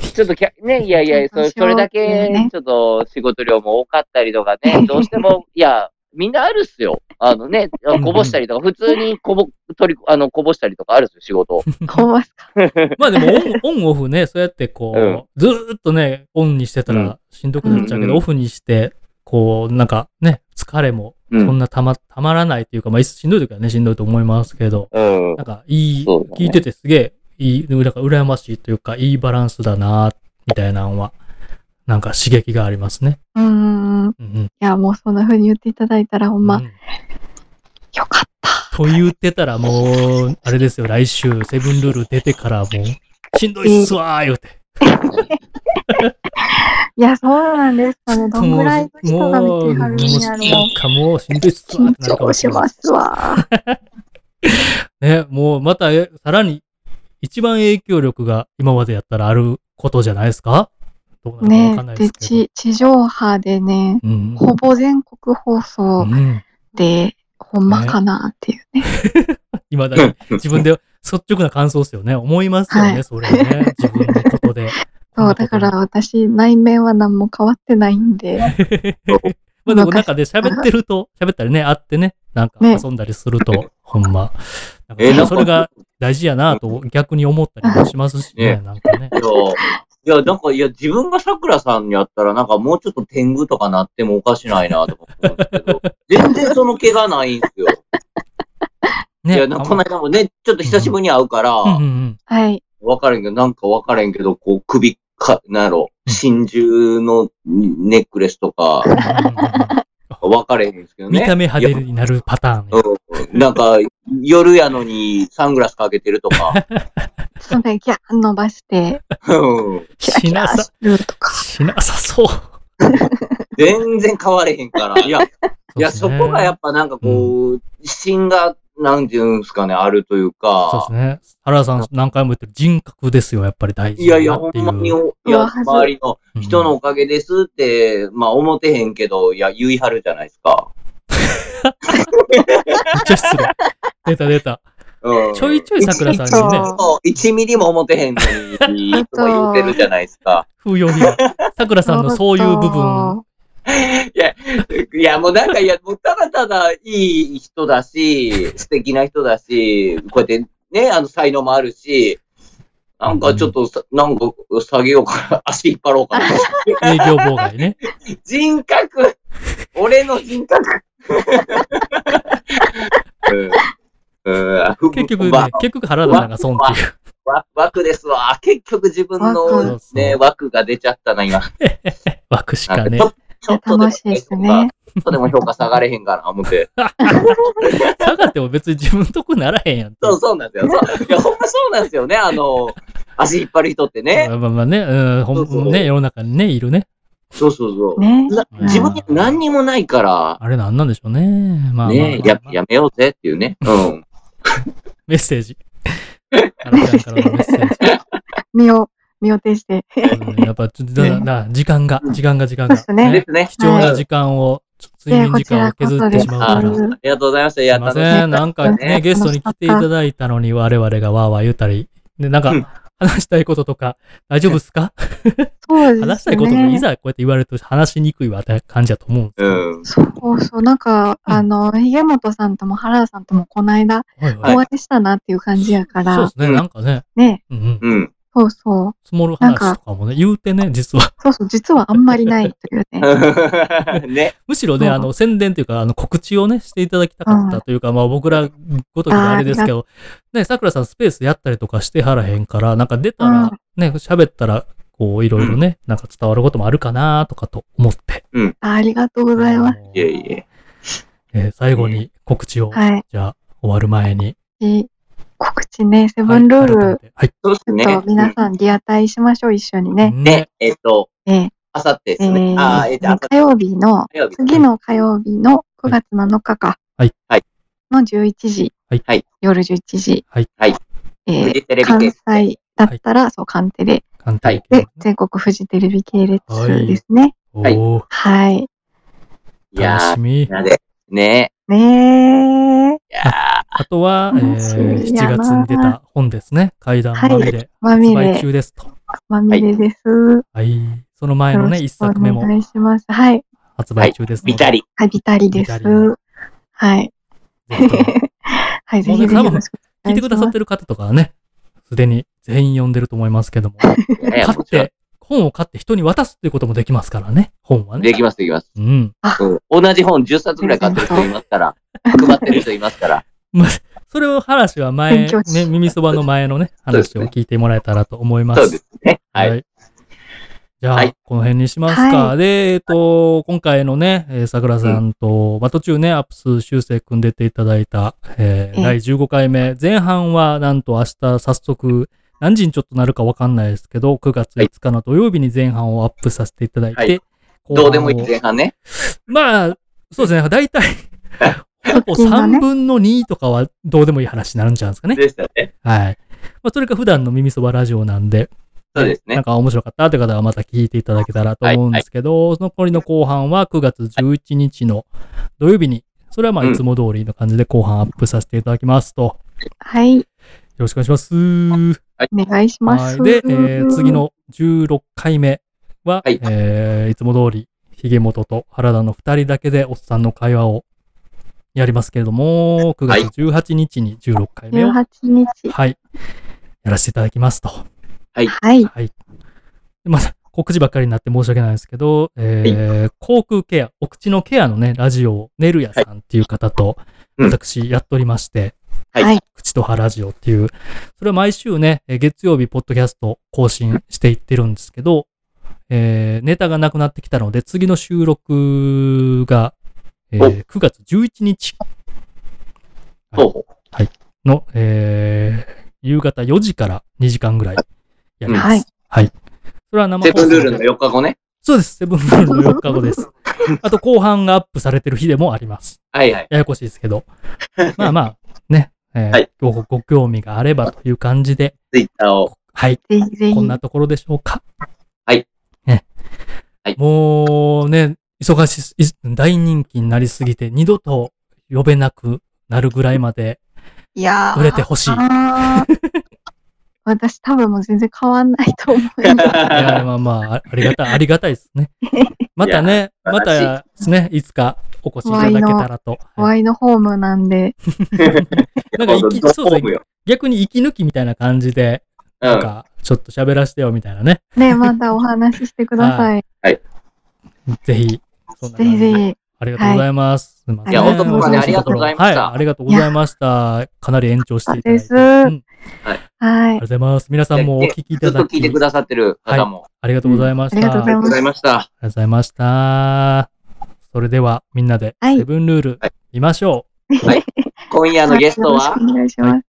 S2: ちょっときゃ、ね、いやいや、そそれだけ、ちょっと仕事量も多かったりとかね、どうしても、いや、みんなあるっすよ。あのね、こぼしたりとか、普通にこぼ、取り、あの、こぼしたりとかあるっすよ、仕 事。
S3: ほんまっすか
S1: まあで もオン、オンオフね、そうやってこう、ずーっとね、オンにしてたらしんどくなっちゃうけ
S2: うんう
S1: ど、
S2: ん
S1: オフにして、こう、なんかね、疲れも
S2: う
S1: そん
S2: ん。
S1: なたま、たまらないというか、まあ、しんどい時はね、しんどいと思いますけど、
S2: うん
S1: な。んか、いい、
S2: そうだね
S1: 聞いててすげえ、いい、なんか、羨ましいというか、いいバランスだな、みたいなのは、なんか刺激がありますね。
S3: うん。
S1: うんうん。
S3: いや、もうそんな風に言っていただいたら、ほんま、
S1: うん
S3: よかった。
S1: と言ってたら、もう、あれですよ、来週、セブンルール出てから、もう、しんどいっすわー、言うて。
S3: いや、そうなんですかね。どんぐらいの人が見てはるんや
S1: もうな
S3: ろ
S1: んかもう、しんどいっすわー
S3: 緊
S1: ってなるかも
S3: 張
S1: し
S3: し
S1: れない
S3: ま。すわ。
S1: ね、もう、また、えさらに、一番影響力が今までやったらあることじゃないですかどうなるかわ
S3: ね
S1: かんないで
S3: で、
S1: すけど。
S3: 地、地上波でね、
S1: うん
S3: ほぼ全国放送
S1: うん
S3: で、ほんまかなっていうね。
S1: 未だに自分で率直な感想ですよね。思いますよね、
S3: はい
S1: それね。自分のことで。
S3: そう、だから私、内面は何も変わってないんで、
S1: まあでもなんかね、喋ってる と、喋ったりね、会ってね、なんか
S3: ね
S1: 遊んだりすると、ほんま。なんか
S2: えなんか
S1: それが大事やなと逆に思ったりもしますしね、
S2: ね
S1: なんかね。
S2: そう。いや、なんか、いや、自分が桜さんにやったら、なんかもうちょっと天狗とかなってもおかしないな、とか思うんですけど、全然その毛がないんですよ。い
S1: ね。
S2: や、なんかこの間もね、ちょっと久しぶりに会うから、
S1: うんうんうん
S3: はい。
S2: わかるんけど、なんかわからんけど、こう、首か、なんやろ、真珠のネックレスとか、わかれへんですけどね。
S1: 見た目派手
S2: いや
S1: になるパターンみたい
S2: うんなんか、夜やのにサングラスかけてるとか。
S3: それギャー伸ばして、
S2: うん
S3: キラキ
S1: な。
S3: ラ
S1: しなさ
S3: す、るとか。
S1: しなさそう。
S2: 全然変われへんから。いや、いや、そこがやっぱなんかこう、芯が、なんていうんですかね、あるという
S1: ぱそう
S2: か
S1: で。すね。原田さん何回も言ってる人格ですよ、やっぱり大事
S2: いやいや、
S1: だな
S2: ほ
S1: っ
S2: ん
S1: ていう。
S2: まに、い
S3: いや
S2: や、周りの
S1: うん
S2: 人のおかげですって、まあ思ってへんけど、いや、言い張るじゃないですか。
S1: めっちゃ失礼。出た出た。
S2: うん
S1: ちょいちょい桜さんにね、
S2: そう、1ミリも思ってへんのに、いつも言うてるじゃないですか。
S1: 風読みが。桜さんのそういう部分。
S2: いや、もうなんか、いや、もうただただいい人だし、素敵な人だし、こうやってね、あの、才能もあるし、なんかちょっとさ、なんか下げようかな、 足引っ張ろうかな。
S1: 営業妨害ね。
S2: 人格俺の人格 うんうんふ
S1: 結局
S2: わ
S1: ね、結局原田さんが損っていう。
S2: わ枠ですわ。結局自分の
S1: 枠
S2: ね、枠が出ちゃったな、今。
S1: 枠し
S2: な
S1: か
S2: んか
S1: ね
S2: ち。ょちょっとでも
S3: 楽しいですね。
S2: ちょっとでも評価下がれへんかな、思って。
S1: 下がっても別に自分のとこならへんやん。
S2: そうそうなんですよ。そういや、ほんまそうなんですよね。あ の、足引っ張る人ってね。
S1: まあまあまあね、うん、ほん
S2: そうそう
S1: ね、世の中にね、いるね。
S2: そうそうそう。
S3: ね。
S2: な自分に何にもないから、
S1: あれなんなんでしょうね。まあまあまあ、
S2: ね、ややめようぜっていうね。うん。
S1: メッセージ。 原ちゃんからのメッセージ。
S3: 身を、身を挺して。
S1: うんやっぱ、ちょっとだ
S2: ね
S1: な時間が、時間が、時間が。
S3: そうですね
S2: ですね。
S1: 貴重な時間を、ちょっと睡眠時間を削ってしまうか
S2: あ
S1: ら。
S2: の
S1: す
S2: ありがとうございました。いや、
S1: いま
S2: 楽し
S1: せん。
S2: い。
S1: なんかね、ゲストに来ていただいたのに、我々がわーわー言ったり、で、なん
S2: うん
S1: か、話したいこととか、大丈夫っすか
S3: そうですね。
S1: 話したいことも、いざこうやって言われると話しにくいわって感じだと思うんですけ
S2: う
S1: ど。
S2: ん。
S3: そうそう。なんか、
S1: うん
S3: あの、ひげもとさんとも原田さんともこの間、
S1: はいはい
S3: お会いしたなっていう感じや
S1: そ
S3: か
S1: うで
S3: ら、
S1: すね、
S2: うん
S1: なんかね、
S3: ね。
S1: うんうん。
S2: うん。
S3: そうそう。
S1: 積もる話とかもね、言うてね、実は。
S3: そうそう。実はあんまりないという ね。
S2: ね。
S1: むしろね、
S3: うん
S1: あの、宣伝というか、あの、告知をね、していただきたかったというか、まあ、僕らごときであれですけど、ね、桜さんスペースやったりとかしてはらへんから、なんか出た
S3: うん
S1: ら、ね、喋ったら、こう、いろいろね、なんか伝わることもあるかなとかと思って。
S3: ありがとうございます。
S2: いえいえ。
S1: えー最後に告知を、
S3: はい。
S1: じゃあ、終わる前に。
S3: で告知ね、セブンルー
S1: はい
S3: ル、。
S1: 改
S2: そうですね
S3: ちょっ。と皆さんリアタイしましょう、一緒に
S1: めてはい。
S3: ね。
S2: ね、えっと、
S3: え
S2: あさってで
S3: え
S2: すね。あーえっと、あさって
S3: 火曜日の、
S2: 火曜日。
S3: 次の火曜日の9月7日か。
S1: はい
S2: はい
S3: の11時。
S1: はい
S2: はい
S3: 夜11時。
S1: はい
S2: はい
S3: え
S2: フ
S3: ー
S2: ジテレビ
S3: 関
S2: 系。
S3: 西だったら、そう、関テレ。
S1: 簡単に
S3: で、全国フジテレビ系列ですね。
S2: はい
S1: おー
S3: はい。
S2: いや
S1: 楽
S2: ー
S1: し、み
S2: みん。なで。ね。
S3: ねえ。
S2: いや
S1: あとは、えー
S3: 楽しみや
S1: 7
S3: な
S1: 月に出た本ですね。階段まみれ。
S3: ま
S1: 発
S3: み
S1: 売
S3: れ、
S1: 中ですと。
S3: まみれです。
S1: はい。その前のね、
S3: よろ
S1: 一
S3: しくお
S1: 作目も
S3: 願いします。はい。
S1: 発売中です
S2: ー、見
S1: の
S2: た
S1: で。
S2: り。
S3: はい、ビタリです
S1: ビタリの。
S3: はい。
S1: ぜひとも
S3: はい、ぜひぜひ
S1: もうね多
S3: よ
S1: 分
S3: ろしくお
S1: 聞い
S3: 願
S1: て
S3: い
S1: く
S3: し
S1: ださっ
S3: ます。
S1: てる方とかはね、すでに全員読んでると思いますけども、買
S2: ねも
S1: っ
S2: ちろん
S1: て、本を買って人に渡すっていうこともできますからね、本は
S2: で
S1: ね。
S2: きます、できます。
S1: うん。
S2: うん同じ本10冊ぐらい買ってる人いますから。配ってる人い ますから。
S1: まあ、それを話は前、
S3: 勉強し
S1: ね、耳そばの前のね、
S2: そうです
S1: 話
S2: ね
S1: を聞いてもらえたらと思いま
S2: そう
S1: す
S2: で。すね。はい。
S1: じゃあ、
S2: はい
S1: この辺にしますか。
S3: は
S1: で、えっと、今回のね、えー桜さんと、まあ、途中ね、アップス修正組んでていただいた、えー
S3: ええ
S1: 第15回目、前半はなんと明日早速、何時にちょっとなるかわかんないですけど、9月
S2: はい
S1: 5日の土曜日に前半をアップさせていただいて、
S2: はい
S1: 後半を
S2: どうでもいい前半ね。
S1: まあ、そうですね、大体、ほぼ
S3: 近がね
S1: 3分の2とかはどうでもいい話になるんじゃないですかね。
S2: でしたね。
S1: はい。まあ、それか普段の耳そばラジオなんで、
S2: そうです
S1: な
S2: ね
S1: ん。か面白かったって方はまた聞いていただけたらと思うんですけど、残りの後半は9月11日の土曜日に、それはまあ
S2: うん
S1: いつも通りの感じで後半アップさせていただきますと。よ
S3: はい、
S1: ろしくお願いします。
S3: お願いしま
S1: は
S3: す。
S1: い。で、えー次。の16回目は、
S2: はい
S1: い、えーいつも通り、ひげもとと原田の2人だけでおっさんの会話をやりますけれども、9
S2: はい
S1: 月18日に16回目を、
S3: 18日。
S1: はい、やらせていただきますと。
S2: はい
S3: はい。
S1: はい。でまた、告知ばっかりになって申し訳ないですけど、えー口腔ケア、お口のケアのね、ラジオを、ねるやさんっていう方と、
S2: うん
S1: 私、やっておりまして、
S2: はい
S3: はい
S1: 口と歯ラジオっていう、それは毎週ね、えー月曜日、ポッドキャスト更新していってるんですけど、えーネタがなくなってきたので、次の収録が、えー9月11日はい
S2: お
S1: の、えー夕方4時から2時間ぐらいやります。
S3: はい。
S1: はい。それは生
S2: セブンルー
S1: で
S2: ルの4日後ね。
S1: そうです。セブンルールの4日後 です。あと、後半がアップされてる日でもあります。
S2: はいはい。
S1: ややこしいですけど。まあまあ、ね。えー
S2: はい
S1: ごご興味があればという感じで、
S2: ツイッターを。
S1: はい。
S3: ぜひぜひ。
S1: こんなところでしょうか。
S2: はい。
S1: ね。
S2: はい
S1: もうね、忙しい、大人気になりすぎて、二度と呼べなくなるぐらいまで
S3: いやー
S1: 売れてほしい。い
S3: あー 私多分もう全然変わんないと思 う。
S1: や、まあまあ、あありがたい、ありがたいですね。またね、
S2: や
S1: またですね、いつかお越しいただけたらと。
S3: ホワイのホームなんで、
S1: なんか 息
S2: ドッ
S1: そう
S2: ホ
S1: そう
S2: ームよ。
S1: 逆に息抜きみたいな感じで、
S2: う
S1: なん
S2: ん。
S1: か、ちょっと喋らせてよみたいなね。
S3: ね、またお話ししてください。
S1: ぜひ、そんな
S3: ぜ
S1: 感
S3: ひ
S1: じで
S3: ぜひ。
S1: ありがとうございます。すいません。
S3: いや本当
S1: お忙し
S3: 僕はね
S1: ところ
S3: あ
S2: と
S3: りが
S2: うございました
S1: はい、ありがとうございました。かなり延長していただいて。
S3: です
S1: うん
S3: は
S1: ありがとう
S3: い。
S1: ございます。皆さんもお聞きい
S2: ず
S1: た
S2: っと
S1: だ
S2: 聞い
S1: き
S2: て、くださってる方も。
S1: ありがとうございました。
S3: ありがとうご
S2: ありがとうございました。
S1: ありがとうございました。それでは、みんなで、
S3: はい
S1: セブンルール
S2: はい、
S1: 見ましょ
S2: 今夜のゲストは、
S3: よろしくお願いします。
S1: う。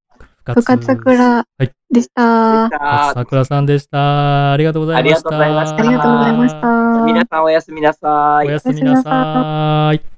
S1: 深
S3: 部活桜
S1: はい
S3: でした。あ
S1: 深津
S2: あ
S1: 桜さんでした。ありがとうございました。
S2: ありがとうございました
S3: りがとうございました。
S2: 皆さんおやすみなさい
S1: お。やすみなさい。